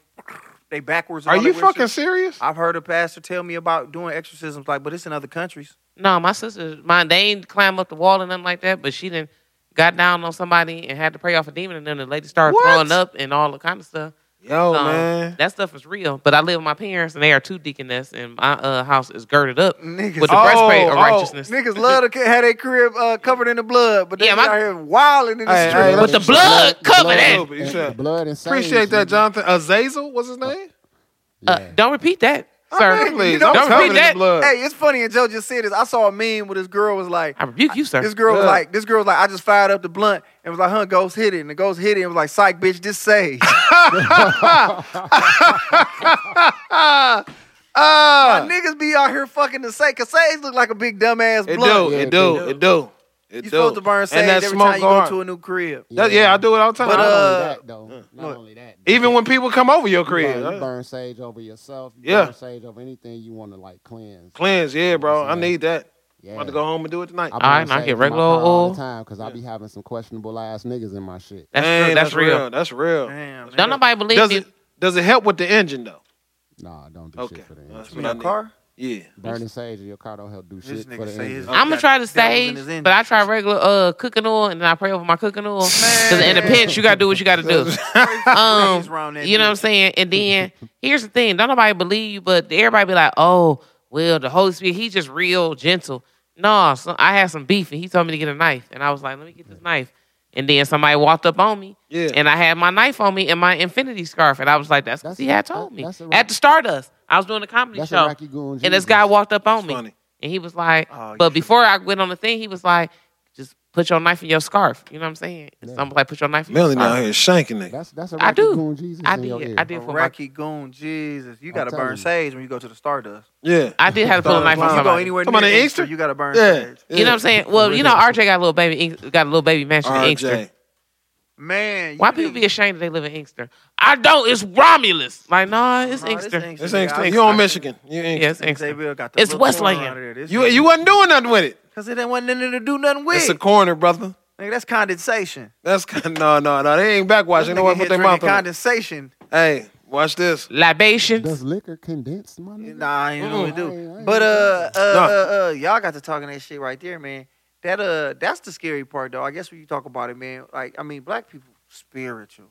Speaker 6: they backwards. and
Speaker 7: Are
Speaker 6: all
Speaker 7: you
Speaker 6: that weird
Speaker 7: fucking
Speaker 6: shit.
Speaker 7: serious?
Speaker 6: I've heard a pastor tell me about doing exorcisms, like, but it's in other countries.
Speaker 8: No, my sister, mine, they ain't climb up the wall and nothing like that, but she didn't got down on somebody and had to pray off a demon, and then the lady started
Speaker 7: What?
Speaker 8: throwing up and all the kind of stuff.
Speaker 7: Yo,
Speaker 8: So,
Speaker 7: man.
Speaker 8: That stuff is real. But I live with my parents, and they are two deaconess, and my uh, house is girded up
Speaker 6: Niggas.
Speaker 8: with the
Speaker 7: Oh,
Speaker 8: breastplate of
Speaker 7: oh,
Speaker 8: righteousness. Uh,
Speaker 6: Niggas love to have their crib uh, covered in the blood, but they
Speaker 8: Yeah,
Speaker 6: yeah,
Speaker 8: my-
Speaker 6: out here wilding in the
Speaker 7: Hey,
Speaker 6: street.
Speaker 7: hey,
Speaker 8: But the
Speaker 4: Blood-
Speaker 8: blood
Speaker 4: blood-
Speaker 8: covered
Speaker 7: blood-
Speaker 8: that.
Speaker 7: You
Speaker 4: And
Speaker 7: said-
Speaker 4: the blood and
Speaker 7: Appreciate
Speaker 4: sage,
Speaker 7: that,
Speaker 4: nigga.
Speaker 7: Jonathan. Azazel, what's
Speaker 4: Oh.
Speaker 7: his name?
Speaker 4: Yeah.
Speaker 8: Uh, Don't repeat that, sir.
Speaker 7: Hey, Oh, please,
Speaker 6: you know,
Speaker 7: I'm
Speaker 8: don't
Speaker 7: covered
Speaker 8: repeat
Speaker 7: in
Speaker 8: that.
Speaker 7: blood.
Speaker 6: Hey, it's funny, and Joe just said this. I saw a meme where this girl was like,
Speaker 8: I rebuke you, sir.
Speaker 6: This girl was
Speaker 7: Yeah.
Speaker 6: like, this girl was like, I just fired up the blunt and was like, huh, ghost hit it. And the ghost hit it and was like, psych, bitch, this sage.
Speaker 7: Ah,
Speaker 6: My niggas be out here fucking the sage, cause sage look like a big dumbass
Speaker 7: it
Speaker 6: blunt.
Speaker 7: do,
Speaker 4: Yeah,
Speaker 7: it
Speaker 4: it
Speaker 7: do,
Speaker 4: do.
Speaker 7: it do, it do.
Speaker 6: You supposed to burn sage
Speaker 7: and that
Speaker 6: every time you
Speaker 7: smoke
Speaker 6: go
Speaker 7: going.
Speaker 6: to a new crib.
Speaker 7: That- yeah, I do it all the time.
Speaker 6: But,
Speaker 4: Not
Speaker 6: uh,
Speaker 4: only that though. Not
Speaker 6: look,
Speaker 4: only that.
Speaker 7: Even when people come over your
Speaker 4: you
Speaker 7: crib,
Speaker 4: burn, you
Speaker 7: huh?
Speaker 4: burn sage over yourself. You
Speaker 7: Yeah.
Speaker 4: burn sage over anything you want to like cleanse.
Speaker 7: cleanse, yeah, bro. I
Speaker 4: Yeah.
Speaker 7: need that.
Speaker 4: yeah.
Speaker 7: I'm about to go home and do it tonight.
Speaker 4: I burn
Speaker 8: Alright, now I
Speaker 4: sage
Speaker 8: get
Speaker 4: in my
Speaker 8: regular
Speaker 4: car all
Speaker 8: oil.
Speaker 4: the time because I be having some questionable ass niggas in my shit.
Speaker 8: that's,
Speaker 7: Dang,
Speaker 8: true. That's, real.
Speaker 7: That's real.
Speaker 6: Damn,
Speaker 8: Don't nobody believe
Speaker 7: Does
Speaker 8: you.
Speaker 7: it does it help with the engine though?
Speaker 4: Nah, don't do
Speaker 7: Okay,
Speaker 4: shit for the
Speaker 7: that's
Speaker 4: engine.
Speaker 7: what I need.
Speaker 6: car.
Speaker 7: Yeah,
Speaker 4: Burning sage in your car don't help do
Speaker 6: This
Speaker 4: shit for
Speaker 6: nigga
Speaker 4: the
Speaker 6: say
Speaker 4: engine.
Speaker 6: his-
Speaker 8: I'm gonna
Speaker 6: got
Speaker 8: try to
Speaker 6: devils in
Speaker 8: sage,
Speaker 6: his engine.
Speaker 8: but I try regular uh cooking oil, and then I pray over my cooking oil. Because in the pinch, you gotta do what you gotta do. um,
Speaker 6: Raise round that
Speaker 8: you know what I'm
Speaker 6: bitch.
Speaker 8: saying? And then here's the thing: don't nobody believe you, but everybody be like, "Oh, well, the Holy Spirit, he's just real gentle." No, so I had some beef, and he told me to get a knife, and I was like, "Let me get this knife." And then somebody walked up on me,
Speaker 7: Yeah.
Speaker 8: and I had my knife on me and my infinity scarf, and I was like, "That's what
Speaker 4: That's-
Speaker 8: he had
Speaker 4: that-
Speaker 8: told me
Speaker 4: that's a-
Speaker 8: at the Stardust." I was doing a comedy
Speaker 4: That's a
Speaker 8: show,
Speaker 4: Rocky Goon
Speaker 8: and this
Speaker 4: Jesus.
Speaker 8: guy walked up on
Speaker 7: That's
Speaker 8: me,
Speaker 7: funny.
Speaker 8: and he was like,
Speaker 6: Oh, you
Speaker 8: "But
Speaker 6: should-
Speaker 8: before I went on the thing, he was like, just put your knife in your scarf. You know what I'm saying? Some like put your knife in your
Speaker 7: Melanie
Speaker 8: scarf.
Speaker 7: out here shanking it.
Speaker 4: That's that's a
Speaker 8: I
Speaker 4: Rocky
Speaker 8: do.
Speaker 4: Goon Jesus
Speaker 8: I
Speaker 4: in your ear.
Speaker 8: did. I did for my,
Speaker 6: Iraqi goon, Jesus. You gotta
Speaker 4: telling
Speaker 6: burn
Speaker 4: you.
Speaker 6: sage when you go to the Stardust.
Speaker 7: Yeah.
Speaker 8: I did have to put a knife
Speaker 6: When
Speaker 8: on
Speaker 6: you go
Speaker 8: somebody.
Speaker 6: anywhere
Speaker 7: Somebody
Speaker 6: near
Speaker 7: in
Speaker 6: Inkster,
Speaker 7: Inkster?
Speaker 6: you gotta burn
Speaker 7: Yeah.
Speaker 6: sage.
Speaker 8: You know what I'm saying? Well, you know, RJ got a little baby, Ink- got a little baby mansion in Inkster.
Speaker 7: RJ.
Speaker 6: Man, you
Speaker 8: Why people
Speaker 6: didn't-
Speaker 8: be ashamed that they live in Inkster? I don't. It's Romulus. Like, nah, it's
Speaker 6: Nah, this
Speaker 8: Inkster.
Speaker 6: Inkster.
Speaker 7: This
Speaker 6: Yeah,
Speaker 7: ain't
Speaker 6: I-
Speaker 7: You on Michigan. You ain't.
Speaker 8: Yeah, it's
Speaker 6: They
Speaker 8: Inkster.
Speaker 6: will got the
Speaker 8: It's
Speaker 6: little corner
Speaker 8: Westland.
Speaker 6: out of there. This
Speaker 7: You
Speaker 6: nigga-
Speaker 7: you wasn't doing nothing with it.
Speaker 6: Cause it ain't wasn't nothing to do nothing with.
Speaker 7: It's a corner, brother.
Speaker 6: nigga, that's condensation.
Speaker 7: That's kind no, no, no. They ain't backwashing. They
Speaker 6: This
Speaker 7: know
Speaker 6: nigga
Speaker 7: what
Speaker 6: here
Speaker 7: put their
Speaker 6: drinking
Speaker 7: mouth on. it.
Speaker 6: condensation.
Speaker 7: Hey, watch this.
Speaker 8: Libations.
Speaker 4: Does liquor condense money?
Speaker 6: Nah, I ain't know what to
Speaker 4: Mm. I
Speaker 6: do.
Speaker 4: ain't
Speaker 6: But uh, uh,
Speaker 7: Nah.
Speaker 6: uh, uh, y'all got to talking that shit right there, man. That uh, that's the scary part, though. I guess when you talk about it, man. Like, I mean, black people spiritual.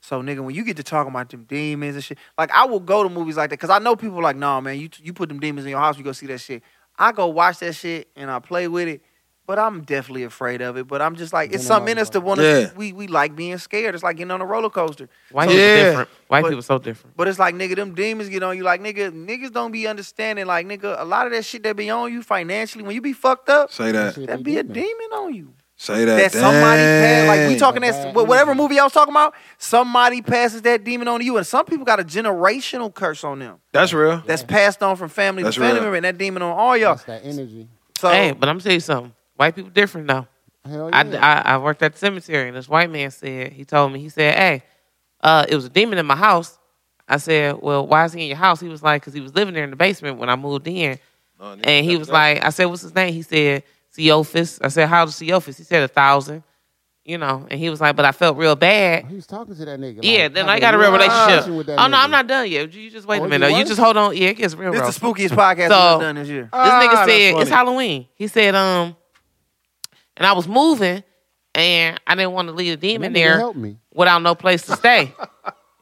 Speaker 6: So, nigga, when you get to talking about them demons and shit, like, I will go to movies like that because I know people like, nah, man, you you put them demons in your house, you go see that shit. I go watch that shit and I play with it, but I'm definitely afraid of it. But I'm just like, it's
Speaker 4: Venom
Speaker 6: something in
Speaker 4: on
Speaker 6: us
Speaker 4: the
Speaker 6: to want
Speaker 7: Yeah.
Speaker 6: to. We we like being scared. It's like getting on a roller coaster.
Speaker 8: White
Speaker 6: So-
Speaker 8: people
Speaker 7: Yeah.
Speaker 8: different. White
Speaker 6: But-
Speaker 8: people so different.
Speaker 6: but it's like nigga, them demons get on you. Like nigga, niggas don't be understanding. Like nigga, a lot of that shit that be on you financially when you be fucked up,
Speaker 7: Say that.
Speaker 4: Shit
Speaker 6: that be a
Speaker 4: demon.
Speaker 6: demon on you.
Speaker 7: Say that.
Speaker 6: That somebody passed. Like we
Speaker 7: Dang.
Speaker 6: talking
Speaker 4: Bad
Speaker 6: that wh- whatever
Speaker 4: energy.
Speaker 6: movie I was talking about, somebody passes that demon on to you, and some people got a generational curse on them
Speaker 7: That's real.
Speaker 6: that's passed on from family
Speaker 7: That's
Speaker 6: to family
Speaker 7: real.
Speaker 6: member, and that demon on all y'all.
Speaker 4: That's that energy.
Speaker 6: So
Speaker 8: hey, but I'm telling you something. White people different though.
Speaker 4: Hell
Speaker 8: I,
Speaker 4: Oh, yeah.
Speaker 8: I, I worked at the cemetery, and this white man said, he told me, he said, hey, uh, it was a demon in my house. I said, well, why is he in your house? He was like, because he was living there in the basement when I moved in. And he was like, I said, what's his name? He said, Theophis. I said, how old is Theophis? He said, a thousand. You know, and he was like, but I felt real bad.
Speaker 4: he was talking to that nigga. like,
Speaker 8: Yeah, then
Speaker 4: have
Speaker 8: I got a real relationship.
Speaker 4: with that
Speaker 8: Oh, no,
Speaker 4: nigga.
Speaker 8: I'm not done yet. You just
Speaker 4: Oh,
Speaker 8: wait a
Speaker 4: you
Speaker 8: minute. You
Speaker 4: what?
Speaker 8: just hold on. Yeah, it gets real.
Speaker 6: this
Speaker 8: rough.
Speaker 6: is the spookiest podcast
Speaker 8: So-
Speaker 6: I've done this year.
Speaker 8: This nigga
Speaker 7: Ah, that's
Speaker 8: said it's
Speaker 7: funny.
Speaker 8: Halloween. He said, um, and I was moving, and I didn't want to leave the
Speaker 4: That
Speaker 8: demon
Speaker 4: nigga
Speaker 8: there
Speaker 4: helped me.
Speaker 8: without no place to stay.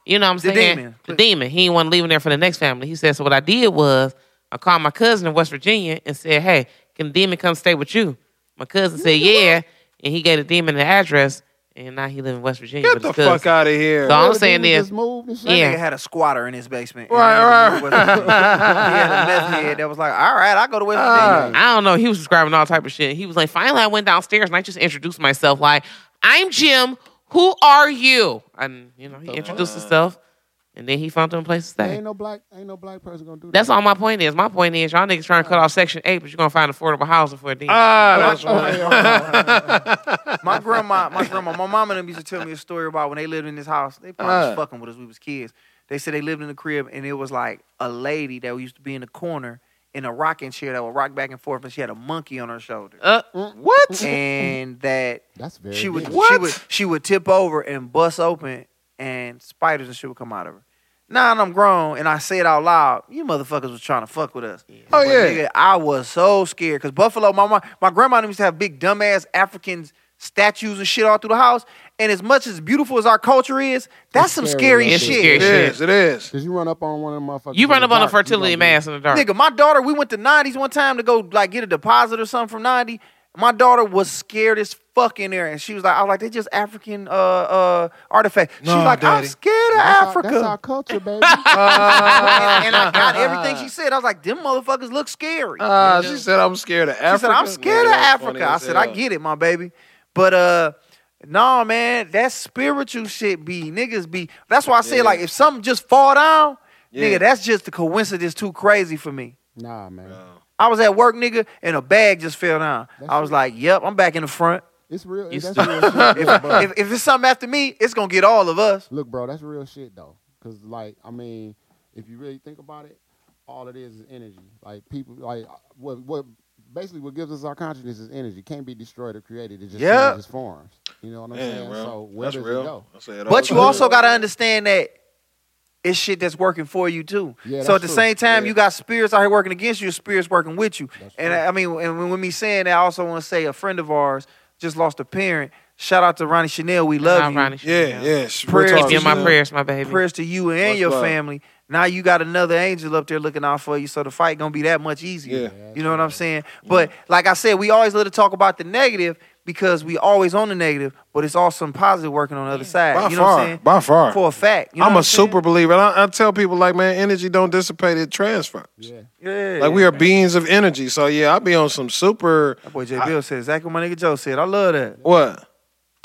Speaker 8: you know what I'm
Speaker 6: The
Speaker 8: saying?
Speaker 6: demon.
Speaker 8: The demon. He didn't want to leave him there for the next family. He said, so what I did was I called my cousin in West Virginia and said, hey, can the demon come stay with you? My cousin said, yeah, and he gave the demon the address, and now he live in West Virginia.
Speaker 7: Get
Speaker 8: with
Speaker 7: the
Speaker 8: his cousin.
Speaker 7: fuck out of here.
Speaker 8: So- All I'm
Speaker 4: Well, the
Speaker 8: saying
Speaker 4: demon
Speaker 8: is-
Speaker 4: just moved and shit.
Speaker 6: That
Speaker 8: Yeah.
Speaker 6: nigga had a squatter in his basement.
Speaker 7: Right,
Speaker 6: And
Speaker 7: right.
Speaker 6: he had a meth head that was like, all right, I go to West Virginia.
Speaker 8: I don't know. He was describing all type of shit. He was like, finally, I went downstairs and I just introduced myself. Like, I'm Jim. Who are you? And you know, he introduced himself, and then he found him a place to stay.
Speaker 4: Ain't no black, ain't no black person gonna do that.
Speaker 8: That's all my point is. My point is, y'all niggas trying to cut off Section Eight, but you're gonna find affordable housing for a demon.
Speaker 7: Ah, that's right.
Speaker 6: My grandma, my grandma, my mom and them used to tell me a story about when they lived in this house. They probably was
Speaker 7: Uh.
Speaker 6: fucking with us. We was kids. They said they lived in the crib, and it was like a lady that used to be in the corner in a rocking chair that would rock back and forth, and she had a monkey on her shoulder.
Speaker 8: Uh,
Speaker 7: What?
Speaker 6: And that
Speaker 4: That's very.
Speaker 6: she would,
Speaker 4: big.
Speaker 6: she
Speaker 7: What?
Speaker 6: would, she would tip over and bust open, and spiders and shit would come out of her. Now that I'm grown, and I say it out loud. You motherfuckers was trying to fuck with us.
Speaker 7: Oh
Speaker 6: But,
Speaker 7: yeah.
Speaker 6: nigga, I was so scared because Buffalo, my mom, my grandma used to have big dumbass African statues and shit all through the house. And as much as beautiful as our culture is, that's
Speaker 4: It's
Speaker 6: some
Speaker 4: scary,
Speaker 6: scary
Speaker 4: it's
Speaker 6: shit.
Speaker 8: scary
Speaker 7: It is. It is.
Speaker 4: Cause you run up on one of them motherfuckers.
Speaker 8: you
Speaker 4: in
Speaker 8: run
Speaker 4: the
Speaker 8: up on a
Speaker 4: dark, you gonna
Speaker 8: fertility
Speaker 4: be-
Speaker 8: mass in the dark.
Speaker 6: Nigga, my daughter, we went to 90s one time to go like get a deposit or something from 90. My daughter was scared as fuck in there, and she was like, "I was like, they just African uh uh artifact." She
Speaker 7: No,
Speaker 6: was like, "I'm
Speaker 7: Daddy.
Speaker 6: scared of
Speaker 4: That's our-
Speaker 6: Africa."
Speaker 4: That's our culture, baby.
Speaker 7: Ah.
Speaker 6: and, and I got everything she said. I was like, "Them motherfuckers look scary."
Speaker 7: Ah, she said I'm scared of Africa.
Speaker 6: She Uh, said, I'm scared
Speaker 7: Man,
Speaker 6: of
Speaker 7: that's funny
Speaker 6: Africa. I
Speaker 7: as
Speaker 6: said, I
Speaker 7: hell.
Speaker 6: get it, my baby. But uh no, man, that spiritual shit be niggas be that's why I said
Speaker 7: Yeah.
Speaker 6: like if something just fall down,
Speaker 7: Yeah.
Speaker 6: nigga, that's just a coincidence too crazy for me.
Speaker 4: nah, man.
Speaker 6: I was at work, nigga, and a bag just fell down.
Speaker 4: That's
Speaker 6: I was
Speaker 4: it.
Speaker 6: like, yep, I'm back in the front.
Speaker 4: It's real.
Speaker 8: You
Speaker 4: That's
Speaker 8: still-
Speaker 4: real shit. though, bro.
Speaker 6: if, if it's something after me, it's gonna get all of us.
Speaker 4: Look, bro, that's real shit though. Cause like, I mean, if you really think about it, all it is is energy. Like people, like what, what, basically, what gives us our consciousness is energy. Can't be destroyed or created. It just
Speaker 6: Yeah.
Speaker 4: changes forms. You know what I'm
Speaker 7: Man,
Speaker 4: saying?
Speaker 7: bro.
Speaker 4: So where
Speaker 7: that's
Speaker 4: does
Speaker 7: real.
Speaker 4: it go?
Speaker 7: I oh, say it all
Speaker 6: But you
Speaker 7: the time.
Speaker 6: also got to understand that it's shit that's working for you too.
Speaker 4: Yeah,
Speaker 6: so
Speaker 4: that's
Speaker 6: at the
Speaker 4: true.
Speaker 6: same time,
Speaker 7: Yeah.
Speaker 6: you got spirits out here working against you, spirits working with you.
Speaker 4: That's
Speaker 6: and
Speaker 4: true.
Speaker 6: I, I mean, and when- when me saying that, I also want to say a friend of ours just lost a parent. Shout out to Ronnie Chanel. We love you.
Speaker 8: Ironic shit,
Speaker 7: Yeah, yeah. she-
Speaker 6: Prayers
Speaker 7: real
Speaker 8: Keep
Speaker 7: talk,
Speaker 8: you in my
Speaker 7: man.
Speaker 8: prayers, my baby.
Speaker 6: Prayers to you and
Speaker 7: Much
Speaker 6: your
Speaker 7: love.
Speaker 6: family. Now you got another angel up there looking out for you, so the fight gonna be that much easier.
Speaker 7: Yeah.
Speaker 6: You know what I'm saying? But like I said, we always let it talk about the negative, because we always on the negative, but it's also some positive working on the other side.
Speaker 7: By
Speaker 6: you know what I'm
Speaker 7: far,
Speaker 6: saying?
Speaker 7: by far.
Speaker 6: For a fact. You know
Speaker 7: I'm
Speaker 6: what
Speaker 7: a super believer. And I, I tell people like, man, energy don't dissipate; it transfers.
Speaker 4: Yeah.
Speaker 6: saying? Yeah.
Speaker 7: Like we are beings of energy. So yeah, I be on some super
Speaker 6: That boy J Bill said exactly what my nigga Joe said. I love that.
Speaker 7: what?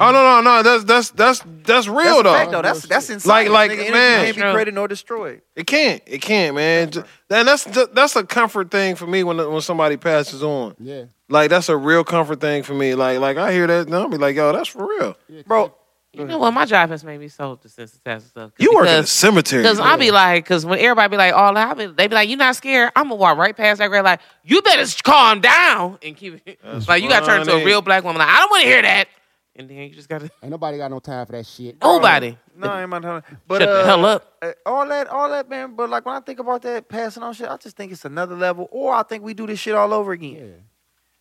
Speaker 7: Oh no no no! That's that's that's that's
Speaker 6: That's
Speaker 7: real
Speaker 6: a fact,
Speaker 7: though.
Speaker 6: though. That's that's insane.
Speaker 7: Like- like,
Speaker 6: Nigga, energy
Speaker 7: man.
Speaker 6: can't be created nor destroyed.
Speaker 7: It can't it can't man. Ju- Then that's ju- that's a comfort thing for me when when somebody passes on.
Speaker 4: Yeah.
Speaker 7: Like that's a real comfort thing for me. Like like I hear that and I'll be like, yo, that's for real.
Speaker 6: Bro,
Speaker 8: You know what? My job has made me so desensitized to stuff.
Speaker 7: You work in a
Speaker 8: because,
Speaker 7: cemetery.
Speaker 8: Because I'll be
Speaker 7: man.
Speaker 8: like, because when everybody be like, all I be, they be like, you not scared? I'm gonna walk right past that red light. You better s- calm down and keep it. like you gotta turn into
Speaker 7: funny.
Speaker 8: a real black woman. Like I don't want to hear that. And then you just gotta
Speaker 4: Ain't nobody got no time for that shit.
Speaker 8: nobody.
Speaker 6: no, I ain't my time. Oh. But
Speaker 8: Shut
Speaker 6: uh,
Speaker 8: the hell up.
Speaker 6: uh, all that, all that, man. But like when I think about that passing on shit, I just think it's another level, or I think we do this shit all over again.
Speaker 4: Yeah.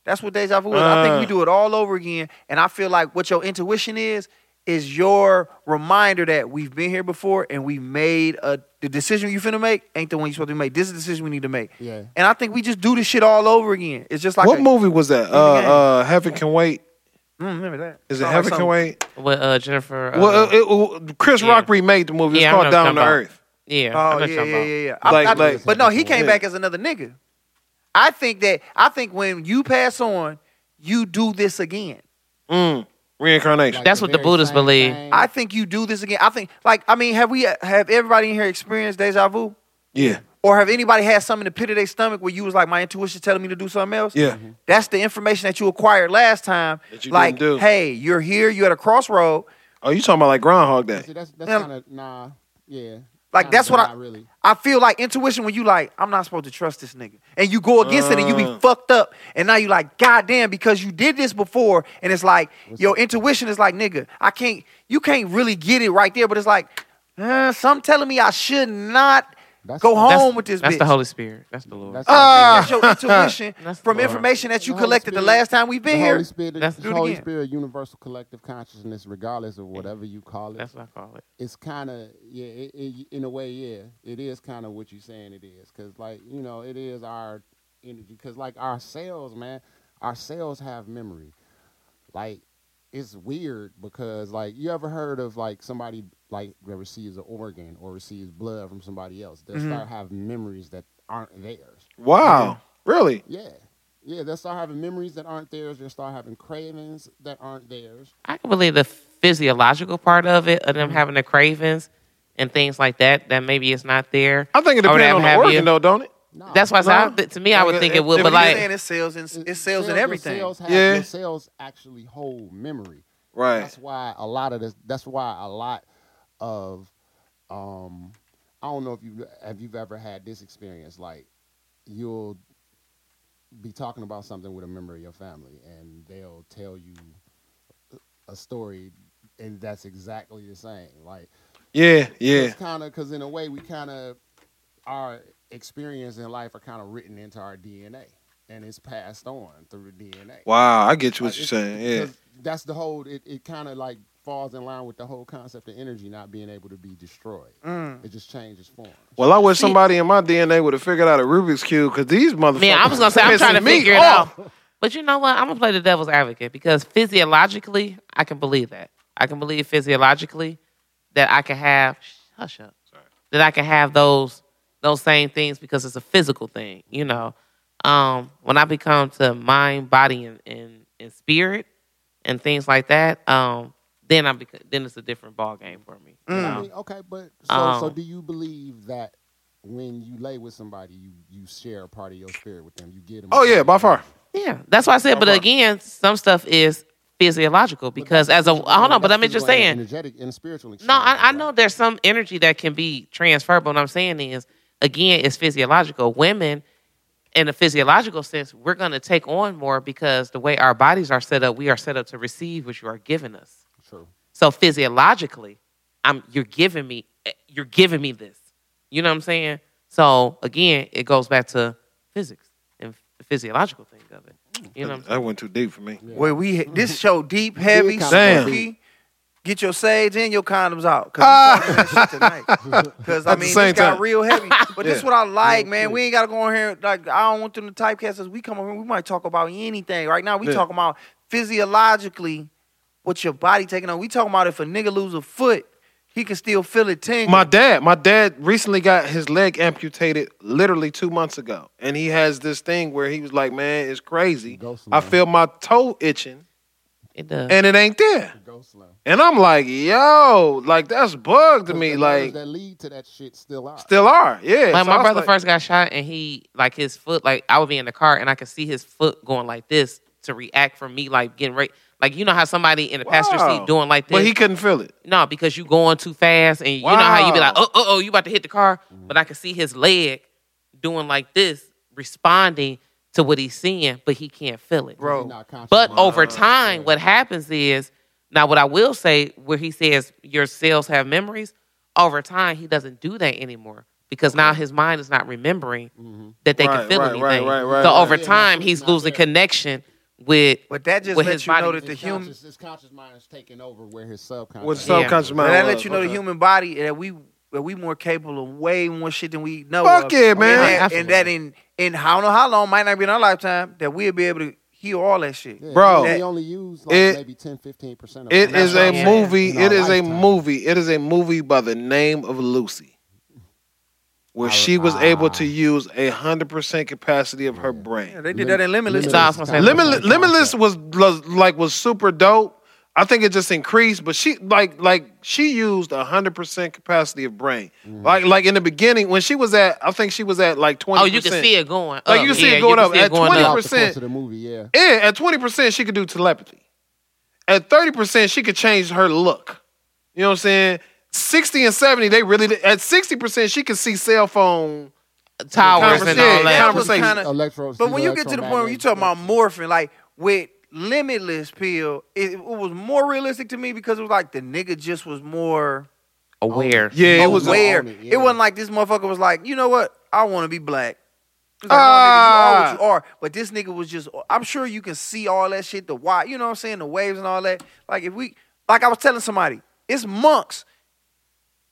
Speaker 6: That's what deja vu is. I think
Speaker 7: Uh.
Speaker 6: we do it all over again, and I feel like what your intuition is is your reminder that we've been here before and we made a the decision you finna make ain't the one you supposed to make. This is the decision we need to make.
Speaker 4: Yeah.
Speaker 6: And I think we just do this shit all over again. It's just like
Speaker 7: what
Speaker 6: a-
Speaker 7: movie was that? Uh,
Speaker 6: game.
Speaker 7: uh, Heaven Can Wait.
Speaker 6: Mm, remember that?
Speaker 7: Is it
Speaker 4: Oh,
Speaker 6: Sound like
Speaker 7: Heaven Can
Speaker 6: something-
Speaker 7: Wait?
Speaker 8: With uh, Jennifer. Uh,
Speaker 7: Well, it, it, Chris
Speaker 8: yeah.
Speaker 7: Rock remade the movie. It's
Speaker 8: Yeah, I
Speaker 7: called
Speaker 8: know what
Speaker 7: Down to
Speaker 8: you're talking
Speaker 7: Earth.
Speaker 8: yeah. I know
Speaker 6: Oh
Speaker 8: what
Speaker 6: yeah,
Speaker 8: you're
Speaker 6: yeah,
Speaker 8: talking
Speaker 6: yeah,
Speaker 8: about.
Speaker 6: yeah. I-
Speaker 7: Like-
Speaker 6: I-
Speaker 7: like-
Speaker 6: but no, he came
Speaker 7: Yeah.
Speaker 6: back as another nigga. I think that I think when you pass on, you do this again.
Speaker 7: Mm, reincarnation.
Speaker 8: That's what the
Speaker 4: very
Speaker 8: Buddhists
Speaker 4: same
Speaker 8: believe.
Speaker 4: thing.
Speaker 6: I think you do this again. I think like I mean, have we have everybody in here experienced deja vu?
Speaker 7: yeah,
Speaker 6: Or have anybody had something in the pit of their stomach where you was like, my intuition telling me to do something else?
Speaker 7: yeah.
Speaker 4: Mm-hmm.
Speaker 6: That's the information that you acquired last time.
Speaker 7: That you
Speaker 6: like,
Speaker 7: didn't do.
Speaker 6: hey, you're here, you're at a crossroad.
Speaker 7: Oh, you talking about like Groundhog Day?
Speaker 4: See, that's that's
Speaker 6: Yeah.
Speaker 4: kind of nah. Yeah.
Speaker 6: Like,
Speaker 4: Kinda,
Speaker 6: that's what
Speaker 4: not
Speaker 6: I-
Speaker 4: really.
Speaker 6: I feel like intuition when you like, I'm not supposed to trust this nigga. And you go against it and you
Speaker 7: Uh.
Speaker 4: Mm.
Speaker 6: be fucked up. And now you like, God damn, because you did this before. And it's like, your intuition is like, nigga, I can't, you can't really get it right there. But it's like, uh, some telling me I should not
Speaker 4: That's-
Speaker 6: go home
Speaker 4: that's-
Speaker 6: with this
Speaker 8: That's
Speaker 6: bitch. Ah,
Speaker 8: the Holy Spirit. That's the Lord.
Speaker 4: That's
Speaker 6: That's your intuition
Speaker 8: That's
Speaker 6: from
Speaker 8: the Lord.
Speaker 6: information that you
Speaker 4: The Holy
Speaker 6: collected the
Speaker 4: Spirit-
Speaker 6: last time we've been
Speaker 4: the
Speaker 6: here.
Speaker 4: Holy Spirit,
Speaker 8: Let's
Speaker 4: the
Speaker 6: do it
Speaker 4: Holy
Speaker 6: again.
Speaker 4: Spirit, universal collective consciousness, regardless of whatever you call it,
Speaker 8: That's what I call it.
Speaker 4: it's kind of yeah. It, it, in a way, yeah, it is kind of what you're saying. It is because, like, you know, it is our energy. Because, like, our cells, man, our cells have memory. Like, it's weird because, like, you ever heard of like somebody like that receives an organ or receives blood from somebody else? They will start having memories that aren't theirs.
Speaker 7: Wow,
Speaker 4: Mm-hmm.
Speaker 7: really?
Speaker 4: Yeah. Yeah, they'll start having memories that aren't theirs. They'll start having cravings that aren't theirs.
Speaker 8: I can believe the physiological part of it, of them having the cravings and things like that, that maybe it's not there.
Speaker 7: I think it depends
Speaker 8: Or whatever
Speaker 7: on the
Speaker 8: have
Speaker 7: organ,
Speaker 8: you.
Speaker 7: though, don't it?
Speaker 4: No.
Speaker 8: That's why I
Speaker 7: Nah.
Speaker 8: said, I th- to me, I would
Speaker 7: Like,
Speaker 8: think
Speaker 7: if-
Speaker 8: it would,
Speaker 7: if
Speaker 8: but
Speaker 7: you
Speaker 8: like,
Speaker 6: saying it sells in, it sells in
Speaker 4: your
Speaker 6: everything.
Speaker 4: Sales have,
Speaker 7: Yeah.
Speaker 4: Your sales actually hold memory.
Speaker 7: Right.
Speaker 4: That's why a lot of this. That's why a lot of, um, I don't know if you have you've ever had this experience. Like, you'll be talking about something with a member of your family, and they'll tell you a story, and that's exactly the same. Like,
Speaker 7: Yeah, yeah.
Speaker 4: it's kind of because in a way we kind of our experience in life are kind of written into our DNA, and it's passed on through DNA.
Speaker 7: Wow, I get you
Speaker 4: Like,
Speaker 7: what you're
Speaker 4: it's-
Speaker 7: saying. Yeah,
Speaker 4: 'cause That's the whole. It, it kind of like falls in line with the whole concept of energy not being able to be destroyed.
Speaker 8: Mm.
Speaker 4: It just changes form.
Speaker 7: Well, I wish somebody in my DNA would have figured out a Rubik's cube because these motherfuckers.
Speaker 8: man, I was going to say, I'm
Speaker 7: pissing
Speaker 8: trying to
Speaker 7: me
Speaker 8: figure it
Speaker 7: off.
Speaker 8: out. But you know what? I'm going to play the devil's advocate because physiologically, I can believe that. I can believe physiologically that I can have, hush up, that I can have those those same things because it's a physical thing, you know. Um, when I become to mind, body, and, and, and spirit, and things like that, um, then I bec- then it's a different ball game for me. you know?
Speaker 4: I mean, okay, but so so
Speaker 8: Mm. Um,
Speaker 4: do you believe that when you lay with somebody, you you share a part of your spirit with them? You get them.
Speaker 7: Oh yeah, by far.
Speaker 8: Yeah, that's why I said. But
Speaker 7: Okay.
Speaker 8: again, some stuff is physiological because as a hold on, but I'm just saying.
Speaker 4: Energetic and spiritual.
Speaker 8: No,
Speaker 4: exchange,
Speaker 8: I, I
Speaker 4: right?
Speaker 8: know there's some energy that can be transferable. What I'm saying is, again, it's physiological. Women, in a physiological sense, we're going to take on more because the way our bodies are set up, we are set up to receive what you are giving us.
Speaker 4: True.
Speaker 8: So physiologically, I'm you're giving me eh, you're giving me this. You know what I'm saying? So again, it goes back to physics and the physiological thing of it. You know what I'm saying?
Speaker 7: That went too deep for me.
Speaker 6: Where we this show deep, heavy,
Speaker 4: Big
Speaker 7: Damn. Ah.
Speaker 6: spooky. Get your sage and your condoms out, cause we talking that shit tonight. Cause I
Speaker 7: At the
Speaker 6: mean,
Speaker 7: same
Speaker 6: this got
Speaker 7: time.
Speaker 6: real heavy. But this
Speaker 7: Yeah.
Speaker 6: what I like, man. We ain't gotta go on here like I don't want them to typecast us. We come on here, we might talk about anything. Right now, we
Speaker 7: Yeah.
Speaker 6: talking about physiologically what your body taking on. We talking about if a nigga lose a foot, he can still feel it tingle.
Speaker 7: My dad, my dad recently got his leg amputated literally two months ago. And he has this thing where he was like, Man, it's crazy.
Speaker 4: Go slow.
Speaker 7: I feel my toe itching
Speaker 8: It does.
Speaker 7: and it ain't there.
Speaker 4: Go slow.
Speaker 7: And I'm like, yo, like that's bugged me.
Speaker 4: The
Speaker 7: Like
Speaker 4: nerves that lead to that shit still out.
Speaker 7: still are. Yeah.
Speaker 8: like
Speaker 7: So I
Speaker 8: my
Speaker 7: was
Speaker 8: brother
Speaker 7: like-
Speaker 8: first got shot and he like his foot like I would be in the car and I could see his foot going like this to react from me like getting right like you know how somebody in the passenger
Speaker 7: Wow.
Speaker 8: seat doing like this
Speaker 7: But he couldn't feel it.
Speaker 8: no because you going too fast and you know how you be like
Speaker 7: Wow.
Speaker 8: oh oh oh you about to hit the car but I could see his leg doing like this responding to what he's seeing but he can't feel it
Speaker 4: You're not conscious
Speaker 8: but
Speaker 4: of it.
Speaker 8: over time, what happens is now what I will say, where he says your cells have memories, over time he doesn't do that anymore because now his mind is not remembering
Speaker 4: Mm-hmm.
Speaker 8: that they
Speaker 7: Right,
Speaker 8: can feel
Speaker 7: right,
Speaker 8: anything.
Speaker 7: right, right, right,
Speaker 8: so
Speaker 7: right.
Speaker 8: over
Speaker 4: Yeah,
Speaker 8: time,
Speaker 4: it's
Speaker 8: he's
Speaker 4: not
Speaker 8: losing
Speaker 4: there.
Speaker 8: connection with.
Speaker 6: But that just
Speaker 8: With
Speaker 6: lets
Speaker 8: his
Speaker 6: you know
Speaker 8: body.
Speaker 6: that the
Speaker 4: His
Speaker 6: human
Speaker 4: conscious- his conscious mind is taking over where his subconscious.
Speaker 7: With
Speaker 8: Yeah.
Speaker 7: subconscious
Speaker 6: But
Speaker 7: mind.
Speaker 6: that
Speaker 7: was.
Speaker 6: lets you know
Speaker 7: Okay.
Speaker 6: the human body that we that we more capable of way more shit than we know. of.
Speaker 7: Fuck yeah, man.
Speaker 6: And that, and that in in I don't know how long might not be in our lifetime that we'll be able to heal all that shit.
Speaker 4: Yeah,
Speaker 7: Bro,
Speaker 4: we only use like
Speaker 7: it-
Speaker 4: maybe 10, 15 percent.
Speaker 7: It
Speaker 6: That's
Speaker 7: is
Speaker 6: what
Speaker 7: a
Speaker 6: I'm saying.
Speaker 7: movie.
Speaker 4: In
Speaker 7: It
Speaker 4: our
Speaker 7: is a
Speaker 4: lifetime.
Speaker 7: movie. It is a movie by the name of Lucy, where she was able to use a hundred percent capacity of her
Speaker 6: Yeah,
Speaker 7: brain.
Speaker 6: they did that in Limitless.
Speaker 8: Limitless.
Speaker 6: too.
Speaker 8: was gonna say
Speaker 7: Limitless, Limitless was was, like was super dope. I think it just increased, but she like like she used a hundred percent capacity of brain.
Speaker 6: Mm.
Speaker 7: Like like in the beginning when she was at, I think she was at like twenty.
Speaker 8: Oh, you can see it going. Up.
Speaker 7: Like, you can see it
Speaker 8: Yeah,
Speaker 7: going
Speaker 8: can
Speaker 7: up.
Speaker 8: see it
Speaker 7: At
Speaker 8: going up.
Speaker 7: 20%.
Speaker 4: Throughout the course of the movie, yeah.
Speaker 7: Yeah, at twenty percent she could do telepathy. At thirty percent she could change her look. You know what I'm saying? Sixty and seventy, they really at sixty percent she could see cell phone.
Speaker 8: towers and
Speaker 7: Yeah,
Speaker 8: all that.
Speaker 6: that was
Speaker 7: Conversation.
Speaker 6: kinda-
Speaker 4: Electro-
Speaker 6: But when you get to the point where you
Speaker 4: electromagnetic-
Speaker 6: talk about morphing, like with Limitless pill, it, it was more realistic to me because it was like the nigga just was more
Speaker 8: Aware.
Speaker 7: Yeah, it was.
Speaker 4: Aware.
Speaker 6: aware.
Speaker 4: on
Speaker 6: It,
Speaker 4: it, yeah.
Speaker 6: wasn't like this motherfucker was like, you know what? I want to be black. It's Like,
Speaker 7: Ah.
Speaker 6: no, nigga, you are what you are. But this nigga was just. I'm sure you can see all that shit. The why, you know what I'm saying? The waves and all that. Like if we, like I was telling somebody, it's monks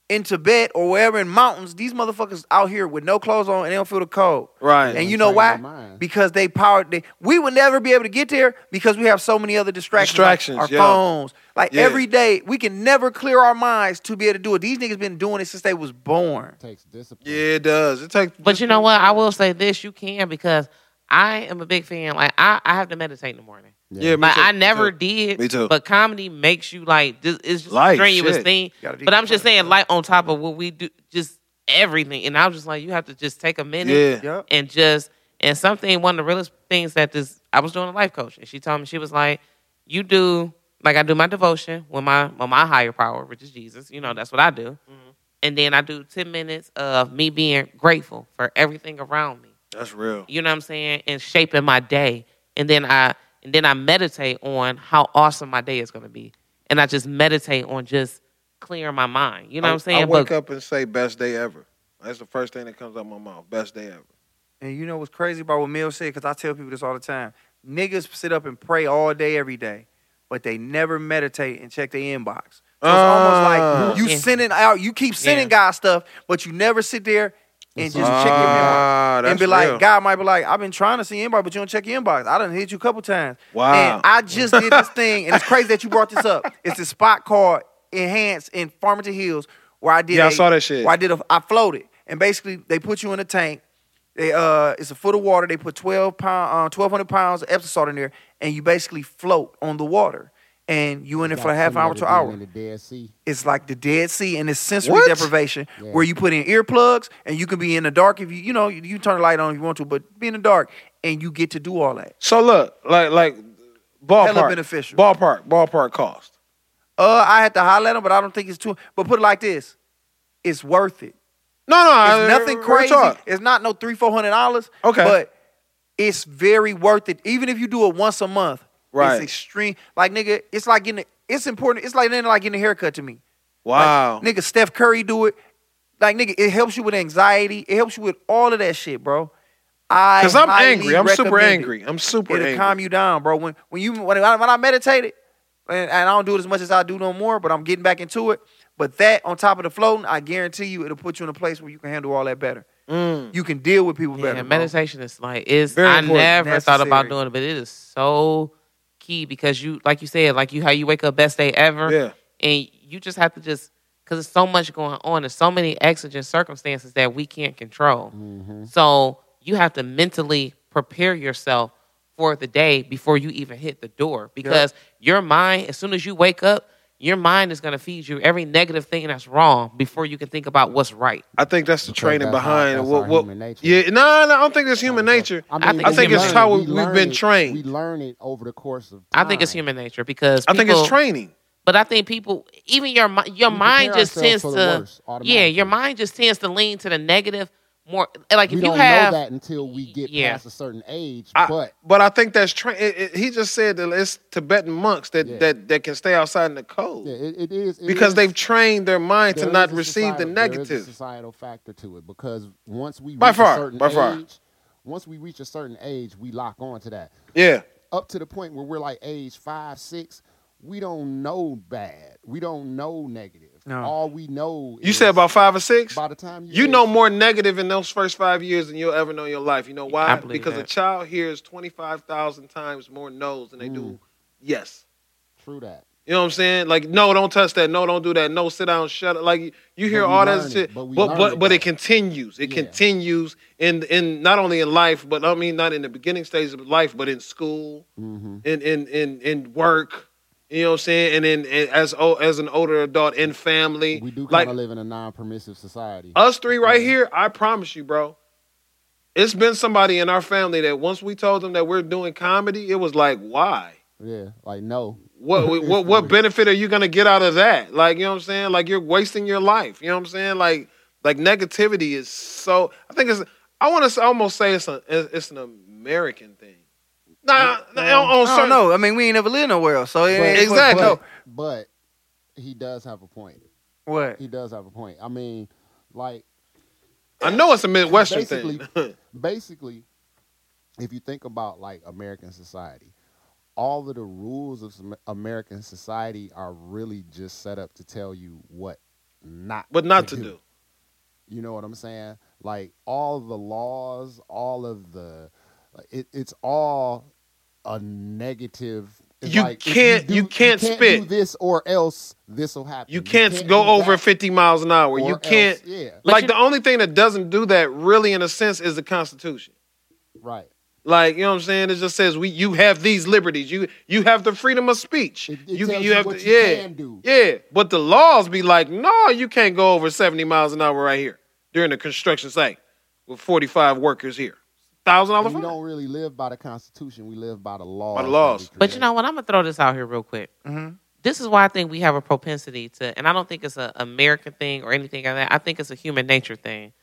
Speaker 6: in Tibet or wherever in mountains. These motherfuckers out here with no clothes on and they don't feel the cold.
Speaker 7: Right.
Speaker 6: And
Speaker 4: they
Speaker 6: you know
Speaker 4: train
Speaker 6: why?
Speaker 4: their mind.
Speaker 6: Because they powered. They, we would never be able to get there because we have so many other distractions. like
Speaker 7: Distractions,
Speaker 6: our
Speaker 7: yeah.
Speaker 6: phones. Like
Speaker 7: Yeah.
Speaker 6: every day, we can never clear our minds to be able to do it. These niggas been doing it since they was born.
Speaker 4: takes discipline.
Speaker 7: yeah, it does. It takes.
Speaker 8: But you know what? I will say this: you can because I am a big fan. Like I, I have to meditate in the morning.
Speaker 7: Yeah, me
Speaker 8: Like
Speaker 7: too,
Speaker 8: I
Speaker 7: me
Speaker 8: never
Speaker 7: too.
Speaker 8: did.
Speaker 7: Me too.
Speaker 8: But comedy makes you like this it's just
Speaker 7: Life,
Speaker 8: a strenuous
Speaker 7: shit.
Speaker 8: thing.
Speaker 6: Gotta
Speaker 8: But I'm
Speaker 6: decompress,
Speaker 8: just saying, like on top of what we do, just everything. And I was just like, you have to just take a minute
Speaker 7: Yeah.
Speaker 6: Yep.
Speaker 8: and just and something one of the realest things that this I was doing a life coach and she told me she was like, You do like I do my devotion with my with my higher power, which is Jesus, you know, that's what I do.
Speaker 7: Mm-hmm.
Speaker 8: And then I do ten minutes of me being grateful for everything around me
Speaker 7: That's real.
Speaker 8: you know what I'm saying, and shaping my day. And then I and then I meditate on how awesome my day is gonna be. And I just meditate on just clearing my mind. You know what I'm saying?
Speaker 7: I wake
Speaker 8: But
Speaker 7: up and say best day ever. That's the first thing that comes out my mouth. Best day ever.
Speaker 6: And you know what's crazy about what Mill said? Because I tell people this all the time. Niggas sit up and pray all day, every day, but they never meditate and check their inbox. So it's
Speaker 7: Ah.
Speaker 6: almost like you
Speaker 8: Yeah.
Speaker 6: sending out, you keep sending God stuff, but you never sit there and just check your inbox.
Speaker 7: Ah,
Speaker 6: and
Speaker 7: that's
Speaker 6: be like,
Speaker 7: real.
Speaker 6: God might be like, I've been trying to see your inbox, but you don't check your inbox. I done hit you a couple times.
Speaker 7: Wow.
Speaker 6: And I just did this thing, and it's crazy that you brought this up. It's this spot called Enhance in Farmington Hills where I did.
Speaker 7: Yeah, I
Speaker 6: a-
Speaker 7: saw that shit.
Speaker 6: Where I did a, I floated, and basically they put you in a tank. They uh, it's a foot of water. They put twelve pound, uh, twelve hundred pounds of Epsom salt in there, and you basically float on the water, and you in it
Speaker 4: Got
Speaker 6: for a half
Speaker 4: similar
Speaker 6: hour
Speaker 4: to
Speaker 6: to an
Speaker 4: being
Speaker 6: hour
Speaker 4: In the Dead Sea.
Speaker 6: it's like the Dead Sea and it's sensory
Speaker 7: What?
Speaker 6: deprivation
Speaker 4: Yeah.
Speaker 6: where you put in earplugs and you can be in the dark if you you know you, you turn the light on if you want to, but be in the dark and you get to do all that.
Speaker 7: So look, like like ballpark.
Speaker 6: beneficial.
Speaker 7: Ballpark. Ballpark cost.
Speaker 6: Uh, I had to holler at him, but I don't think it's too. But put it like this, it's worth it.
Speaker 7: No, no,
Speaker 6: It's
Speaker 7: I,
Speaker 6: nothing
Speaker 7: real
Speaker 6: crazy.
Speaker 7: talk.
Speaker 6: It's not no three four hundred dollars.
Speaker 7: Okay.
Speaker 6: but it's very worth it. Even if you do it once a month,
Speaker 7: Right.
Speaker 6: It's extreme. Like nigga, it's like getting. A, it's important. It's like like getting a haircut to me.
Speaker 7: Wow.
Speaker 6: Like, nigga, Steph Curry do it. Like, nigga, it helps you with anxiety. It helps you with all of that shit, bro. I
Speaker 7: Because I'm
Speaker 6: highly
Speaker 7: angry. I'm super
Speaker 6: recommend it.
Speaker 7: angry. I'm super
Speaker 6: It'll
Speaker 7: angry.
Speaker 6: calm you down, bro. When when you when I, when I meditated, and, and I don't do it as much as I do no more, but I'm getting back into it. But that on top of the floating, I guarantee you, it'll put you in a place where you can handle all that better.
Speaker 7: Mm.
Speaker 6: You can deal with people
Speaker 8: yeah,
Speaker 6: better. bro.
Speaker 8: meditation is like it's
Speaker 7: Very
Speaker 8: I
Speaker 7: important.
Speaker 8: never thought about
Speaker 6: Necessary.
Speaker 8: doing it, but it is so key because you, like you said, like you how you wake up best day ever,
Speaker 7: Yeah.
Speaker 8: and you just have to just because there's so much going on, there's so many exigent circumstances that we can't control.
Speaker 4: Mm-hmm.
Speaker 8: So you have to mentally prepare yourself for the day before you even hit the door because your mind, as soon as you wake up, your mind is going to feed you every negative thing that's wrong before you can think about what's right.
Speaker 7: I think that's the
Speaker 4: Because
Speaker 7: training
Speaker 4: that's
Speaker 7: behind
Speaker 4: our- that's
Speaker 7: what,
Speaker 4: our
Speaker 7: what
Speaker 4: human nature.
Speaker 7: Yeah, no, no, I don't think that's human nature.
Speaker 8: I think
Speaker 7: I think it's
Speaker 8: human
Speaker 7: how
Speaker 4: learn
Speaker 7: we,
Speaker 4: it.
Speaker 7: we've
Speaker 4: learn
Speaker 7: been
Speaker 4: it.
Speaker 7: trained.
Speaker 4: We learn it over the course of
Speaker 8: I think it's
Speaker 4: time.
Speaker 8: human nature because
Speaker 7: I think it's
Speaker 8: people-
Speaker 7: training.
Speaker 8: But I think people, even your mi- your
Speaker 4: We
Speaker 8: mind
Speaker 4: prepare
Speaker 8: just tends
Speaker 4: ourselves
Speaker 8: to
Speaker 4: for the worst
Speaker 8: yeah, your
Speaker 4: automatically.
Speaker 8: mind just tends to lean to the negative more. Like
Speaker 4: We
Speaker 8: if you
Speaker 4: don't
Speaker 8: have
Speaker 4: know that until we get
Speaker 8: Yeah.
Speaker 4: past a certain age,
Speaker 7: I-
Speaker 4: but
Speaker 7: But I think that's tra- it, it- He just said that it's Tibetan monks that
Speaker 4: Yeah.
Speaker 7: that, that can stay outside in the cold
Speaker 4: yeah, it, it is it
Speaker 7: because
Speaker 4: is-
Speaker 7: they've trained their mind
Speaker 4: there
Speaker 7: to not
Speaker 4: is a
Speaker 7: receive the
Speaker 4: societal- there is a
Speaker 7: negative.
Speaker 4: societal factor to it because once we
Speaker 7: By
Speaker 4: reach
Speaker 7: far,
Speaker 4: a certain
Speaker 7: by far.
Speaker 4: age, once we reach a certain age, we lock on to that.
Speaker 7: Yeah,
Speaker 4: Up to the point where we're like age five, six, we don't know bad. We don't know negative.
Speaker 6: No.
Speaker 4: All we know.
Speaker 7: you
Speaker 4: is
Speaker 7: said about five or six.
Speaker 4: by the time you
Speaker 7: You know
Speaker 4: age-
Speaker 7: more negative in those first five years than you'll ever know in your life. You know why?
Speaker 8: I believe
Speaker 7: because a
Speaker 8: that.
Speaker 7: child hears twenty five thousand times more no's than they
Speaker 4: Mm.
Speaker 7: do yes.
Speaker 4: True that.
Speaker 7: You know what I'm saying? Like, no, don't touch that. No, don't do that. No, sit down, shut up. Like, you hear
Speaker 4: But we
Speaker 7: all that
Speaker 4: learn it. But
Speaker 7: shit, but
Speaker 4: we
Speaker 7: but
Speaker 4: learn
Speaker 7: but,
Speaker 4: it,
Speaker 7: it,
Speaker 4: though.
Speaker 7: continues. It
Speaker 4: Yeah.
Speaker 7: continues in in not only in life, but I mean not in the beginning stages of life, but in school,
Speaker 4: Mhm.
Speaker 7: in in in in work. You know what I'm saying? And then and as o- as an older adult in family,
Speaker 4: We do kind
Speaker 7: like Uh,
Speaker 4: of live in a non-permissive society.
Speaker 7: us three right here. I promise you, bro. It's been somebody in our family that once we told them that we're doing comedy, it was like, why?
Speaker 4: yeah, like no.
Speaker 7: what what what benefit are you gonna get out of that? Like you know what I'm saying? Like you're wasting your life. You know what I'm saying? Like like negativity is so. I think it's. I want to almost say it's a it's it's an American thing.
Speaker 4: um,
Speaker 7: Nah, nah, on, on
Speaker 6: I don't
Speaker 7: certain.
Speaker 6: know. I mean, we ain't never lived nowhere else, so it
Speaker 4: But-
Speaker 6: ain't
Speaker 7: Exactly.
Speaker 6: What,
Speaker 4: But, but he does have a point.
Speaker 6: what?
Speaker 4: He does have a point. I mean, like
Speaker 7: I know it's a Midwestern
Speaker 4: Basically-
Speaker 7: thing.
Speaker 4: basically, if you think about like American society, all of the rules of some- American society are really just set up to tell you what not
Speaker 7: but not to do.
Speaker 4: You know what I'm saying? Like all the laws, all of the, it, it's all a negative. it's
Speaker 7: You
Speaker 4: like, if
Speaker 7: can't- you can't
Speaker 4: do
Speaker 7: spit.
Speaker 4: this or else this will happen.
Speaker 7: You can't,
Speaker 4: do
Speaker 7: go over
Speaker 4: that
Speaker 7: 50 miles an hour.
Speaker 4: or
Speaker 7: You
Speaker 4: else-
Speaker 7: can't.
Speaker 4: yeah,
Speaker 8: But
Speaker 7: Like
Speaker 8: you-
Speaker 7: the only thing that doesn't do that really, in a sense, is the Constitution.
Speaker 4: right.
Speaker 7: Like you know what I'm saying? It just says we you have these liberties. You you have the freedom of speech.
Speaker 4: It, it tells you, what you can do.
Speaker 7: Yeah, but the laws be like, no, you can't go over 70 miles an hour right here during a construction site with 45 workers here. Thousand dollar
Speaker 4: And we
Speaker 7: fine.
Speaker 4: don't really live by the Constitution. We live by the laws. that
Speaker 7: laws.
Speaker 4: we
Speaker 8: But
Speaker 4: create.
Speaker 8: you know what? I'm gonna throw this out here real quick.
Speaker 4: Mm-hmm.
Speaker 8: This is why I think we have a propensity to, and I don't think it's an American thing or anything like that. I think it's a human nature thing.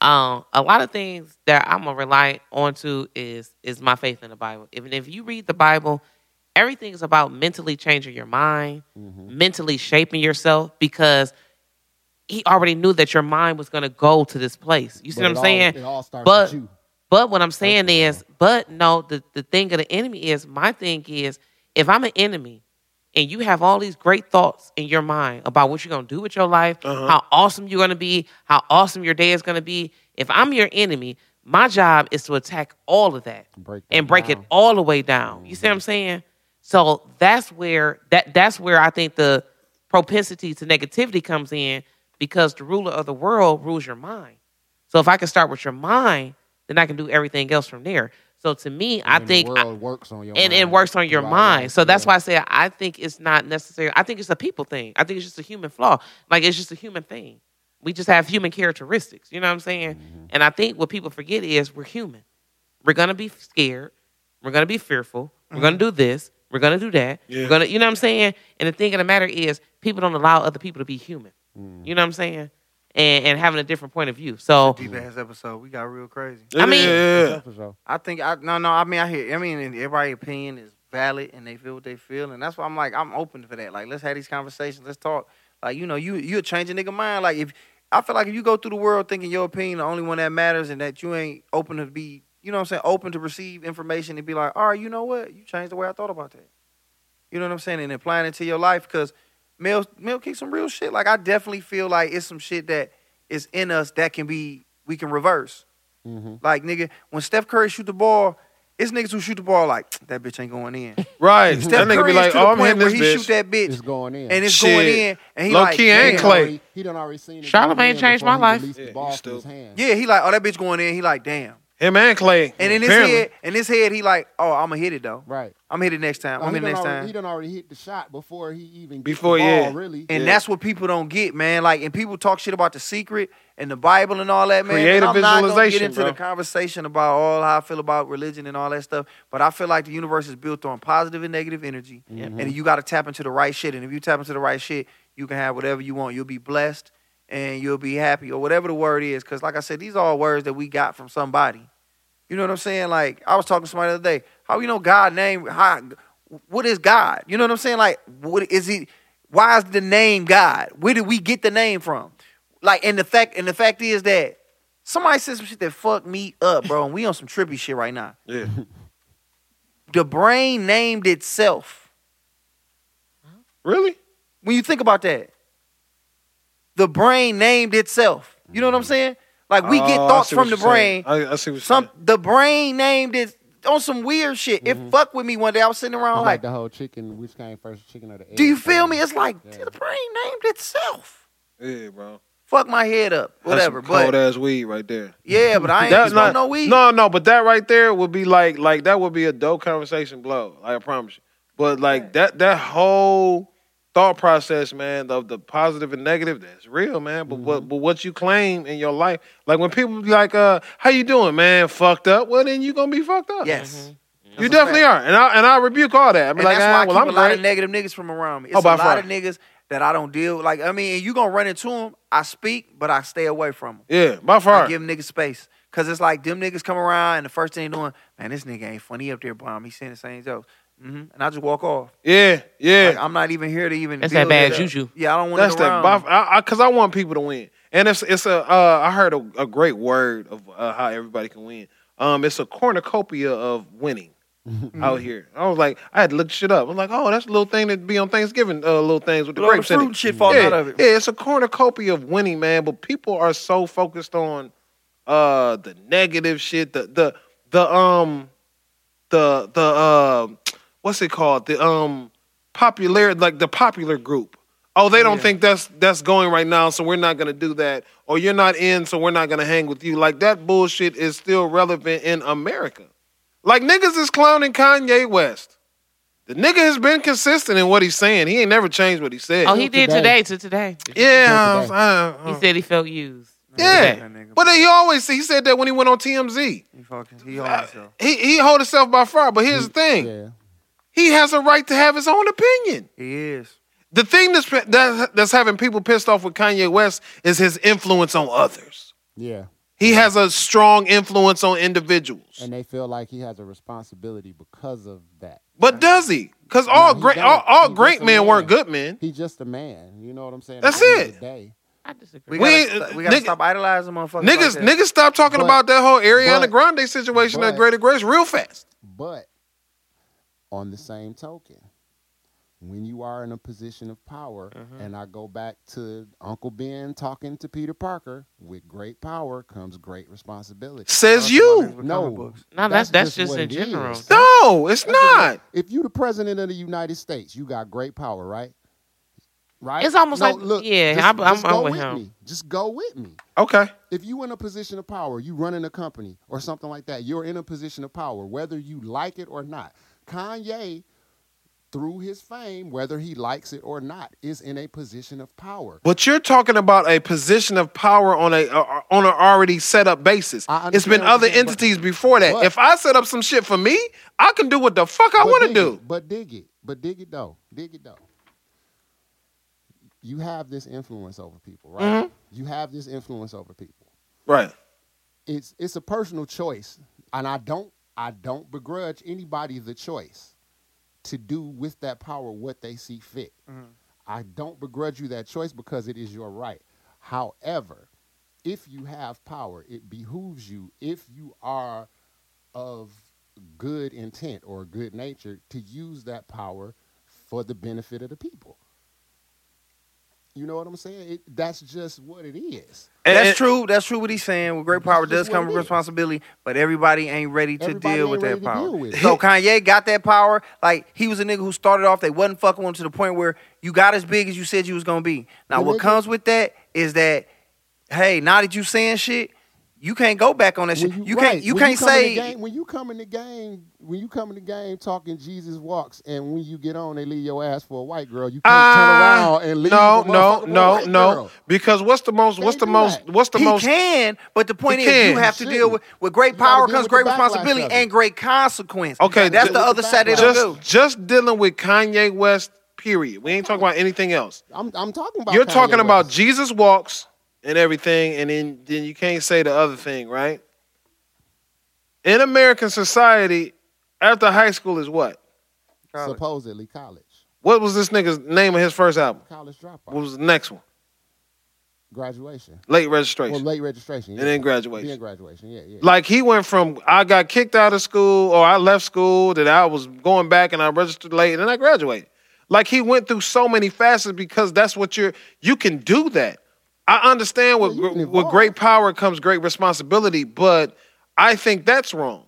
Speaker 8: Um, a lot of things that I'm gonna rely on to is is my faith in the Bible. Even if you read the Bible, everything is about mentally changing your mind,
Speaker 4: Mm-hmm.
Speaker 8: mentally shaping yourself because he already knew that your mind was gonna go to this place. You see
Speaker 4: But
Speaker 8: what I'm
Speaker 4: it all-
Speaker 8: saying?
Speaker 4: It all starts
Speaker 8: But-
Speaker 4: with you.
Speaker 8: But what I'm saying is, but no, the, the thing of the enemy is, my thing is, if I'm an enemy and you have all these great thoughts in your mind about what you're going to do with your life, how awesome you're going to be, how awesome your day is going to be, if I'm your enemy, my job is to attack all of that
Speaker 4: Break that
Speaker 8: and break it
Speaker 4: down.
Speaker 8: all the way down. You see what I'm saying? So that's where that that's where I think the propensity to negativity comes in because the ruler of the world rules your mind. So if I can start with your mind, then I can do everything else from there. So to me, I
Speaker 4: And the
Speaker 8: think I-
Speaker 4: world works on your mind
Speaker 8: and it works on your
Speaker 4: throughout
Speaker 8: mind.
Speaker 4: life.
Speaker 8: So that's
Speaker 4: Yeah.
Speaker 8: why I say I think it's not necessary. I think it's a people thing. I think it's just a human flaw. Like it's just a human thing. We just have human characteristics. You know what I'm saying?
Speaker 4: Mm-hmm.
Speaker 8: And I think what people forget is we're human. We're gonna be scared. We're gonna be fearful. We're gonna do this. We're gonna do that. We're gonna, you know what I'm saying? And the thing of the matter is, people don't allow other people to be human.
Speaker 4: Mm-hmm.
Speaker 8: You know what I'm saying? And and having a different point of view. So
Speaker 6: Deep ass episode. We got real crazy.
Speaker 8: I mean-
Speaker 7: yeah, yeah.
Speaker 4: For sure.
Speaker 6: I think I no no. I mean I hear. I mean and everybody's opinion is valid and they feel what they feel and that's why I'm like I'm open for that. Like let's have these conversations. Let's talk. Like you know you you a change a nigga mind. Like if I feel like if you go through the world thinking your opinion the only one that matters and that you ain't open to be you know what I'm saying open to receive information and be like all right you know what you changed the way I thought about that. You know what I'm saying and applying it to your life because Mel Mel kicked some real shit. Like I definitely feel like it's some shit that is in us that can be we can reverse.
Speaker 4: Mhm.
Speaker 6: Like nigga, when Steph Curry shoot the ball, It's niggas who shoot the ball like that bitch ain't going in.
Speaker 7: Right. That
Speaker 6: Steph
Speaker 7: nigga
Speaker 6: Curry
Speaker 7: be
Speaker 6: is
Speaker 7: like,
Speaker 6: to the
Speaker 7: oh, I'm
Speaker 6: point
Speaker 7: hitting
Speaker 6: where
Speaker 7: this
Speaker 6: he
Speaker 7: bitch.
Speaker 6: shoot that bitch
Speaker 4: It's going in.
Speaker 6: and it's
Speaker 7: Shit.
Speaker 6: going in, and he
Speaker 7: Low
Speaker 6: like,
Speaker 7: key and
Speaker 6: damn.
Speaker 4: He done
Speaker 7: Clay.
Speaker 4: already- He done already seen it.
Speaker 8: Charlamagne
Speaker 4: going in
Speaker 8: changed
Speaker 4: before
Speaker 8: my
Speaker 4: he
Speaker 8: life.
Speaker 4: released the
Speaker 7: Yeah,
Speaker 4: ball
Speaker 7: you
Speaker 4: from his
Speaker 7: stupid.
Speaker 4: hand.
Speaker 6: Yeah, he like, oh that bitch going in. He like, damn.
Speaker 7: Him and Clay.
Speaker 6: And in his
Speaker 7: apparently.
Speaker 6: head, in his head, he like, oh, I'm gonna hit it though.
Speaker 4: Right.
Speaker 6: I'm gonna hit it next time.
Speaker 4: Now,
Speaker 6: I'm
Speaker 4: he
Speaker 6: gonna
Speaker 4: done
Speaker 6: hit it next
Speaker 4: already-
Speaker 8: uh,
Speaker 6: time.
Speaker 4: He done already hit the shot before he even get
Speaker 7: Before,
Speaker 4: the ball,
Speaker 7: yeah.
Speaker 4: really.
Speaker 6: And
Speaker 7: Yeah.
Speaker 6: that's what people don't get, man. Like, and people talk shit about the secret and the Bible and all that, man.
Speaker 7: Create
Speaker 6: And
Speaker 7: a
Speaker 6: I'm not gonna get
Speaker 7: visualization,
Speaker 6: into the
Speaker 7: bro.
Speaker 6: conversation about all how I feel about religion and all that stuff. But I feel like the universe is built on positive and negative energy,
Speaker 7: Mm-hmm.
Speaker 6: and you got to tap into the right shit. And if you tap into the right shit, you can have whatever you want. You'll be blessed and you'll be happy, or whatever the word is. Because, like I said, these are all words that we got from somebody. You know what I'm saying? Like, I was talking to somebody the other day. How you know God name? How, what is God? You know what I'm saying? Like, what is he? Why is the name God? Where did we get the name from? Like, and the fact and the fact is that somebody said some shit that fucked me up, bro. And we on some trippy shit right now.
Speaker 7: Yeah.
Speaker 6: The brain named itself.
Speaker 7: Really?
Speaker 6: When you think about that, the brain named itself. You know what I'm saying? Like we get
Speaker 7: Oh, I
Speaker 6: thoughts
Speaker 7: see what
Speaker 6: from the
Speaker 7: you're saying.
Speaker 6: brain.
Speaker 7: I, I see what you're
Speaker 6: Some
Speaker 7: saying.
Speaker 6: the brain named it on some weird shit.
Speaker 7: Mm-hmm.
Speaker 6: It fucked with me one day. I was sitting
Speaker 4: It's
Speaker 7: Oh
Speaker 6: around
Speaker 4: like
Speaker 6: like,
Speaker 4: the whole chicken, which came first, chicken or the egg?
Speaker 6: do you feel
Speaker 4: thing.
Speaker 6: me? It's like
Speaker 4: Yeah.
Speaker 6: the brain named itself.
Speaker 7: Yeah, bro.
Speaker 6: Fuck my head up, whatever.
Speaker 7: That's some cold
Speaker 6: But
Speaker 7: ass weed right there.
Speaker 6: yeah, but I ain't
Speaker 7: That's
Speaker 6: smoking
Speaker 7: not
Speaker 6: no weed.
Speaker 7: No, no, but that right there would be like like that would be a dope conversation blow. Like, I promise you. But like that that whole thought process, man, of the positive and negative, that's real, man. But
Speaker 6: Mm-hmm.
Speaker 7: what but what you claim in your life, like when people be like, uh, how you doing, man? Fucked up. Well then you gonna be fucked up.
Speaker 6: Yes.
Speaker 7: You
Speaker 6: That's a
Speaker 7: definitely are. And I and I rebuke all that. I be
Speaker 6: And
Speaker 7: like,
Speaker 6: that's
Speaker 7: ah,
Speaker 6: why I
Speaker 7: well,
Speaker 6: keep
Speaker 7: I'm
Speaker 6: a lot
Speaker 7: great.
Speaker 6: of negative niggas from around me. It's
Speaker 7: Oh,
Speaker 6: a
Speaker 7: by
Speaker 6: lot
Speaker 7: far.
Speaker 6: of niggas that I don't deal with. Like, I mean, you gonna run into them. I speak, but I stay away from them.
Speaker 7: yeah, by
Speaker 6: I
Speaker 7: far.
Speaker 6: give niggas space. Cause it's like them niggas come around and the first thing they doing, man, this nigga ain't funny up there, bomb. He's saying the same jokes. hmm And I just walk off.
Speaker 7: yeah, yeah.
Speaker 6: Like, I'm not even here to even.
Speaker 8: That's that
Speaker 6: build it
Speaker 8: bad
Speaker 6: up.
Speaker 8: juju.
Speaker 6: Yeah, I don't want
Speaker 7: That's
Speaker 6: to
Speaker 7: the
Speaker 6: around.
Speaker 7: buff. I, I, Cause I want people to win, and it's it's a. Uh, I heard a, a great word of uh, how everybody can win. Um, it's a cornucopia of winning out here. I was like, I had to look shit up. I'm like, oh, that's a little thing that be on Thanksgiving. Uh, little things with the
Speaker 6: With all the
Speaker 7: grapes in
Speaker 6: fruit
Speaker 7: it.
Speaker 6: and shit falling
Speaker 7: yeah,
Speaker 6: out of it.
Speaker 7: Yeah, it's a cornucopia of winning, man. But people are so focused on uh the negative shit, the the the um the the uh what's it called? The um popular like the popular group. Oh, they don't think that's that's going right now, so we're not gonna do that. Or you're not in, so we're not gonna hang with you. Like that bullshit is still relevant in America. Like niggas is clowning Kanye West. The nigga has been consistent in what he's saying. He ain't never changed what he said.
Speaker 8: Oh, he did
Speaker 4: Today.
Speaker 8: today to today.
Speaker 7: yeah, I
Speaker 4: Not
Speaker 7: was-
Speaker 4: today.
Speaker 7: I- I-
Speaker 4: uh,
Speaker 8: He said he felt used.
Speaker 7: yeah. But he always he said that when he went on TMZ.
Speaker 6: He fucking. He on himself.
Speaker 7: Uh, He he hold himself by far. But here's the thing:
Speaker 4: Yeah.
Speaker 7: he has a right to have his own opinion.
Speaker 6: He is.
Speaker 7: The thing that's that, that's having people pissed off with Kanye West is his influence on others.
Speaker 4: Yeah.
Speaker 7: He has a strong influence on individuals,
Speaker 4: And they feel like he has a responsibility because of that.
Speaker 7: but does he? Because all
Speaker 4: No, he
Speaker 7: great
Speaker 4: don't.
Speaker 7: all, all
Speaker 4: He's
Speaker 7: great
Speaker 4: just a
Speaker 7: men
Speaker 4: man.
Speaker 7: weren't good men.
Speaker 4: He's just a man. You know what I'm saying?
Speaker 7: That's
Speaker 4: At the end of
Speaker 7: it.
Speaker 4: the day.
Speaker 8: I
Speaker 6: We
Speaker 8: disagree.
Speaker 7: We-
Speaker 6: gotta, st- we gotta
Speaker 7: nigga-
Speaker 6: stop idolizing motherfuckers. like
Speaker 7: Niggas
Speaker 6: that.
Speaker 7: niggas stop talking
Speaker 4: But-
Speaker 7: about that whole Ariana
Speaker 4: but-
Speaker 7: Grande situation
Speaker 4: but-
Speaker 7: at Greater Grace real fast.
Speaker 4: But on the same token, when you are in a position of power,
Speaker 6: Mm-hmm.
Speaker 4: and I go back to Uncle Ben talking to Peter Parker, with great power comes great responsibility.
Speaker 7: Says
Speaker 6: Motherfuckers
Speaker 7: you.
Speaker 6: with
Speaker 4: No.
Speaker 6: comic books.
Speaker 8: No, that's
Speaker 4: just
Speaker 8: that's just,
Speaker 4: what
Speaker 8: in
Speaker 4: it
Speaker 8: general.
Speaker 4: is.
Speaker 7: No, it's not.
Speaker 4: If you the president of the United States, you got great power, right? Right.
Speaker 8: It's almost like- yeah, I'm- I'm-
Speaker 4: just
Speaker 8: I'm
Speaker 4: go
Speaker 8: with him.
Speaker 4: me. Just go with me.
Speaker 7: Okay.
Speaker 4: if you in a position of power, you running a company or something like that, you're in a position of power, whether you like it or not. Kanye, through his fame, whether he likes it or not, is in a position of power.
Speaker 7: But you're talking about a position of power on a uh, on an already set up basis.
Speaker 4: I
Speaker 7: It's been
Speaker 4: understand what
Speaker 7: other
Speaker 4: you're saying, but-
Speaker 7: entities before that.
Speaker 4: but-
Speaker 7: if I set up some shit for me, I can do what the fuck I
Speaker 4: But
Speaker 7: want to
Speaker 4: dig
Speaker 7: do.
Speaker 4: It, but dig it. But dig it though. Dig it though. You have this influence over people,
Speaker 7: Mm-hmm.
Speaker 4: right? You have this influence over people.
Speaker 7: Right.
Speaker 4: it's it's a personal choice and i don't i don't begrudge anybody the choice to do with that power what they see fit i don't begrudge you that choice because it is your right however if you have power it behooves you if you are of good intent or good nature to use that power for the benefit of the people You know what I'm saying? It, that's just what it is.
Speaker 6: That's
Speaker 7: and-
Speaker 6: true. That's true. What he's saying. With great power
Speaker 4: That's
Speaker 6: does
Speaker 4: just
Speaker 6: come
Speaker 4: what it is.
Speaker 6: responsibility, but everybody ain't ready to
Speaker 4: Everybody
Speaker 6: deal
Speaker 4: ain't
Speaker 6: with
Speaker 4: ready
Speaker 6: that
Speaker 4: to
Speaker 6: power.
Speaker 4: deal with it.
Speaker 6: So Kanye got that power. Like he was a nigga who started off. They wasn't fucking with him to the point where you got as big as you said you was gonna be. Now
Speaker 4: The
Speaker 6: what
Speaker 4: nigga-
Speaker 6: comes with that is that, hey, now that you saying shit, you can't go back on that shit.
Speaker 4: When
Speaker 6: You,
Speaker 4: right,
Speaker 6: can't. You
Speaker 4: when
Speaker 6: can't
Speaker 4: come in the
Speaker 6: say.
Speaker 4: game, when you come in the game, when you come in the game talking Jesus walks, and when you get on, they leave your ass for a white girl. You can't
Speaker 7: Ah,
Speaker 4: turn around and leave.
Speaker 7: no,
Speaker 4: the
Speaker 7: no,
Speaker 4: motherfucker for a
Speaker 7: no,
Speaker 4: white
Speaker 7: no.
Speaker 4: girl.
Speaker 7: Because what's the most? What's
Speaker 4: Can't
Speaker 7: the
Speaker 4: do
Speaker 7: most?
Speaker 4: that.
Speaker 7: What's the
Speaker 6: He
Speaker 7: most?
Speaker 6: can, but the point
Speaker 7: He
Speaker 6: is, you
Speaker 7: can.
Speaker 6: have to
Speaker 4: Shouldn't.
Speaker 6: deal with with great
Speaker 4: You gotta
Speaker 6: power
Speaker 4: deal
Speaker 6: comes
Speaker 4: with
Speaker 6: great
Speaker 4: the backlash
Speaker 6: responsibility
Speaker 4: of it.
Speaker 6: and great consequence.
Speaker 7: Okay,
Speaker 6: that's
Speaker 7: ju-
Speaker 6: the other side of
Speaker 4: Just-
Speaker 6: the
Speaker 7: Just, just dealing with Kanye West. Period. We ain't talking about anything else.
Speaker 4: I'm, I'm talking about.
Speaker 7: You're
Speaker 4: Kanye
Speaker 7: talking about
Speaker 4: West.
Speaker 7: Jesus walks and everything, and then then you can't say the other thing, right? In American society, after high school is what?
Speaker 4: supposedly college,
Speaker 7: What was this nigga's name of his first album?
Speaker 4: college dropout,
Speaker 7: What was the next one?
Speaker 4: graduation,
Speaker 7: Late registration.
Speaker 4: well, late registration,
Speaker 7: And then graduation.
Speaker 4: then graduation, yeah, yeah.
Speaker 7: Like he went from I got kicked out of school or I left school that I was going back and I registered late and I graduated. Like he went through so many facets because that's what you're you can do that. I understand with
Speaker 4: Well, you can
Speaker 7: with great power comes great responsibility, but I think that's wrong.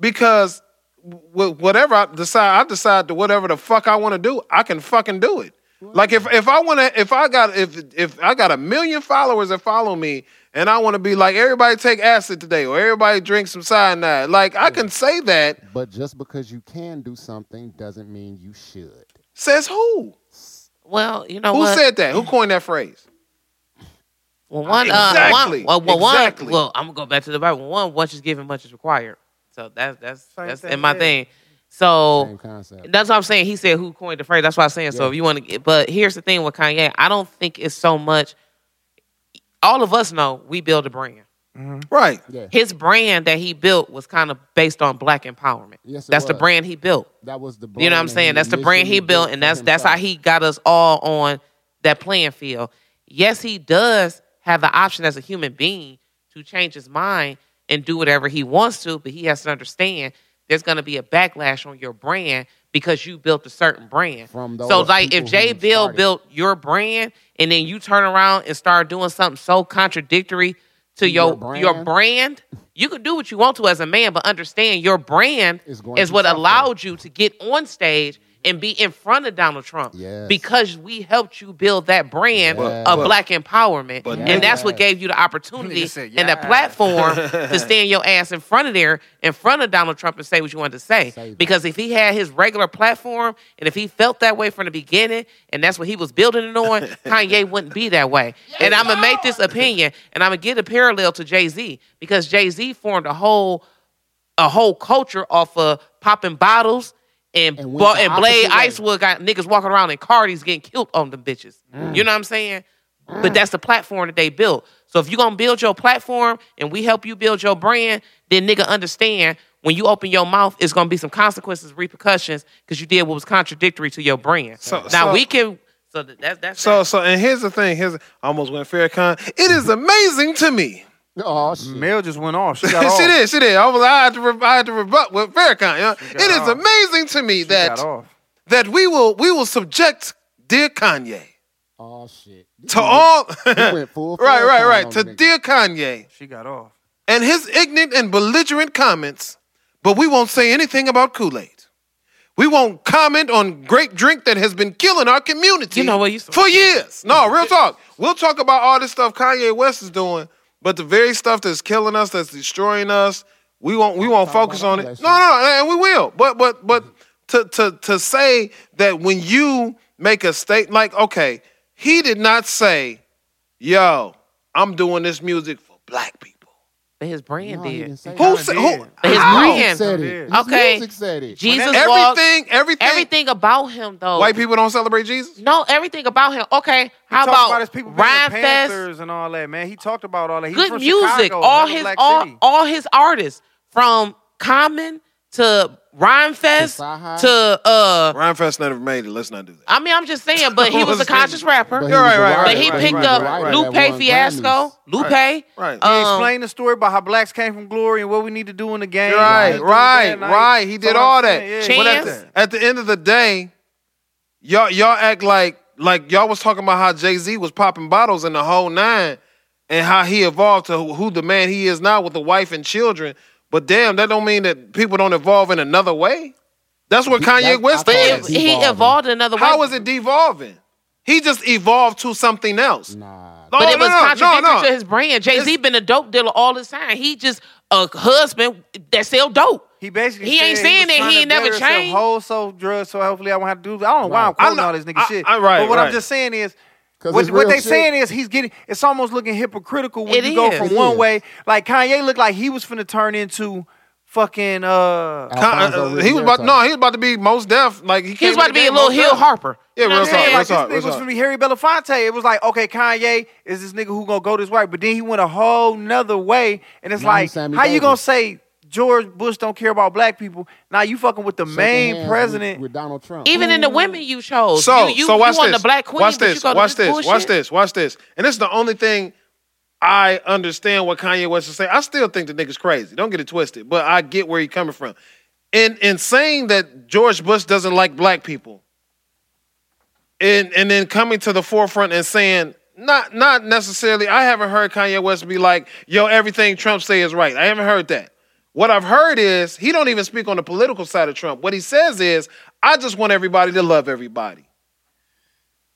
Speaker 7: Because wh- whatever I decide, I decide to whatever the fuck I want to do, I can fucking do it. Like if if I want to, if I got if if I got a million followers that follow me, and I want to be like everybody take acid today or everybody drink some cyanide, like I can say that.
Speaker 4: But just because you can do something doesn't mean you should.
Speaker 7: Says who?
Speaker 8: Well, you know
Speaker 7: Who
Speaker 8: what?
Speaker 7: said that? Who coined that phrase?
Speaker 8: Well, one, uh,
Speaker 7: Exactly.
Speaker 8: one, well, well, one,
Speaker 7: Exactly.
Speaker 8: well, I'm gonna go back to the Bible. One, what is given, much is required. So that's that's
Speaker 6: Same
Speaker 8: that's
Speaker 6: thing,
Speaker 8: in my
Speaker 6: yeah.
Speaker 8: thing. So
Speaker 4: Same concept.
Speaker 8: that's what I'm saying. He said who coined the phrase. That's what I'm saying. So
Speaker 4: Yeah.
Speaker 8: if you want to get, but here's the thing with Kanye. I don't think it's so much. All of us know we build a brand.
Speaker 7: Right.
Speaker 4: Yeah,
Speaker 8: His brand that he built was kind of based on black empowerment.
Speaker 4: Yes, it
Speaker 8: that's the
Speaker 4: was.
Speaker 8: brand he built.
Speaker 4: that was the.
Speaker 8: You know what I'm
Speaker 4: brand
Speaker 8: saying?
Speaker 4: and
Speaker 8: That's the brand he
Speaker 4: mission
Speaker 8: built, and
Speaker 4: for
Speaker 8: that's that's how
Speaker 4: himself.
Speaker 8: he got us all on that playing field. Yes, he does have the option as a human being to change his mind and do whatever he wants to, but he has to understand there's going to be a backlash on your brand because you built a certain brand.
Speaker 4: From
Speaker 8: so,
Speaker 4: those
Speaker 8: like, if
Speaker 4: people
Speaker 8: Jay
Speaker 4: who
Speaker 8: Bill
Speaker 4: started.
Speaker 8: built your brand and then you turn around and start doing something so contradictory to your
Speaker 4: Your
Speaker 8: your brand,
Speaker 4: brand?
Speaker 8: you can do what you want to as a man, but understand your brand
Speaker 4: Is
Speaker 8: is,
Speaker 4: going to
Speaker 8: what
Speaker 4: suffer.
Speaker 8: allowed allowed you to get on stage and be in front of Donald Trump
Speaker 4: Yes.
Speaker 8: because we helped you build that brand
Speaker 4: Yes.
Speaker 8: of
Speaker 4: But-
Speaker 8: black empowerment.
Speaker 7: but
Speaker 8: and that's what
Speaker 4: nigga-
Speaker 8: gave you the opportunity
Speaker 6: Nigga said,
Speaker 8: and the
Speaker 6: "Yeah."
Speaker 8: platform to stand your ass in front of there, in front of Donald Trump and say what you wanted to say.
Speaker 4: Say that.
Speaker 8: because if he had his regular platform and if he felt that way from the beginning and that's what he was building it on, Kanye wouldn't be that way. and I'm going to make this opinion and I'm going to get a parallel to Jay Z because Jay Z formed a whole a whole culture off of popping bottles and
Speaker 4: And
Speaker 8: and,
Speaker 4: went
Speaker 8: bla-
Speaker 4: the
Speaker 8: and Blade
Speaker 4: opposite
Speaker 8: Icewood got niggas walking around in Cardi's getting killed on them bitches. You know what I'm saying? But that's the platform that they built. So if you're gonna build your platform and we help you build your brand, then nigga understand when you open your mouth, it's gonna be some consequences, repercussions, because you did what was contradictory to your brand.
Speaker 7: So-
Speaker 8: now
Speaker 7: so-
Speaker 8: we can. So that, that's that's
Speaker 7: So so and here's the thing. Here's I almost went Farrakhan. It is amazing to me.
Speaker 4: Oh shit!
Speaker 6: Mel just went off. She got off.
Speaker 7: she did. She did. I was. I had to. Re- I had to rebut with Farrakhan. You know?
Speaker 6: got
Speaker 7: It is
Speaker 6: off.
Speaker 7: amazing to me
Speaker 6: She
Speaker 7: that
Speaker 6: got off.
Speaker 7: that we will we will subject dear Kanye
Speaker 4: Oh shit!
Speaker 7: to all
Speaker 4: He went full
Speaker 7: right, right,
Speaker 4: Farrakhan
Speaker 7: right
Speaker 4: on
Speaker 7: to
Speaker 4: the nigga.
Speaker 7: dear Kanye
Speaker 6: She got off.
Speaker 7: and his ignorant and belligerent comments, but we won't say anything about Kool Aid. We won't comment on grape drink that has been killing our community
Speaker 8: You know what, you so-
Speaker 7: for years. No, real talk. We'll talk about all this stuff Kanye West is doing, but the very stuff that's killing us, that's destroying us, we won't we won't
Speaker 4: Talk about
Speaker 7: focus
Speaker 4: all
Speaker 7: on it.
Speaker 4: that
Speaker 7: No,
Speaker 4: shit.
Speaker 7: no, no, and we will. But but but to to to say that when you make a state like okay, he did not say, "Yo, I'm doing this music for black people."
Speaker 8: But his
Speaker 4: No,
Speaker 8: brand
Speaker 4: he
Speaker 8: did.
Speaker 4: didn't say
Speaker 7: Who
Speaker 4: that.
Speaker 7: said who?
Speaker 8: But his
Speaker 7: how?
Speaker 8: brand-
Speaker 4: Music said
Speaker 6: Yeah.
Speaker 4: it. His
Speaker 8: Okay.
Speaker 4: music said it.
Speaker 8: Jesus walked.
Speaker 7: Everything, everything,
Speaker 8: Everything about him though.
Speaker 7: White people don't celebrate Jesus.
Speaker 8: No, everything about him. Okay,
Speaker 6: He
Speaker 8: how
Speaker 6: talked
Speaker 8: about,
Speaker 6: about his people being
Speaker 8: Rhyme
Speaker 6: the
Speaker 8: Fest?
Speaker 6: Panthers and all that, man? He talked about all that. He's
Speaker 8: Good
Speaker 6: from
Speaker 8: music.
Speaker 6: Chicago,
Speaker 8: all
Speaker 6: another
Speaker 8: his
Speaker 6: black
Speaker 8: all,
Speaker 6: city.
Speaker 8: all his artists from Common to Rhyme Fest
Speaker 4: Sci High.
Speaker 8: to uh.
Speaker 7: Ryan Fest never made it. Let's not do that.
Speaker 8: I mean, I'm just saying, but he was a conscious rapper.
Speaker 4: But he
Speaker 8: But he,
Speaker 7: You're
Speaker 4: was
Speaker 7: right,
Speaker 4: a
Speaker 7: right,
Speaker 4: writer.
Speaker 7: right, right,
Speaker 8: picked
Speaker 4: was a
Speaker 8: up
Speaker 4: writer
Speaker 8: Lupe
Speaker 4: that won
Speaker 8: Fiasco.
Speaker 4: Grammys.
Speaker 8: Lupe.
Speaker 7: right.
Speaker 6: He
Speaker 8: um,
Speaker 6: explained the story about how blacks came from glory and what we need to do in the game.
Speaker 7: Right,
Speaker 6: Like,
Speaker 7: right,
Speaker 6: that night.
Speaker 7: right. He
Speaker 6: So
Speaker 7: did
Speaker 6: what I'm
Speaker 7: all that.
Speaker 6: saying, yeah,
Speaker 8: Chance.
Speaker 7: But at the, at the end of the day, y'all y'all act like like y'all was talking about how Jay Z was popping bottles in the whole nine, and how he evolved to who, who the man he is now with the wife and children. But damn, that don't mean that people don't evolve in another way. That's what Kanye
Speaker 4: That-
Speaker 7: West
Speaker 4: I
Speaker 8: But
Speaker 4: thought
Speaker 8: if
Speaker 7: is.
Speaker 4: Yes.
Speaker 8: he
Speaker 4: Evolving.
Speaker 8: evolved another way.
Speaker 7: How is it devolving? He just evolved to something else.
Speaker 4: Nah.
Speaker 7: Oh,
Speaker 8: But it
Speaker 7: no, no,
Speaker 8: was
Speaker 7: no,
Speaker 8: contradictory
Speaker 7: no.
Speaker 8: to his brand. Jay Z
Speaker 7: It's-
Speaker 8: been a dope dealer all this time. He just a husband that sell dope.
Speaker 6: He basically
Speaker 8: He ain't
Speaker 6: said
Speaker 8: saying
Speaker 6: was
Speaker 8: that
Speaker 6: trying
Speaker 8: he
Speaker 6: to
Speaker 8: ain't never
Speaker 6: better sell
Speaker 8: changed.
Speaker 6: Whole soul drugs, so hopefully I won't have to do. I don't know why I'm
Speaker 4: Right.
Speaker 6: quoting
Speaker 7: I'm
Speaker 6: all
Speaker 7: not-
Speaker 6: this nigga
Speaker 7: I-
Speaker 6: shit.
Speaker 7: I- right,
Speaker 6: but what I'm
Speaker 7: right.
Speaker 6: just saying is.
Speaker 4: 'Cause
Speaker 6: What,
Speaker 4: it's
Speaker 6: what
Speaker 4: real
Speaker 6: they
Speaker 4: shit.
Speaker 6: saying is he's getting it's almost looking hypocritical when
Speaker 8: It
Speaker 6: you go
Speaker 8: is.
Speaker 6: from
Speaker 4: It
Speaker 6: one
Speaker 4: is.
Speaker 6: way like Kanye looked like he was finna turn into fucking uh
Speaker 4: Al-
Speaker 7: Con-
Speaker 4: Alfonso
Speaker 7: uh,
Speaker 4: Ribeer
Speaker 7: he was about
Speaker 4: type.
Speaker 7: no, he was about to be most deaf. Like he,
Speaker 8: He
Speaker 7: came
Speaker 8: was
Speaker 7: in the
Speaker 8: about to be a
Speaker 7: game
Speaker 8: little
Speaker 7: most
Speaker 8: Hill
Speaker 7: deaf.
Speaker 8: Harper.
Speaker 7: Yeah,
Speaker 8: You know
Speaker 7: real
Speaker 8: what I'm
Speaker 7: talk,
Speaker 8: saying?
Speaker 7: real
Speaker 6: like
Speaker 7: talk.
Speaker 6: this nigga was from Harry Belafonte. It was like, okay, Kanye is this nigga who gonna go this way, but then he went a whole nother way, and it's
Speaker 4: Now
Speaker 6: like,
Speaker 4: he's Sammy
Speaker 6: how you
Speaker 4: Davis.
Speaker 6: gonna say George Bush don't care about black people? Now you fucking with the
Speaker 4: Shaking hands
Speaker 6: main
Speaker 4: with-
Speaker 6: president.
Speaker 4: with, Donald Trump.
Speaker 8: Even in the women you chose.
Speaker 7: Mm-hmm. So,
Speaker 8: you, you,
Speaker 7: so watch
Speaker 8: you want
Speaker 7: this.
Speaker 8: the black queen.
Speaker 7: watch
Speaker 8: but you
Speaker 7: this.
Speaker 8: go to
Speaker 7: Watch this. Watch
Speaker 8: bullshit.
Speaker 7: this. Watch this. And this is the only thing I understand what Kanye West is saying. I still think the nigga's crazy. Don't get it twisted. But I get where he's coming from. In in saying that George Bush doesn't like black people, and and then coming to the forefront and saying. Not not necessarily. I haven't heard Kanye West be like, "Yo, everything Trump say is right." I haven't heard that. What I've heard is he don't even speak on the political side of Trump. What he says is, "I just want everybody to love everybody."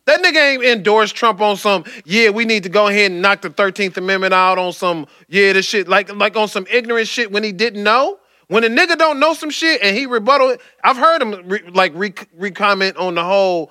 Speaker 7: That nigga ain't endorsed Trump on some, yeah, we need to go ahead and knock the 13th Amendment out on some, yeah, this shit, like, like on some ignorant shit when he didn't know. When a nigga don't know some shit and he rebuttal it, I've heard him re, like re, recomment on the whole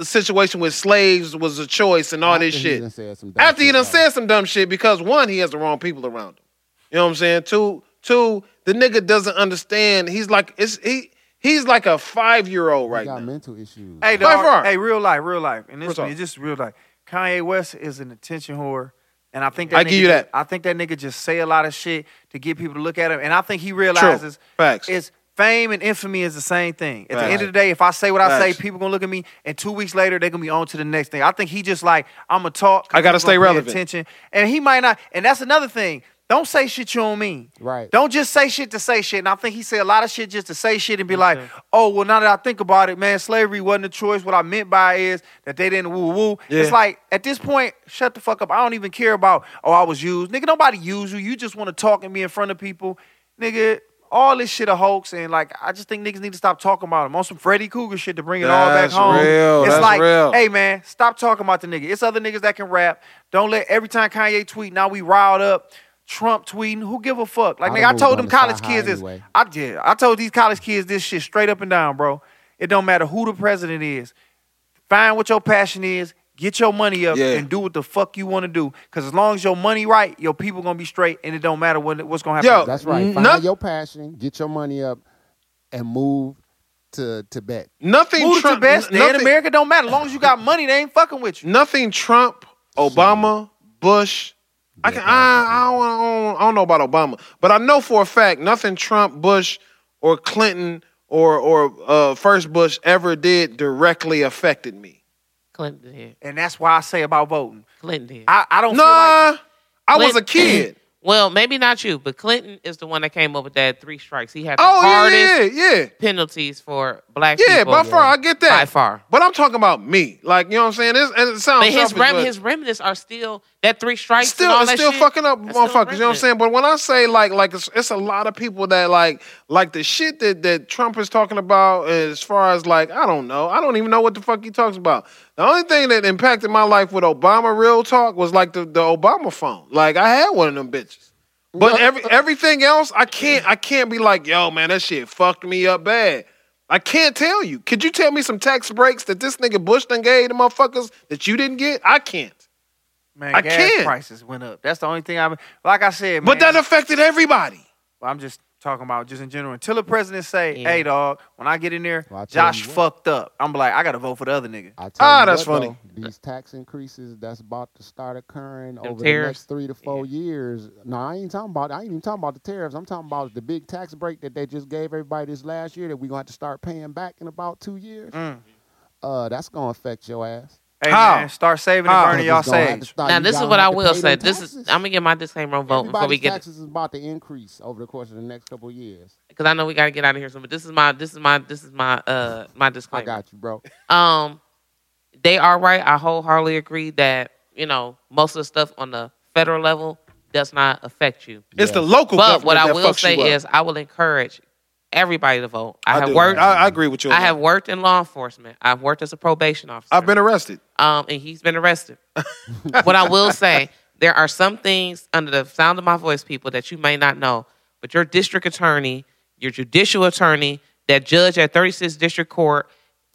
Speaker 7: situation with slaves was a choice and all
Speaker 4: After
Speaker 7: this
Speaker 4: he
Speaker 7: shit.
Speaker 4: done said some dumb
Speaker 7: After he
Speaker 4: shit
Speaker 7: done
Speaker 4: about
Speaker 7: said some dumb shit because one, he has the wrong people around him. You know what I'm saying? Two, two, the nigga doesn't understand. He's like, it's he he's like a five year old
Speaker 4: He
Speaker 7: right
Speaker 4: got
Speaker 7: now.
Speaker 4: mental issues.
Speaker 6: Hey,
Speaker 7: By far.
Speaker 6: dog, hey, real life, real life, and this
Speaker 7: Real talk.
Speaker 6: is just real life. Kanye West is an attention whore, and I think that
Speaker 7: I
Speaker 6: nigga
Speaker 7: give you that.
Speaker 6: I think that nigga just say a lot of shit to get people to look at him, and I think he realizes
Speaker 7: Facts.
Speaker 6: it's fame and infamy is the same thing. At the end
Speaker 7: Facts.
Speaker 6: of the day, if I say what I
Speaker 7: Facts.
Speaker 6: say, people gonna look at me, and two weeks later they're gonna be on to the next thing. I think he just like I'm gonna talk.
Speaker 7: I gotta
Speaker 6: people gonna
Speaker 7: stay
Speaker 6: pay
Speaker 7: relevant.
Speaker 6: Attention, and he might not. And that's another thing. Don't say shit you don't mean.
Speaker 4: Right.
Speaker 6: Don't just say shit to say shit. And I think he said a lot of shit just to say shit and be like, oh, well, now that I think about it, man, slavery wasn't a choice. What I meant by is that they didn't woo woo. It's
Speaker 7: Yeah.
Speaker 6: like, at this point, shut the fuck up. I don't even care about, oh, I was used. Nigga, nobody used you. You just want to talk and be in front of people. Nigga, all this shit a hoax. And like, I just think niggas need to stop talking about him. On some Freddy Cougar shit to bring it all back
Speaker 7: That's
Speaker 6: home.
Speaker 7: real.
Speaker 6: It's
Speaker 7: That's
Speaker 6: like,
Speaker 7: real.
Speaker 6: hey, man, stop talking about the nigga. It's other niggas that can rap. Don't let every time Kanye tweet, now we riled up. Trump tweeting, who give a fuck? Like,
Speaker 4: I'd've
Speaker 6: nigga, I
Speaker 4: moved
Speaker 6: told
Speaker 4: on
Speaker 6: them
Speaker 4: to
Speaker 6: college
Speaker 4: Shanghai
Speaker 6: kids this.
Speaker 4: anyway.
Speaker 6: I did. I told these college kids this shit straight up and down, bro. It don't matter who the president is. Find what your passion is, get your money up,
Speaker 7: Yeah.
Speaker 6: and do what the fuck you want to do. Because as long as your money right, your people gonna be straight, and it don't matter what, what's gonna happen.
Speaker 7: Yo,
Speaker 4: That's right. Find
Speaker 7: Not-
Speaker 4: your passion, get your money up, and move to Tibet.
Speaker 7: Nothing
Speaker 6: Move to
Speaker 7: Trump
Speaker 6: best,
Speaker 7: n-
Speaker 6: and
Speaker 7: nothing,
Speaker 6: America don't matter. As long as you got money, they ain't fucking with you.
Speaker 7: nothing Trump, Obama, Bush. I can I, I, don't, I, don't, I don't know about Obama, but I know for a fact nothing Trump, Bush, or Clinton or or uh, first Bush ever did directly affected me.
Speaker 8: Clinton did.
Speaker 6: And that's why I say about voting.
Speaker 8: Clinton did.
Speaker 6: I, I don't. feel like-
Speaker 7: Nah, I was a
Speaker 8: Clint-
Speaker 7: kid.
Speaker 8: Well, maybe not you, but Clinton is the one that came up with that three strikes. He had the
Speaker 7: Oh yeah,
Speaker 8: hardest
Speaker 7: yeah, yeah,
Speaker 8: penalties for black
Speaker 7: yeah.
Speaker 8: people.
Speaker 7: By far, I get that.
Speaker 8: By far.
Speaker 7: but I'm talking about me. Like you know what I'm saying? This and it sounds
Speaker 8: But his
Speaker 7: selfish,
Speaker 8: rem-
Speaker 7: but-
Speaker 8: his remnants are still that three strikes.
Speaker 7: still,
Speaker 8: and all
Speaker 7: it's
Speaker 8: that
Speaker 7: still
Speaker 8: shit,
Speaker 7: fucking up,
Speaker 8: that's still
Speaker 7: motherfuckers. You know what I'm
Speaker 8: remnant.
Speaker 7: saying? But when I say like, like it's, it's a lot of people that like, like the shit that that Trump is talking about, as far as like, I don't know, I don't even know what the fuck he talks about. The only thing that impacted my life with Obama real talk was like the the Obama phone. Like I had one of them bitches. But every everything else, I can't I can't be like, yo, man, that shit fucked me up bad. I can't tell you. Could you tell me some tax breaks that this nigga Bush done gave the motherfuckers that you didn't get? I can't.
Speaker 6: Man,
Speaker 7: I
Speaker 6: gas
Speaker 7: can't.
Speaker 6: prices went up. That's the only thing I'm. Like I said,
Speaker 7: But
Speaker 6: man,
Speaker 7: that affected everybody.
Speaker 6: Well, I'm just talking about just in general. Until the president say,
Speaker 8: Yeah.
Speaker 6: "Hey, dog, when I get in there,
Speaker 4: Well, I tell
Speaker 6: Josh
Speaker 4: you what.
Speaker 6: fucked up," I'm like, I gotta vote for the other nigga.
Speaker 4: I tell
Speaker 7: Ah,
Speaker 4: you
Speaker 7: that's
Speaker 4: what,
Speaker 7: funny.
Speaker 4: though, these tax increases that's about to start occurring over the next
Speaker 8: tariffs.
Speaker 4: three to four years. No, I ain't talking about. I ain't even talking about the tariffs. I'm talking about the big tax break that they just gave everybody this last year that we're gonna have to start paying back in about two years.
Speaker 7: Mm.
Speaker 4: Uh, that's gonna affect your ass.
Speaker 6: Hey
Speaker 7: How?
Speaker 6: man, start saving
Speaker 7: How?
Speaker 6: and burning y'all
Speaker 4: It's gonna have to
Speaker 6: sage.
Speaker 4: start-
Speaker 8: Now
Speaker 4: you
Speaker 8: this is
Speaker 4: gotta
Speaker 8: what I
Speaker 4: have to
Speaker 8: will
Speaker 4: pay
Speaker 8: say.
Speaker 4: them
Speaker 8: This is
Speaker 4: taxes.
Speaker 8: I'm gonna get my disclaimer on voting before we
Speaker 4: Everybody's
Speaker 8: get
Speaker 4: taxes is about to increase over the course of the next couple of years.
Speaker 8: because I know we gotta get out of here soon. But this is my this is my this is my uh my
Speaker 4: I
Speaker 8: disclaimer.
Speaker 4: got you, bro.
Speaker 8: Um, they are right. I wholeheartedly agree that you know most of the stuff on the federal level does not affect you.
Speaker 7: It's the local
Speaker 8: But what
Speaker 7: government
Speaker 8: I
Speaker 7: that
Speaker 8: will
Speaker 7: fucks you
Speaker 8: say
Speaker 7: up.
Speaker 8: is, I will encourage everybody to vote. I, have
Speaker 7: do.
Speaker 8: worked.
Speaker 7: I, I agree with you. on
Speaker 8: I
Speaker 7: that.
Speaker 8: have worked in law enforcement. I've worked as a probation officer.
Speaker 7: I've been arrested.
Speaker 8: um, and he's been arrested. what I will say, there are some things under the sound of my voice, people that you may not know, but your district attorney, your judicial attorney, that judge at 36th District Court,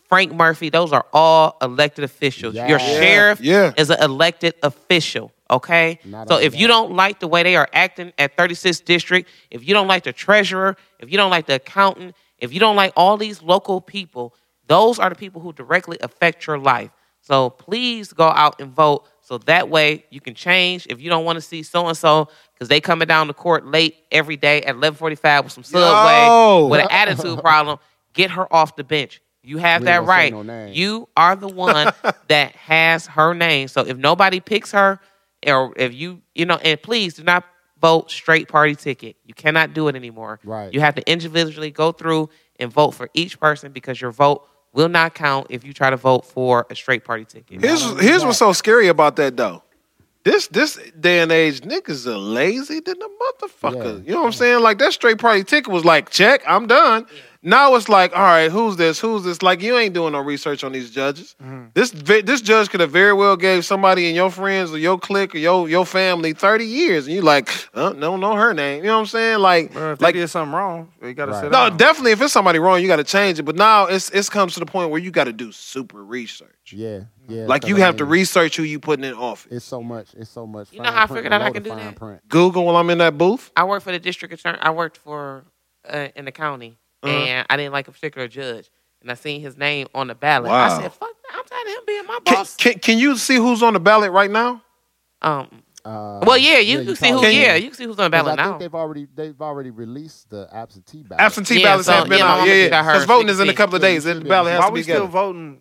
Speaker 8: Frank Murphy, those are all elected officials. Your
Speaker 4: Yeah.
Speaker 8: sheriff
Speaker 7: Yeah.
Speaker 8: is an elected official. Okay,
Speaker 4: Not
Speaker 8: so
Speaker 4: only
Speaker 8: if you don't like the way they are acting at 36th District, if you don't like the treasurer, if you don't like the accountant, if you don't like all these local people, those are the people who directly affect your life. So please go out and vote so that way you can change. If you don't want to see so and so because they coming down to court late every day at 11:45 with some subway
Speaker 7: Yo.
Speaker 8: with an attitude problem, get her off the bench. You have
Speaker 4: We
Speaker 8: that
Speaker 4: ain't gonna
Speaker 8: right.
Speaker 4: say no names.
Speaker 8: you are the one that has her name. So if nobody picks her, or if you, you know, and please do not vote straight party ticket. You cannot do it anymore.
Speaker 4: Right.
Speaker 8: You have to individually go through and vote for each person because your vote will not count if you try to vote for a straight party ticket.
Speaker 7: Here's here's what's so scary about that though. This this day and age, niggas are lazy than a motherfucker.
Speaker 4: Yeah.
Speaker 7: You know what I'm saying? Like that straight party ticket was like, check, I'm done. Now it's like, all right, who's this? Who's this? Like you ain't doing no research on these judges. This ve- this judge could have very well gave somebody in your friends or your clique or your your family 30 years, and you like, uh, no, no, her name. You know what I'm saying? Like,
Speaker 6: Bruh, if they
Speaker 7: like
Speaker 6: did something wrong, you gotta
Speaker 4: Right.
Speaker 6: sit
Speaker 7: no,
Speaker 6: down.
Speaker 7: definitely if it's somebody wrong, you got to change it. But now it's it's comes to the point where you got to do super research.
Speaker 4: Yeah, yeah.
Speaker 7: Like
Speaker 4: 'cause
Speaker 7: you
Speaker 4: I
Speaker 7: have to
Speaker 4: mean,
Speaker 7: research who you putting in office.
Speaker 4: It's so much. It's so much.
Speaker 8: You know
Speaker 4: fine
Speaker 8: how I
Speaker 4: print
Speaker 8: figured
Speaker 4: below
Speaker 8: out I
Speaker 4: the
Speaker 8: can do
Speaker 4: fine
Speaker 8: that?
Speaker 4: print.
Speaker 7: Google while I'm in that booth.
Speaker 8: I worked for the district attorney. I worked for uh, in the county, and I didn't like a particular judge, and I seen his name on the ballot.
Speaker 7: Wow.
Speaker 8: I said, "Fuck that! I'm tired of him being my
Speaker 7: Can,
Speaker 8: boss."
Speaker 7: can, can you see who's on the ballot right now?
Speaker 8: um,
Speaker 4: Uh,
Speaker 8: well, yeah, you can see who.
Speaker 4: probably can.
Speaker 8: Yeah, you can see who's on the
Speaker 4: 'Cause I
Speaker 8: ballot
Speaker 4: think
Speaker 8: now.
Speaker 4: they've already they've already released the absentee
Speaker 6: Uh,
Speaker 4: ballot.
Speaker 7: Absentee
Speaker 8: Yeah,
Speaker 7: ballots
Speaker 8: so,
Speaker 7: have been
Speaker 8: yeah, my
Speaker 7: out.
Speaker 8: mama
Speaker 7: Yeah, yeah.
Speaker 8: just got hers.
Speaker 7: Because voting is in a
Speaker 8: Sixteen.
Speaker 7: couple of days. The ballot has
Speaker 6: Why
Speaker 7: to be
Speaker 6: we still
Speaker 7: together.
Speaker 6: voting,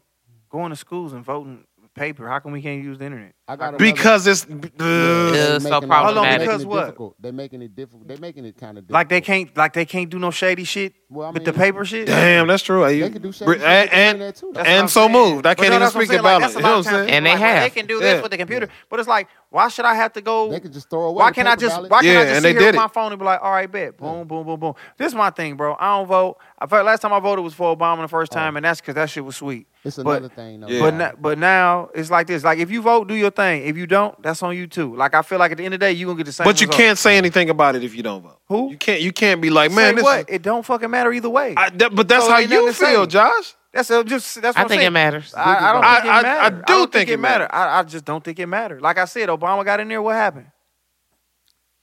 Speaker 6: going to schools and voting paper? How come we can't use the internet?
Speaker 4: I got another-
Speaker 7: Because it's.
Speaker 8: Yeah.
Speaker 7: Ugh.
Speaker 8: so
Speaker 4: They're making it-
Speaker 8: problematic.
Speaker 4: they're making
Speaker 6: Because
Speaker 4: it
Speaker 6: what?
Speaker 4: difficult. They're making it difficult. They're making it kind of difficult.
Speaker 6: Like they can't, like they can't do no shady shit
Speaker 4: Well, I
Speaker 6: with the
Speaker 4: mean,
Speaker 6: paper shit.
Speaker 7: Damn, that's true. Are you-
Speaker 4: They could do shit
Speaker 7: Bri-
Speaker 4: with
Speaker 7: and
Speaker 4: the
Speaker 7: and,
Speaker 4: internet, too, though.
Speaker 6: That's what I'm
Speaker 7: and so
Speaker 6: saying.
Speaker 7: moved. I
Speaker 6: But
Speaker 7: can't
Speaker 6: no,
Speaker 7: even
Speaker 6: that's what I'm
Speaker 7: speak
Speaker 6: saying. Like,
Speaker 7: about
Speaker 6: that's
Speaker 7: it.
Speaker 6: a
Speaker 7: You
Speaker 6: lot
Speaker 7: know
Speaker 6: of
Speaker 7: what I'm
Speaker 6: times
Speaker 7: saying?
Speaker 8: And
Speaker 6: people
Speaker 8: they
Speaker 6: like, well,
Speaker 8: have.
Speaker 6: they can do this
Speaker 7: Yeah.
Speaker 6: with the computer, but it's like, why should I have to go?
Speaker 4: They could just throw away.
Speaker 6: Why
Speaker 4: the
Speaker 6: can't I
Speaker 4: paper
Speaker 6: just?
Speaker 4: ballot.
Speaker 6: Why can't
Speaker 7: Yeah,
Speaker 6: I just
Speaker 7: and
Speaker 6: sit
Speaker 7: they
Speaker 6: here
Speaker 7: did
Speaker 6: with
Speaker 7: it.
Speaker 6: my phone and be like, all right, bet, boom, boom, boom, boom. This is my thing, bro. I don't vote. I felt last time I voted was for Obama the first time, and that's because that shit was sweet.
Speaker 4: It's
Speaker 6: But-
Speaker 4: another thing though.
Speaker 7: Yeah.
Speaker 6: But
Speaker 4: Brian.
Speaker 6: now, but now it's like this. Like if you vote, do your thing. If you don't, that's on you too. Like I feel like at the end of the day, you gonna get the same.
Speaker 7: But you
Speaker 6: result.
Speaker 7: can't say anything about it if you don't vote.
Speaker 6: Who?
Speaker 7: You can't. You can't be like, man.
Speaker 6: say
Speaker 7: This
Speaker 6: what?
Speaker 7: is-
Speaker 6: It don't fucking matter either way.
Speaker 7: I- that- but that's
Speaker 6: So
Speaker 7: how
Speaker 6: ain't nothing
Speaker 7: you
Speaker 6: to say.
Speaker 7: feel, Josh.
Speaker 6: that's a, just that's. What
Speaker 8: I
Speaker 6: I'm
Speaker 8: think it
Speaker 6: saying.
Speaker 8: matters.
Speaker 6: I, I don't
Speaker 7: I-
Speaker 6: think it
Speaker 7: I-
Speaker 6: matters.
Speaker 7: I do
Speaker 6: don't
Speaker 7: think it
Speaker 6: matters. I, I just don't think it matters. Like I said, Obama got in there. What happened?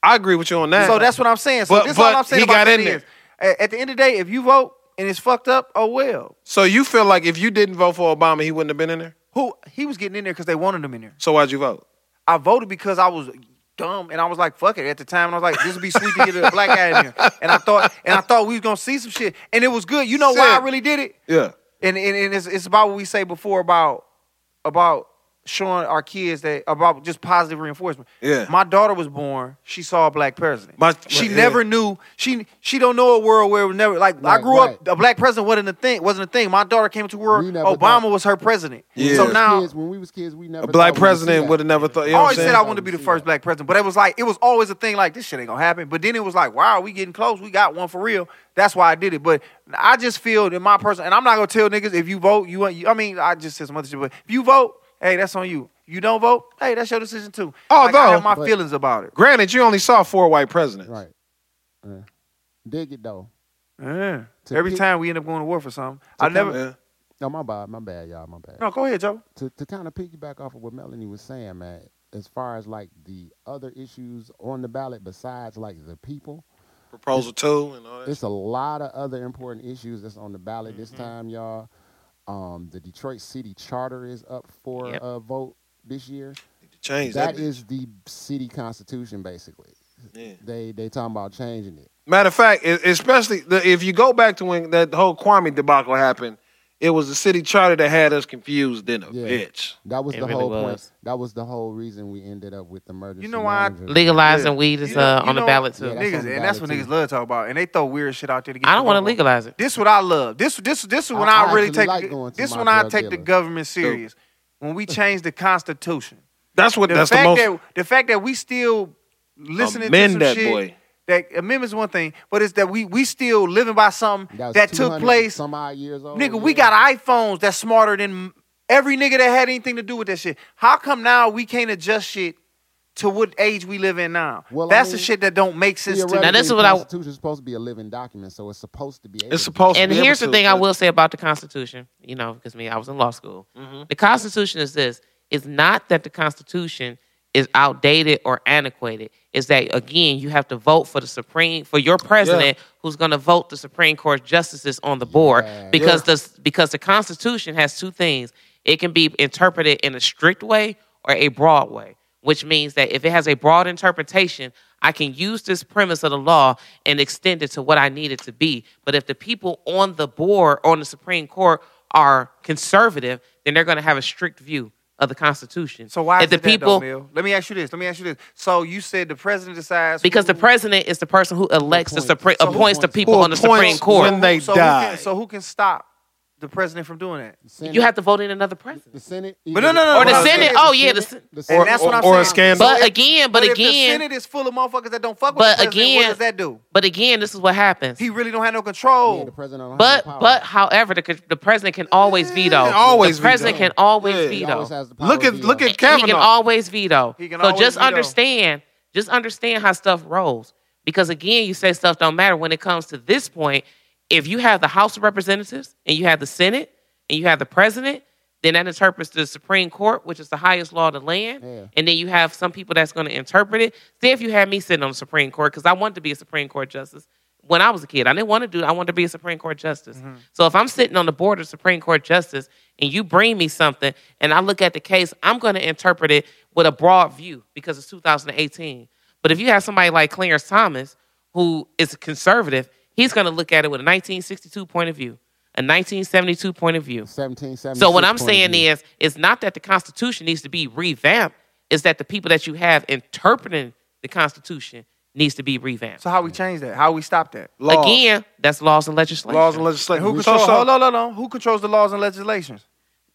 Speaker 7: I agree with you on that.
Speaker 6: So that's what I'm saying. So
Speaker 7: But-
Speaker 6: this is
Speaker 7: but
Speaker 6: all I'm saying
Speaker 7: he
Speaker 6: about
Speaker 7: got
Speaker 6: that
Speaker 7: in there.
Speaker 6: is, a- at the end of the day, if you vote and it's fucked up, oh well.
Speaker 7: So you feel like if you didn't vote for Obama, he wouldn't have been in there.
Speaker 6: Who he was getting in there because they wanted him in there.
Speaker 7: So why'd you vote?
Speaker 6: I voted because I was dumb and I was like, fuck it at the time. And I was like, this would be sweet to get a black guy in here. And I thought, and I thought we was gonna see some shit. And it was good. You know why I
Speaker 7: Sick.
Speaker 6: really did it?
Speaker 7: Yeah.
Speaker 6: And and, and it's, it's about what we say before about about showing our kids that about just positive reinforcement.
Speaker 7: Yeah.
Speaker 6: My daughter was born, she saw a black president.
Speaker 7: My-
Speaker 6: she
Speaker 7: yeah.
Speaker 6: never knew she she don't know a world where it was never like I
Speaker 4: Right,
Speaker 6: grew up
Speaker 4: right.
Speaker 6: a black president wasn't a thing wasn't a thing. My daughter came to a world
Speaker 4: We never
Speaker 6: Obama
Speaker 4: thought-
Speaker 6: was her president.
Speaker 7: Yeah.
Speaker 6: So
Speaker 7: As
Speaker 6: now
Speaker 4: kids, when we was kids, we never
Speaker 7: A black
Speaker 4: thought we'd see
Speaker 7: president
Speaker 4: that.
Speaker 7: would have never thought. You
Speaker 6: I
Speaker 7: know what I'm
Speaker 6: always
Speaker 7: saying?
Speaker 6: said I wanted to be the
Speaker 4: Yeah.
Speaker 6: first black president, but it was like it was always a thing like this shit ain't gonna happen. But then it was like, wow, we getting close. We got one for real. That's why I did it. But I just feel in my person, and I'm not gonna tell niggas if you vote, you, you I mean, I just said some other shit, but if you vote, hey, that's on you. You don't vote, hey, that's your decision too. Like, I
Speaker 7: Although-
Speaker 6: have my
Speaker 4: But-
Speaker 6: feelings about it.
Speaker 7: Granted, you only saw four white presidents.
Speaker 4: Right. Yeah. Dig it though.
Speaker 6: Yeah.
Speaker 4: To
Speaker 6: Every
Speaker 4: pick-
Speaker 6: time we end up going to war for something,
Speaker 4: To
Speaker 6: I never.
Speaker 4: come-
Speaker 7: Yeah.
Speaker 4: No, my bad, my bad, y'all, my bad.
Speaker 6: No, go ahead, Joe.
Speaker 4: To to kind of piggyback off of what Melanie was saying, man. As far as like the other issues on the ballot besides like the people,
Speaker 7: Proposal two and all that.
Speaker 4: it's a lot of other important issues that's on the ballot this
Speaker 8: Mm-hmm.
Speaker 4: time, y'all. Um, the Detroit City Charter is up for
Speaker 8: Yep.
Speaker 4: a vote this year.
Speaker 7: Need to change that.
Speaker 4: that is the city constitution, basically.
Speaker 7: Yeah.
Speaker 4: They they talking about changing it.
Speaker 7: Matter of fact, e- especially the, if you go back to when that whole Kwame debacle happened, it was the city charter that had us confused in a
Speaker 4: Yeah.
Speaker 7: bitch.
Speaker 4: That was
Speaker 8: It
Speaker 4: the
Speaker 8: really
Speaker 4: whole point.
Speaker 8: was.
Speaker 4: That was the whole reason we ended up with the murder.
Speaker 6: You know why I-
Speaker 8: Legalizing weed is
Speaker 6: You know-
Speaker 8: uh,
Speaker 6: you
Speaker 8: on the
Speaker 6: know-
Speaker 8: ballot too.
Speaker 4: Yeah, that's
Speaker 6: niggas,
Speaker 4: on the
Speaker 6: and that's what
Speaker 4: ballot,
Speaker 6: niggas
Speaker 4: too.
Speaker 6: love to talk about, and they throw weird shit out there to get.
Speaker 8: I
Speaker 6: you
Speaker 8: don't want to
Speaker 6: vote.
Speaker 8: legalize it.
Speaker 6: This what I love. This this this is when
Speaker 4: I-
Speaker 6: I,
Speaker 4: I
Speaker 6: really
Speaker 4: actually
Speaker 6: take
Speaker 4: like
Speaker 6: the-
Speaker 4: going to
Speaker 6: this
Speaker 4: my
Speaker 6: when I
Speaker 4: drug
Speaker 6: take the
Speaker 4: dealers.
Speaker 6: government serious. when we changed the Constitution.
Speaker 7: That's what.
Speaker 6: The
Speaker 7: that's the
Speaker 6: fact
Speaker 7: most.
Speaker 6: that the fact that we still listening
Speaker 7: Amend
Speaker 6: to some
Speaker 7: that
Speaker 6: shit.
Speaker 7: boy.
Speaker 6: That amendment's one thing, but it's that we we still living by something
Speaker 4: was
Speaker 6: that, took
Speaker 4: 200
Speaker 6: place.
Speaker 4: some odd years old.
Speaker 6: Nigga, we
Speaker 4: yeah.
Speaker 6: got iPhones that's smarter than every nigga that had anything to do with that shit. How come now we can't adjust shit to what age we live in now?
Speaker 4: Well, I
Speaker 6: that's the
Speaker 4: mean,
Speaker 6: shit that don't make sense to
Speaker 4: Theoretically,
Speaker 6: me.
Speaker 8: Now, this is
Speaker 4: the
Speaker 8: what I-
Speaker 4: Constitution is supposed to be a living document, so it's supposed to be. able to be
Speaker 7: supposed to
Speaker 4: changed.
Speaker 8: And
Speaker 7: be able
Speaker 8: here's the
Speaker 7: to,
Speaker 8: thing I
Speaker 7: but-
Speaker 8: will say about the Constitution, you know, because me, I was in law school. The Constitution is this it's not that the Constitution is outdated or antiquated. It's that, again, you have to vote for the Supreme, for your president who's going to vote the Supreme Court justices on the board because, the, because the Constitution has two things it can be interpreted in a strict way or a broad way, which means that if it has a broad interpretation, I can use this premise of the law and extend it to what I need it to be. But if the people on the board, on the Supreme Court, are conservative, then they're going to have a strict view of the Constitution.
Speaker 6: So why
Speaker 8: if
Speaker 6: is
Speaker 8: the
Speaker 6: it
Speaker 8: people?
Speaker 6: that, though, Mel? Let me ask you this. Let me ask you this. So you said the president decides
Speaker 8: because
Speaker 6: who-
Speaker 8: the president is the person who elects the
Speaker 4: Appoints.
Speaker 8: Supreme,
Speaker 4: So who
Speaker 8: appoints the
Speaker 4: appoints-
Speaker 8: people
Speaker 7: who
Speaker 8: on the Supreme
Speaker 7: appoints
Speaker 8: Court.
Speaker 7: when they
Speaker 6: so Who
Speaker 7: die.
Speaker 6: can, so who can stop the president from doing that?
Speaker 4: The Senate-
Speaker 8: You have to vote in another president.
Speaker 4: the Senate,
Speaker 6: But no, no, no,
Speaker 8: Or the
Speaker 6: no, no,
Speaker 8: Senate.
Speaker 6: no.
Speaker 8: Oh yeah, the Sen-
Speaker 4: The
Speaker 6: And
Speaker 4: Senate-
Speaker 6: that's what I'm
Speaker 7: or- or a
Speaker 6: saying.
Speaker 7: scandal.
Speaker 6: So
Speaker 8: But
Speaker 6: if-
Speaker 8: again, but
Speaker 6: but if the
Speaker 8: again-
Speaker 6: Senate is full of motherfuckers that don't fuck with
Speaker 8: But
Speaker 6: the president, what
Speaker 8: again-
Speaker 6: does that do?
Speaker 8: but again, this is what happens.
Speaker 6: He really don't have no
Speaker 4: yeah,
Speaker 6: control.
Speaker 4: the president don't have
Speaker 8: Oh. But
Speaker 4: the power.
Speaker 8: but however, the, the president can always veto.
Speaker 7: Can always
Speaker 8: the president
Speaker 7: veto.
Speaker 8: can always
Speaker 7: Yeah.
Speaker 4: he
Speaker 8: veto.
Speaker 4: always has the power
Speaker 7: Look
Speaker 4: to
Speaker 7: at
Speaker 4: be
Speaker 7: look
Speaker 4: like-
Speaker 7: at
Speaker 8: He can
Speaker 7: Kavanaugh.
Speaker 8: always veto.
Speaker 6: He can
Speaker 8: so
Speaker 6: always
Speaker 8: just
Speaker 6: veto.
Speaker 8: understand, just understand how stuff rolls. Because again, you say stuff don't matter when it comes to this point. If you have the House of Representatives and you have the Senate and you have the President, then that interprets the Supreme Court, which is the highest law of the land.
Speaker 4: Yeah.
Speaker 8: And then you have some people that's going to interpret it. Say if you had me sitting on the Supreme Court, because I wanted to be a Supreme Court justice when I was a kid. I didn't want to do it. I wanted to be a Supreme Court justice. So if I'm sitting on the board of Supreme Court justice and you bring me something and I look at the case, I'm going to interpret it with a broad view because it's 2018. But if you have somebody like Clarence Thomas, who is a conservative, he's going to look at it with a 1962 point of view, a 1972 point of view.
Speaker 4: 1776
Speaker 8: So what I'm
Speaker 4: point of
Speaker 8: saying
Speaker 4: view.
Speaker 8: is, it's not that the Constitution needs to be revamped. It's that the people that you have interpreting the Constitution needs to be revamped.
Speaker 6: So how we change that? How we stop that?
Speaker 7: Laws.
Speaker 8: Again, that's laws and legislation.
Speaker 7: laws and legislation.
Speaker 6: Who
Speaker 7: So-
Speaker 6: controls?
Speaker 7: so-
Speaker 6: hold on, hold on. Who controls the laws and legislations?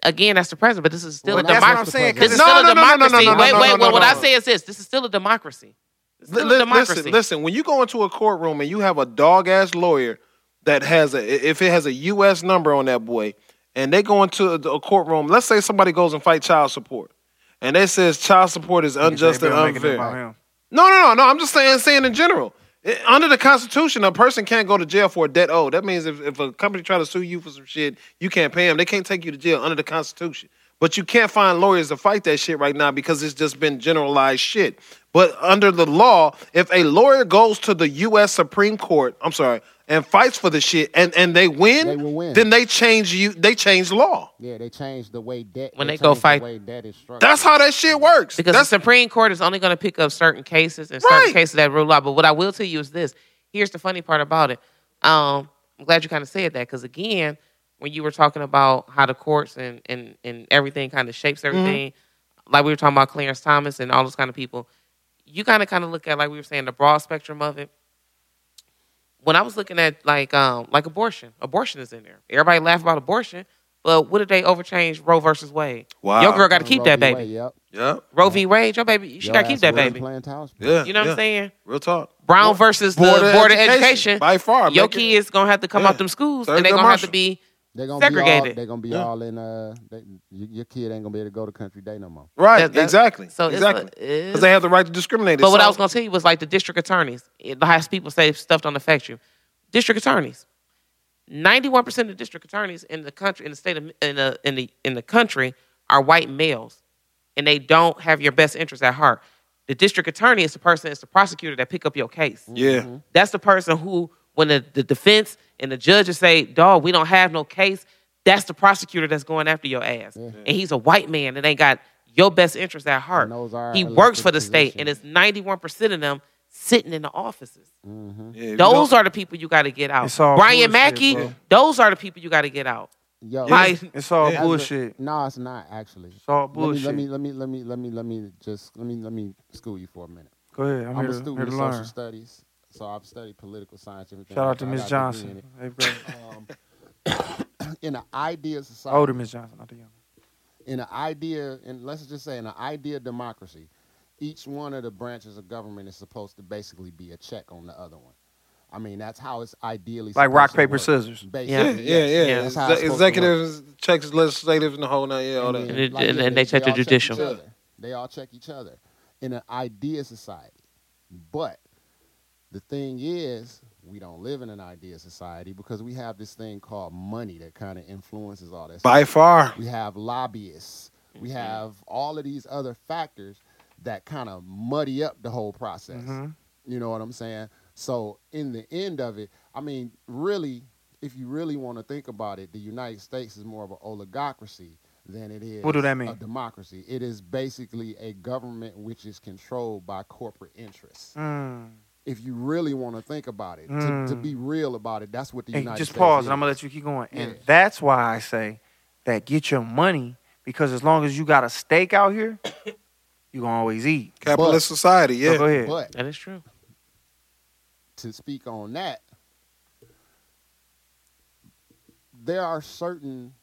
Speaker 8: Again, that's the president, but this is still
Speaker 4: Well,
Speaker 8: a
Speaker 6: That's what I'm
Speaker 8: democracy.
Speaker 6: saying. 'cause it's
Speaker 8: This is
Speaker 7: No,
Speaker 8: still a
Speaker 7: no, no, no, no,
Speaker 8: democracy.
Speaker 7: no, no,
Speaker 8: wait,
Speaker 7: no,
Speaker 8: wait.
Speaker 7: no,
Speaker 8: well,
Speaker 7: no,
Speaker 8: what
Speaker 7: no.
Speaker 8: I say is this: this is still a democracy. It's
Speaker 7: Li-
Speaker 8: still
Speaker 7: li-
Speaker 8: a democracy.
Speaker 7: Listen, listen. When you go into a courtroom and you have a dog ass lawyer that has a, i- if it has a U.S. number on that boy, and they go into a, a courtroom. Let's say somebody goes and fight child support, and they says child support is unjust and
Speaker 6: Bill making it
Speaker 7: unfair.
Speaker 6: about him.
Speaker 7: No, no, no, no. I'm just saying, saying in general. I- under the Constitution, a person can't go to jail for a debt owed. That means if, if a company try to sue you for some shit, you can't pay them. They can't take you to jail under the Constitution. But you can't find lawyers to fight that shit right now because it's just been generalized shit. But under the law, if a lawyer goes to the U.S. Supreme Court, I'm sorry, and fights for the shit, and and they win,
Speaker 4: They will win.
Speaker 7: then they change you. They change law.
Speaker 4: Yeah, they changed the way debt.
Speaker 8: When they go
Speaker 4: changed the
Speaker 8: fight-
Speaker 4: way debt is structured.
Speaker 7: That's how that shit works.
Speaker 8: because
Speaker 7: That's
Speaker 8: the Supreme Court is only going to pick up certain cases and
Speaker 7: Right.
Speaker 8: certain cases that rule out. But what I will tell you is this: here's the funny part about it. Um, I'm glad you kind of said that because again, when you were talking about how the courts and and and everything kind of shapes everything, like we were talking about Clarence Thomas and all those kind of people, you kind of kind of look at like we were saying the broad spectrum of it. When I was looking at like um like abortion, abortion is in there. Everybody laugh about abortion, but what if they overchange Roe versus Wade?
Speaker 7: Wow.
Speaker 8: your girl got to keep
Speaker 4: Roe
Speaker 8: that
Speaker 4: v.
Speaker 8: baby.
Speaker 4: Wade, Yep.
Speaker 7: yeah,
Speaker 8: Roe v. Wade, your baby, she
Speaker 4: Your
Speaker 8: gotta keep
Speaker 4: ass
Speaker 8: that
Speaker 4: wasn't
Speaker 8: baby.
Speaker 4: playing Taos.
Speaker 7: yeah.
Speaker 8: You know what
Speaker 7: yeah.
Speaker 8: I'm saying?
Speaker 7: Real talk.
Speaker 8: Brown versus the
Speaker 7: Board
Speaker 8: board
Speaker 7: of
Speaker 8: of,
Speaker 7: Education,
Speaker 8: education,
Speaker 7: by far,
Speaker 8: Your
Speaker 7: make it-
Speaker 8: kids gonna have to come
Speaker 7: Yeah.
Speaker 8: up them schools,
Speaker 7: Thursday
Speaker 8: and they're gonna have
Speaker 7: Marshall.
Speaker 8: to be.
Speaker 4: They're gonna be all.
Speaker 8: Segregated.
Speaker 4: They're gonna be
Speaker 7: Yeah.
Speaker 4: all in. Uh, they, your your kid ain't gonna be able to go to country day no more.
Speaker 7: Right,
Speaker 8: That- that-
Speaker 7: exactly.
Speaker 8: so it's
Speaker 7: exactly.
Speaker 8: a- it's-
Speaker 7: Because they have the right to discriminate.
Speaker 8: But what
Speaker 7: So-
Speaker 8: I was gonna tell you was like the district attorneys. It- How people say stuff don't affect you. District attorneys. Ninety-one percent of district attorneys in the country, in the state of in the in the in the country, are white males, and they don't have your best interest at heart. The district attorney is the person, is the prosecutor that pick up your case.
Speaker 7: yeah,
Speaker 8: That's the person who, when the, the defense and the judges say, dog, we don't have no case, that's the prosecutor that's going after your ass. And he's a white man that ain't got your best interest at heart.
Speaker 4: And those are
Speaker 8: He works for the
Speaker 4: elected
Speaker 8: state, and it's 91% of them sitting in the offices. Those are the people you got to get out.
Speaker 6: It's all bullshit,
Speaker 8: Brian Mackey,
Speaker 6: bro.
Speaker 8: those are the people you got to get out.
Speaker 4: Yo,
Speaker 8: Like,
Speaker 6: It's all
Speaker 7: Yeah.
Speaker 6: bullshit.
Speaker 4: No, it's not actually.
Speaker 6: It's
Speaker 4: Let
Speaker 6: all
Speaker 4: me-
Speaker 6: bullshit.
Speaker 4: Let me let me let me let me let me just let me let me school you for a minute.
Speaker 6: Go ahead. I'm,
Speaker 4: I'm
Speaker 6: here,
Speaker 4: a
Speaker 6: to-
Speaker 4: student
Speaker 6: here
Speaker 4: of
Speaker 6: to
Speaker 4: social
Speaker 6: learn.
Speaker 4: studies, so I've studied political science. Everything.
Speaker 6: Shout out to
Speaker 4: I
Speaker 6: Miss
Speaker 4: got a degree in
Speaker 6: Johnson.
Speaker 4: it.
Speaker 6: Eighth grade.
Speaker 4: Um, in an ideal society,
Speaker 6: Older Miss Johnson, not the young.
Speaker 4: in an idea, and let's just say in an idea democracy, each one of the branches of government is supposed to basically be a check on the other one. I mean, that's how it's ideally
Speaker 6: Like
Speaker 4: supposed
Speaker 6: rock,
Speaker 4: to
Speaker 6: paper,
Speaker 4: work.
Speaker 6: scissors.
Speaker 4: Basically,
Speaker 7: Yeah, yeah, yeah.
Speaker 8: Yeah.
Speaker 4: That's how it's
Speaker 7: Exe-
Speaker 4: supposed to work. Mm-hmm.
Speaker 7: Executive checks legislative and the whole nine. Yeah, all
Speaker 4: And
Speaker 7: that.
Speaker 4: then,
Speaker 8: And
Speaker 4: like
Speaker 8: it- and
Speaker 4: you
Speaker 8: then they
Speaker 4: said,
Speaker 8: check the
Speaker 4: all each
Speaker 8: judicial.
Speaker 4: other. They all check each other in an idea society. But the thing is, we don't live in an idea society because we have this thing called money that kind of influences all that.
Speaker 7: By
Speaker 4: stuff.
Speaker 7: far.
Speaker 4: We have lobbyists. We
Speaker 6: Mm-hmm.
Speaker 4: have all of these other factors that kind of muddy up the whole process.
Speaker 6: Mm-hmm.
Speaker 4: You know what I'm saying? So in the end of it, I mean, really, if you really want to think about it, the United States is more of an oligarchy than it is
Speaker 6: What do that mean?
Speaker 4: a democracy. It is basically a government which is controlled by corporate interests.
Speaker 6: Mm.
Speaker 4: If you really want to think about it, to, to
Speaker 6: Mm.
Speaker 4: be real about it, that's what the
Speaker 6: Hey,
Speaker 4: United
Speaker 6: just
Speaker 4: States
Speaker 6: pause,
Speaker 4: is.
Speaker 6: and I'm gonna let you keep going. And
Speaker 4: Yeah.
Speaker 6: that's why I say that get your money because as long as you got a steak out here, you gonna always eat.
Speaker 7: Capitalist society,
Speaker 6: So
Speaker 7: yeah.
Speaker 6: go ahead.
Speaker 4: But
Speaker 8: That is true.
Speaker 4: to speak on that, there are certain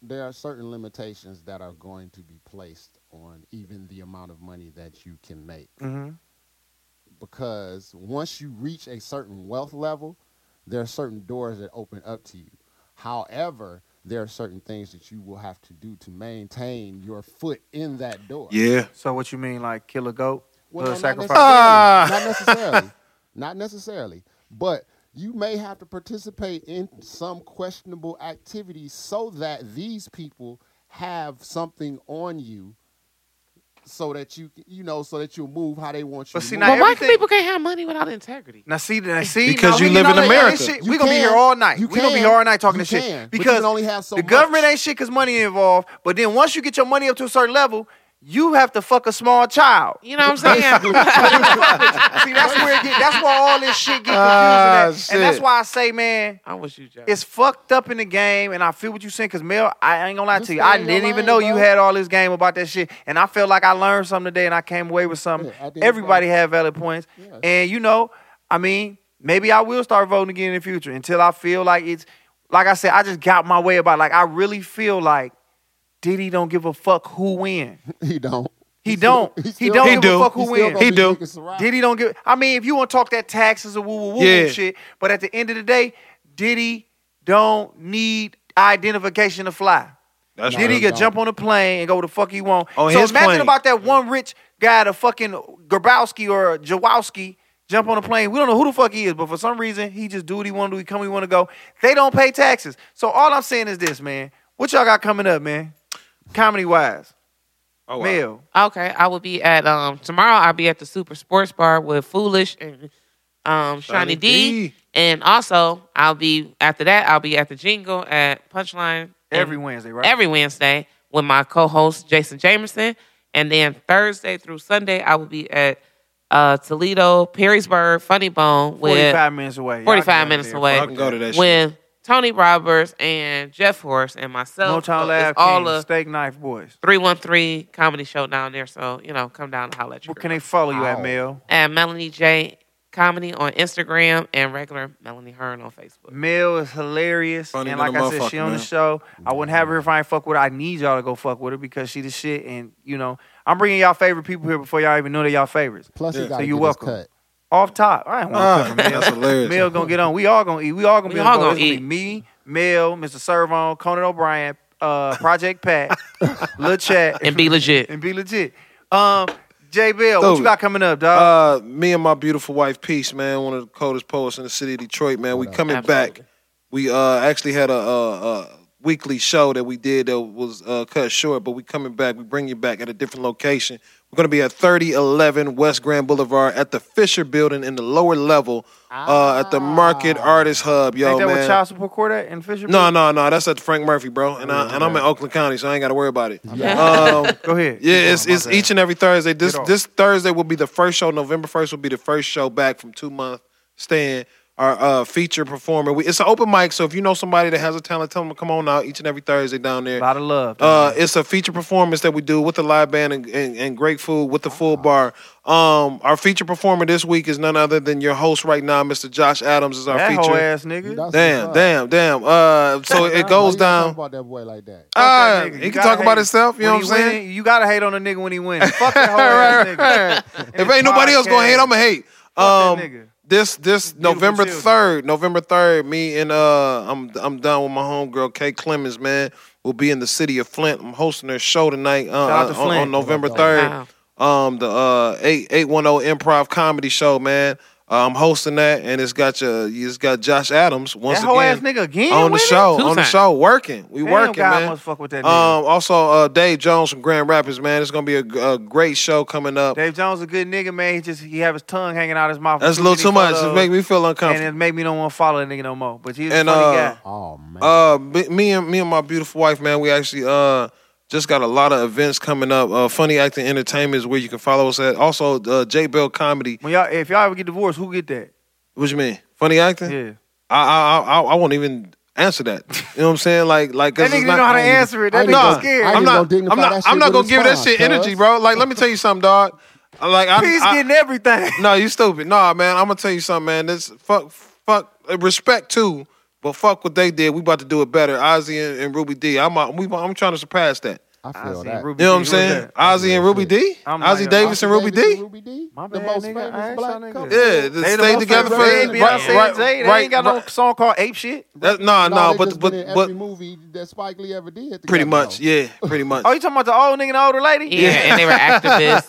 Speaker 4: there are certain limitations that are going to be placed on even the amount of money that you can make
Speaker 6: hmm
Speaker 4: because once you reach a certain wealth level, there are certain doors that open up to you. However, there are certain things that you will have to do to maintain your foot in that door.
Speaker 7: Yeah.
Speaker 6: So what you mean, like kill a goat,
Speaker 4: Well,
Speaker 6: uh,
Speaker 4: no,
Speaker 6: sacrifice?
Speaker 4: Not necessarily. Not necessarily. Not necessarily. But you may have to participate in some questionable activity so that these people have something on you so that you you know so that you'll move how they want you
Speaker 6: But
Speaker 4: to
Speaker 6: see,
Speaker 4: move.
Speaker 6: now
Speaker 8: But why
Speaker 6: everything-
Speaker 8: people can't have money without integrity?
Speaker 6: Now see, now see,
Speaker 7: Because
Speaker 6: now
Speaker 7: you
Speaker 6: we
Speaker 7: live
Speaker 6: can
Speaker 7: in
Speaker 6: only-
Speaker 7: America.
Speaker 6: Shit,
Speaker 4: You
Speaker 6: we gonna be here
Speaker 4: can.
Speaker 6: all night.
Speaker 4: You
Speaker 6: we gonna be
Speaker 4: can.
Speaker 6: here all night talking
Speaker 4: You
Speaker 6: this
Speaker 4: can.
Speaker 6: shit
Speaker 4: But you
Speaker 6: because
Speaker 4: can only have so
Speaker 6: the
Speaker 4: much.
Speaker 6: government ain't shit because money involved. But then once you get your money up to a certain level, you have to fuck a small child.
Speaker 8: You know what I'm saying?
Speaker 6: See, that's where it get, that's why all this shit get confusing.
Speaker 7: Ah,
Speaker 6: at. And that's
Speaker 7: shit.
Speaker 6: why I say, man,
Speaker 8: I'm with you, Joe.
Speaker 6: it's fucked up in the game, and I feel what you saying. Cause Mel, I ain't gonna lie
Speaker 4: Just
Speaker 6: to you, I
Speaker 4: stay in
Speaker 6: didn't
Speaker 4: your
Speaker 6: even
Speaker 4: lane,
Speaker 6: know you
Speaker 4: bro.
Speaker 6: had all this game about that shit, and I feel like I learned something today, and I came away with something.
Speaker 4: Yeah, I did,
Speaker 6: Everybody
Speaker 4: bro.
Speaker 6: had valid points,
Speaker 4: Yeah.
Speaker 6: and you know, I mean, maybe I will start voting again in the future until I feel like it's. Like I said, I just got my way about. it. Like I really feel like Diddy don't give a fuck who win.
Speaker 4: he don't.
Speaker 6: He don't.
Speaker 4: he
Speaker 6: He
Speaker 4: still gonna
Speaker 6: don't give
Speaker 7: be-
Speaker 6: a
Speaker 7: he
Speaker 6: fuck
Speaker 4: He's
Speaker 6: who
Speaker 4: still
Speaker 6: win.
Speaker 4: gonna
Speaker 7: He
Speaker 4: be
Speaker 7: do.
Speaker 4: Lucas Surratt.
Speaker 6: Diddy don't give. I mean, if you want to talk that taxes or woo woo woo
Speaker 7: Yeah.
Speaker 6: shit, but at the end of the day, Diddy don't need identification to fly.
Speaker 7: That's
Speaker 4: Did
Speaker 6: Diddy
Speaker 4: he
Speaker 7: true.
Speaker 4: get-
Speaker 6: can jump on a plane and go where the fuck he want.
Speaker 7: On
Speaker 6: so
Speaker 7: his
Speaker 6: imagine
Speaker 7: plane.
Speaker 6: about that one rich guy, the fucking Grabowski or Jawowski, jump on a plane. We don't know who the fuck he is, but for some reason he just do what he want to do. He come where he want to go. They don't pay taxes. So all I'm saying is this, man. What y'all got coming up, man? Comedy wise,
Speaker 7: Oh, wow.
Speaker 6: Mel.
Speaker 8: Okay, I will be at um tomorrow. I'll be at the Super Sports Bar with Foolish and
Speaker 6: Oh,
Speaker 8: um Shawnee
Speaker 7: Shawnee
Speaker 8: D.
Speaker 7: D.
Speaker 8: and also I'll be after that. I'll be at the Jingle at Punchline and
Speaker 6: Every Wednesday, right?
Speaker 8: every Wednesday with my co-host Jason Jamerson, and then Thursday through Sunday I will be at uh Toledo Perrysburg Funny Bone with
Speaker 6: 45 minutes away. Y'all
Speaker 8: 45
Speaker 6: get
Speaker 8: minutes
Speaker 6: there.
Speaker 8: away.
Speaker 7: I can go to that shit.
Speaker 8: with Tony Roberts and Jeff Horst and myself. So
Speaker 6: Motown Lab,
Speaker 8: it's all
Speaker 6: King,
Speaker 8: the
Speaker 6: Steak Knife Boys.
Speaker 8: 313 comedy show down there. So, you know, come down and holler at you.
Speaker 6: Where can they follow you
Speaker 7: Oh.
Speaker 6: at,
Speaker 4: Ow.
Speaker 6: Mel?
Speaker 8: and Melanie J Comedy on Instagram and regular Melanie Hearn on Facebook.
Speaker 6: Mel is hilarious,
Speaker 7: Funny
Speaker 6: and like I
Speaker 7: little
Speaker 6: said, she
Speaker 7: motherfucker,
Speaker 6: on the
Speaker 7: man.
Speaker 6: show. I wouldn't have her if I ain't fuck with her. I need y'all to go fuck with her because she the shit. And you know, I'm bringing y'all favorite people here before y'all even know they y'all favorites.
Speaker 4: Plus,
Speaker 7: Yeah.
Speaker 4: he
Speaker 7: So
Speaker 4: got
Speaker 6: you
Speaker 4: get
Speaker 6: welcome.
Speaker 4: His cut.
Speaker 6: Off top, I ain't want
Speaker 7: Ah,
Speaker 6: to
Speaker 7: that's hilarious.
Speaker 6: Mel gonna get on. We all gonna eat. We all gonna be
Speaker 8: We all
Speaker 6: on. the boat.
Speaker 8: gonna
Speaker 6: It's
Speaker 8: eat.
Speaker 6: Gonna be me, Mel, Mr. Servon, Conan O'Brien, uh, Project Pat, Lil Chat,
Speaker 8: And be legit.
Speaker 6: and be legit. Um, J. Bill, what
Speaker 7: Dude.
Speaker 6: you got coming up, dog?
Speaker 7: Uh, me and my beautiful wife, Peace, man, one of the coldest poets in the city of Detroit, man. We coming
Speaker 8: Absolutely.
Speaker 7: back. We uh actually had a, a, a weekly show that we did that was uh, cut short, but we coming back. We bring you back at a different location. We're gonna be at 3011 West Grand Boulevard at the Fisher Building in the lower level, uh, at the Market Artist Hub, yo,
Speaker 6: Ain't that
Speaker 7: man.
Speaker 6: what child support court at in Fisher?
Speaker 7: no, no, no. That's at Frank Murphy, bro. And I, and I'm in Oakland County, so I ain't got to worry about it. Um,
Speaker 6: Go ahead.
Speaker 7: Yeah, it's, it's each and every Thursday. This
Speaker 6: Get off.
Speaker 7: this Thursday will be the first show. November first will be the first show back from two month stand. our uh, feature performer. We, it's an open mic, so if you know somebody that has a talent, tell them to come on out each and every Thursday down there.
Speaker 6: A lot of love.
Speaker 7: Uh, it's a feature performance that we do with the live band and, and, and great food with
Speaker 6: Ah.
Speaker 7: the full bar. Um, our feature performer this week is none other than your host right now, Mr. Josh Adams, is our
Speaker 6: that whole
Speaker 7: feature.
Speaker 6: ass nigga.
Speaker 4: That's
Speaker 7: Damn,
Speaker 4: what's
Speaker 7: damn, damn. Uh, so
Speaker 4: up. Why you
Speaker 7: it goes
Speaker 4: gotta talk
Speaker 7: down.
Speaker 4: about that boy like that.
Speaker 7: Ah,
Speaker 6: Fuck that nigga.
Speaker 7: he
Speaker 6: You
Speaker 7: can
Speaker 6: gotta
Speaker 7: talk about
Speaker 6: hate-
Speaker 7: himself. You know
Speaker 6: when
Speaker 7: what I'm
Speaker 6: he
Speaker 7: saying?
Speaker 6: winning, you gotta hate on a nigga when he wins. Fuck that whole ass
Speaker 7: Right,
Speaker 6: nigga.
Speaker 7: right,
Speaker 6: And
Speaker 7: right. If
Speaker 6: the
Speaker 7: ain't nobody else gonna
Speaker 6: podcast.
Speaker 7: hate, I'ma hate.
Speaker 6: that
Speaker 7: Um,
Speaker 6: nigga.
Speaker 7: this this November
Speaker 6: children.
Speaker 7: third, November third, me and uh, I'm I'm done with my homegirl Kay Clemens, man. We'll be in the city of Flint. I'm hosting her show tonight uh,
Speaker 6: out
Speaker 7: on,
Speaker 6: to Flint.
Speaker 7: on November
Speaker 8: Wow.
Speaker 7: third. Um, the uh eight eight one zero improv comedy show, man. Uh, I'm hosting that, and it's got your it's got Josh Adams once
Speaker 6: That whole
Speaker 7: again
Speaker 6: ass nigga again
Speaker 7: on the
Speaker 6: winning?
Speaker 7: show
Speaker 8: Two
Speaker 7: on the
Speaker 8: times.
Speaker 7: show working. We
Speaker 6: Damn,
Speaker 7: working,
Speaker 6: God
Speaker 7: man.
Speaker 6: must fuck with that nigga.
Speaker 7: Um, also, uh, Dave Jones from Grand Rapids, man. It's gonna be a, a great show coming up.
Speaker 6: Dave Jones a good nigga, man. He just he have his tongue hanging out his mouth. for
Speaker 7: That's a little
Speaker 6: many
Speaker 7: too much. It
Speaker 6: photos,
Speaker 7: make me feel
Speaker 6: and
Speaker 7: uncomfortable.
Speaker 6: it made me don't want to follow that nigga no more. But he's
Speaker 7: And,
Speaker 6: a funny
Speaker 7: uh,
Speaker 6: guy.
Speaker 4: Oh man.
Speaker 7: Uh, me me and me and my beautiful wife, man. We actually uh just got a lot of events coming up. Uh, Funny Acting Entertainment is where you can follow us at. Also, uh, J Bell Comedy.
Speaker 6: When y'all if y'all ever get divorced, who get that?
Speaker 7: What you mean? Funny Acting?
Speaker 6: Yeah.
Speaker 7: I I I, I won't even answer that. You know what I'm saying? Like like 'cause
Speaker 6: That nigga
Speaker 7: it's
Speaker 6: didn't know how to answer it.
Speaker 4: I
Speaker 6: That
Speaker 4: ain't
Speaker 6: nigga
Speaker 4: gonna- I
Speaker 6: scared.
Speaker 4: ain't gonna
Speaker 7: I'm not. I'm
Speaker 4: dignify that
Speaker 7: not.
Speaker 4: shit
Speaker 7: I'm not
Speaker 4: with
Speaker 7: gonna
Speaker 4: a
Speaker 7: give that
Speaker 4: response,
Speaker 7: shit energy,
Speaker 4: cuz.
Speaker 7: bro. Like, let me tell you something, dog. Like, I,
Speaker 6: He's
Speaker 7: I,
Speaker 6: getting everything.
Speaker 7: No, you stupid. Nah, man, I'm gonna tell you something, man. This fuck, fuck, uh, respect too, but fuck what they did. We about to do it better. Ozzy and, and Ruby D. I'm uh, we, I'm trying to surpass that.
Speaker 4: I
Speaker 6: I
Speaker 4: feel
Speaker 6: see
Speaker 4: that.
Speaker 6: Ruby
Speaker 7: You
Speaker 6: D.
Speaker 7: know what I'm
Speaker 6: Who's
Speaker 7: saying?
Speaker 6: that?
Speaker 7: Ozzy and Ruby D.
Speaker 6: I'm
Speaker 7: Ozzy
Speaker 6: like,
Speaker 7: Davis and Ruby
Speaker 4: Davis
Speaker 7: D.
Speaker 4: Ruby D.
Speaker 6: My
Speaker 4: the
Speaker 6: bad,
Speaker 4: most
Speaker 6: nigga. I
Speaker 4: famous
Speaker 6: ain't
Speaker 4: black
Speaker 6: saw that
Speaker 4: couple.
Speaker 6: nigga.
Speaker 7: Yeah, they stay together for
Speaker 4: favorite
Speaker 7: right,
Speaker 4: baby, I
Speaker 7: right,
Speaker 6: Beyonce
Speaker 7: right,
Speaker 6: and Jay. They ain't got no song called Ape Shit.
Speaker 7: That, nah, nah,
Speaker 4: they
Speaker 7: but
Speaker 4: just been in
Speaker 7: but
Speaker 4: every
Speaker 7: but
Speaker 4: movie that Spike Lee ever did.
Speaker 7: pretty
Speaker 4: together,
Speaker 7: much,
Speaker 4: though.
Speaker 7: yeah, pretty much.
Speaker 6: Oh, you talking about the old nigga and the older lady?
Speaker 8: Yeah, and they were activists.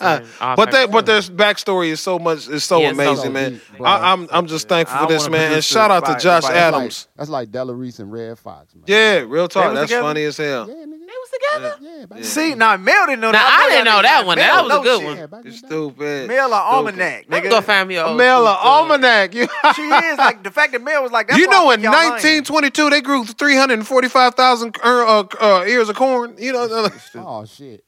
Speaker 8: and all
Speaker 7: But
Speaker 8: types of
Speaker 7: they, but
Speaker 8: stuff.
Speaker 7: their backstory is so much, is so
Speaker 8: Yeah, it's so
Speaker 7: amazing,
Speaker 4: deep,
Speaker 7: man.
Speaker 4: bro.
Speaker 7: I, I'm I'm just thankful
Speaker 6: I
Speaker 7: for this,
Speaker 6: wanna
Speaker 7: man. And
Speaker 6: produce
Speaker 7: shout
Speaker 6: this
Speaker 7: out to
Speaker 6: fire,
Speaker 7: Josh
Speaker 6: fire.
Speaker 4: That's
Speaker 7: Adams.
Speaker 4: Like, that's like Della Reese and Red Fox, man.
Speaker 7: Yeah, real talk.
Speaker 6: was
Speaker 7: That's
Speaker 6: together?
Speaker 7: funny as hell.
Speaker 4: Yeah, nigga.
Speaker 8: They was together.
Speaker 4: Yeah, back
Speaker 6: See, now Mel didn't know
Speaker 8: Now,
Speaker 6: that.
Speaker 8: I didn't know that one. That
Speaker 6: Mel
Speaker 8: was a
Speaker 6: know
Speaker 8: good
Speaker 6: shit.
Speaker 8: one.
Speaker 4: Yeah, back
Speaker 7: It's
Speaker 4: in the day.
Speaker 7: stupid.
Speaker 6: Mel an almanac,
Speaker 8: I'm
Speaker 6: nigga.
Speaker 8: gonna find me a
Speaker 7: Mel a almanac. You,
Speaker 6: She is like the fact that Mel was like that.
Speaker 7: you know, in 1922, they grew 345,000 uh, uh, ears of corn. You know, uh,
Speaker 4: Oh shit.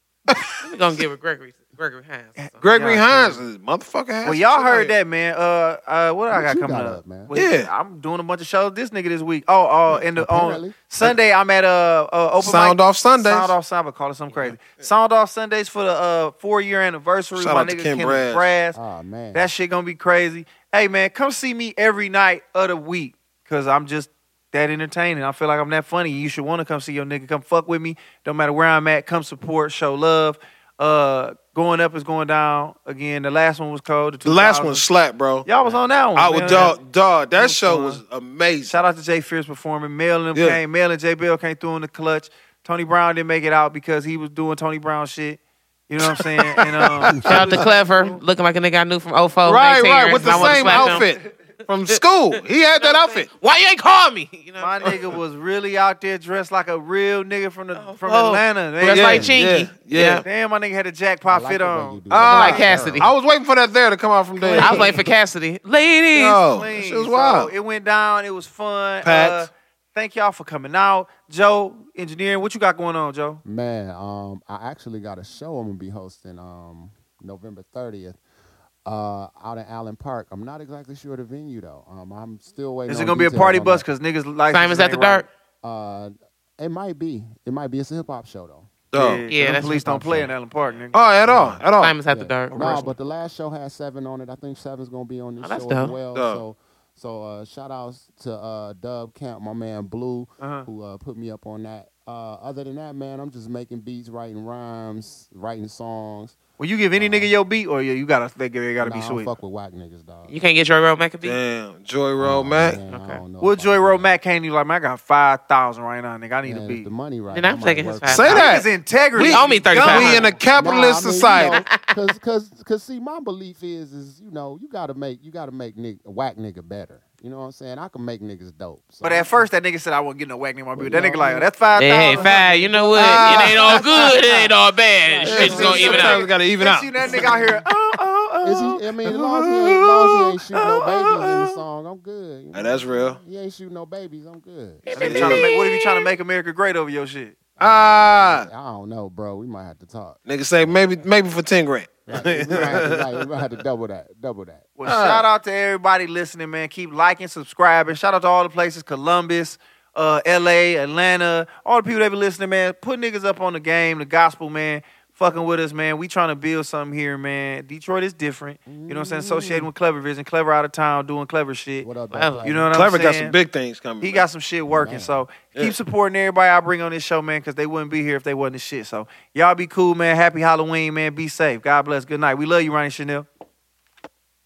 Speaker 8: We're gonna give it Gregory Gregory Hines. Gregory.
Speaker 7: Gregory
Speaker 6: Yeah,
Speaker 7: Hines, is motherfucker. has
Speaker 6: Well,
Speaker 7: some
Speaker 6: y'all
Speaker 7: shit
Speaker 6: heard
Speaker 7: on it.
Speaker 6: that, man. Uh, uh, what, I
Speaker 4: What
Speaker 6: got
Speaker 4: you
Speaker 6: coming
Speaker 4: got
Speaker 6: up?
Speaker 4: up, man?
Speaker 6: Well,
Speaker 7: Yeah.
Speaker 6: I'm doing a bunch of shows. This nigga this week. Oh, oh, and the, on
Speaker 4: Apparently.
Speaker 6: Sunday I'm at uh, uh open
Speaker 7: Sound
Speaker 6: mic.
Speaker 7: Off Sundays.
Speaker 6: Sound off Sunday. Call it something crazy. Sound off Sundays for the uh four year anniversary.
Speaker 7: Shout
Speaker 6: My
Speaker 7: out to
Speaker 6: nigga
Speaker 7: Ken
Speaker 6: Ken
Speaker 7: Brass.
Speaker 6: Brass.
Speaker 4: Oh man.
Speaker 6: That shit gonna be crazy. Hey man, come see me every night of the week because I'm just that entertaining. I feel like I'm that funny. You should want to come see your nigga. Come fuck with me. Don't matter where I'm at. Come support. Show love. Uh, going up is going down again. The last one was cold.
Speaker 7: The last one slapped, bro.
Speaker 6: Y'all was on that one.
Speaker 7: I
Speaker 6: man.
Speaker 7: would, dog, dog, that
Speaker 6: was
Speaker 7: show
Speaker 6: fun.
Speaker 7: was amazing.
Speaker 6: Shout out to Jay Fierce performing. Mel and them
Speaker 7: Yeah.
Speaker 6: came. Mel and Jay Bill came through in the clutch. Tony Brown didn't make it out because he was doing Tony Brown shit. You know what I'm saying? And um,
Speaker 8: Shout out to Clever, looking like a nigga I knew from 04.
Speaker 7: right,
Speaker 8: 19
Speaker 7: right,
Speaker 8: years,
Speaker 7: with
Speaker 8: and I
Speaker 7: the
Speaker 8: wanna
Speaker 7: same
Speaker 8: slap him.
Speaker 7: outfit from school. He had that outfit.
Speaker 8: Why you ain't call me? You know,
Speaker 6: My nigga was really out there dressed like a real nigga from the from
Speaker 8: oh.
Speaker 6: Atlanta. Man.
Speaker 8: Dressed
Speaker 7: Yeah,
Speaker 8: like Chingy.
Speaker 7: Yeah, yeah.
Speaker 6: Damn, my nigga had a jackpot
Speaker 4: I like
Speaker 6: fit um,
Speaker 4: the way
Speaker 6: on.
Speaker 4: you do
Speaker 7: Ah,
Speaker 4: that.
Speaker 8: like Cassidy.
Speaker 7: I was waiting for that there to come out from there.
Speaker 8: I was waiting for Cassidy. Ladies.
Speaker 7: Yo,
Speaker 6: Clean.
Speaker 7: that shit was
Speaker 6: So,
Speaker 7: wild.
Speaker 6: it went down. It was fun. Uh,
Speaker 7: Pats.
Speaker 6: thank y'all for coming out. Joe, engineering, what you got going on, Joe?
Speaker 4: Man, um, I actually got a show I'm gonna be hosting um November 30th. Uh, out in Allen Park. I'm not exactly sure the venue though. Um, I'm still waiting.
Speaker 6: Is it
Speaker 4: on
Speaker 6: gonna be a
Speaker 4: details
Speaker 6: party
Speaker 4: on
Speaker 6: bus?
Speaker 4: that.
Speaker 6: Because niggas like
Speaker 8: Simon's at the dark.
Speaker 4: Uh, it might be. It might be. It's a hip hop show though.
Speaker 7: Dog.
Speaker 6: Yeah,
Speaker 8: Yeah,
Speaker 6: yeah
Speaker 8: that's
Speaker 6: police
Speaker 4: what
Speaker 6: don't
Speaker 4: I'm
Speaker 6: play
Speaker 4: saying.
Speaker 6: in Allen Park, nigga.
Speaker 7: Oh, at all, at all.
Speaker 8: Simon's at the
Speaker 4: Yeah.
Speaker 8: dark.
Speaker 4: No, but the last show had seven on it. I think seven's gonna be on this
Speaker 8: Oh, that's
Speaker 4: show
Speaker 8: dope.
Speaker 4: as well.
Speaker 7: Dope.
Speaker 4: So, so uh, shout outs to uh, Dub Camp, my man Blue,
Speaker 6: Uh-huh.
Speaker 4: who uh, put me up on that. Uh, other than that, man, I'm just making beats, writing rhymes, writing songs.
Speaker 6: Will you give any nigga your beat, or yeah, you gotta they, they gotta
Speaker 4: Nah,
Speaker 6: be
Speaker 4: I don't
Speaker 6: sweet?
Speaker 4: fuck with whack niggas, dog.
Speaker 8: you can't get your road McAfee.
Speaker 7: Damn, Joy Road,
Speaker 4: Oh,
Speaker 7: Mac.
Speaker 4: man, I
Speaker 8: Okay.
Speaker 4: don't know
Speaker 6: Well,
Speaker 4: if I
Speaker 6: Joy
Speaker 4: can
Speaker 6: Roll
Speaker 4: do
Speaker 6: Mac came to you like, man, I got five thousand right now, nigga. I
Speaker 4: that.
Speaker 6: need
Speaker 4: Man,
Speaker 6: a
Speaker 4: if
Speaker 6: beat.
Speaker 4: the money right.
Speaker 8: Then I'm
Speaker 4: I might
Speaker 8: taking his
Speaker 4: work
Speaker 8: five.
Speaker 7: Say
Speaker 4: for it.
Speaker 7: that.
Speaker 6: Niggas integrity.
Speaker 8: We owe me
Speaker 6: gone.
Speaker 7: We in a capitalist
Speaker 4: Nah, I mean,
Speaker 7: society.
Speaker 4: You know, cause, cause, cause, see, my belief is, is you know, you gotta make, you gotta make nigga, whack nigga better. You know what I'm saying? I can make niggas dope. So.
Speaker 6: But at first, that nigga said I wouldn't get no whack nigga my
Speaker 4: Well,
Speaker 6: beat. That
Speaker 4: you
Speaker 6: nigga
Speaker 4: know,
Speaker 6: like, that's five
Speaker 8: Hey, hey,
Speaker 6: thousand.
Speaker 8: five. You know what? it ain't all good. It ain't all bad. Shit's gonna even
Speaker 7: Sometimes
Speaker 8: out.
Speaker 7: it gotta even
Speaker 6: Even
Speaker 7: out.
Speaker 6: see that nigga out here. Oh, oh,
Speaker 4: Is
Speaker 6: oh.
Speaker 4: he, I mean, as long as he ain't, as long as he ain't shooting no babies in the song, I'm good. You
Speaker 7: Now,
Speaker 4: know?
Speaker 7: that's real.
Speaker 4: He ain't shooting no babies, I'm good.
Speaker 6: That nigga tryna make- what if you trying to make America great over your shit?
Speaker 4: I
Speaker 7: Ah,
Speaker 4: don't know, bro. We might have to talk.
Speaker 7: nigga say maybe maybe for ten grand.
Speaker 4: Right. We might have to, like, we might have to double that. Double that.
Speaker 6: Well, shout out to everybody listening, man. Keep liking, subscribing. Shout out to all the places Columbus, uh, LA, Atlanta, all the people that be listening, man. Put niggas up on the game, the gospel, man. Fucking with us, man. We trying to build something here, man. Detroit is different. You know what I'm saying? Associating with Clever Vision, Clever out of town, doing clever shit.
Speaker 4: What up,
Speaker 8: Well,
Speaker 4: Dr.
Speaker 6: You know what
Speaker 7: Clever
Speaker 6: I'm saying?
Speaker 7: got some big things coming.
Speaker 6: He
Speaker 7: man.
Speaker 6: got some shit working. So
Speaker 7: Yeah.
Speaker 6: keep supporting everybody I bring on this show, man, because they wouldn't be here if they wasn't the shit. So y'all be cool, man. Happy Halloween, man. Be safe. God bless. Good night. We love you, Ronnie Chanel.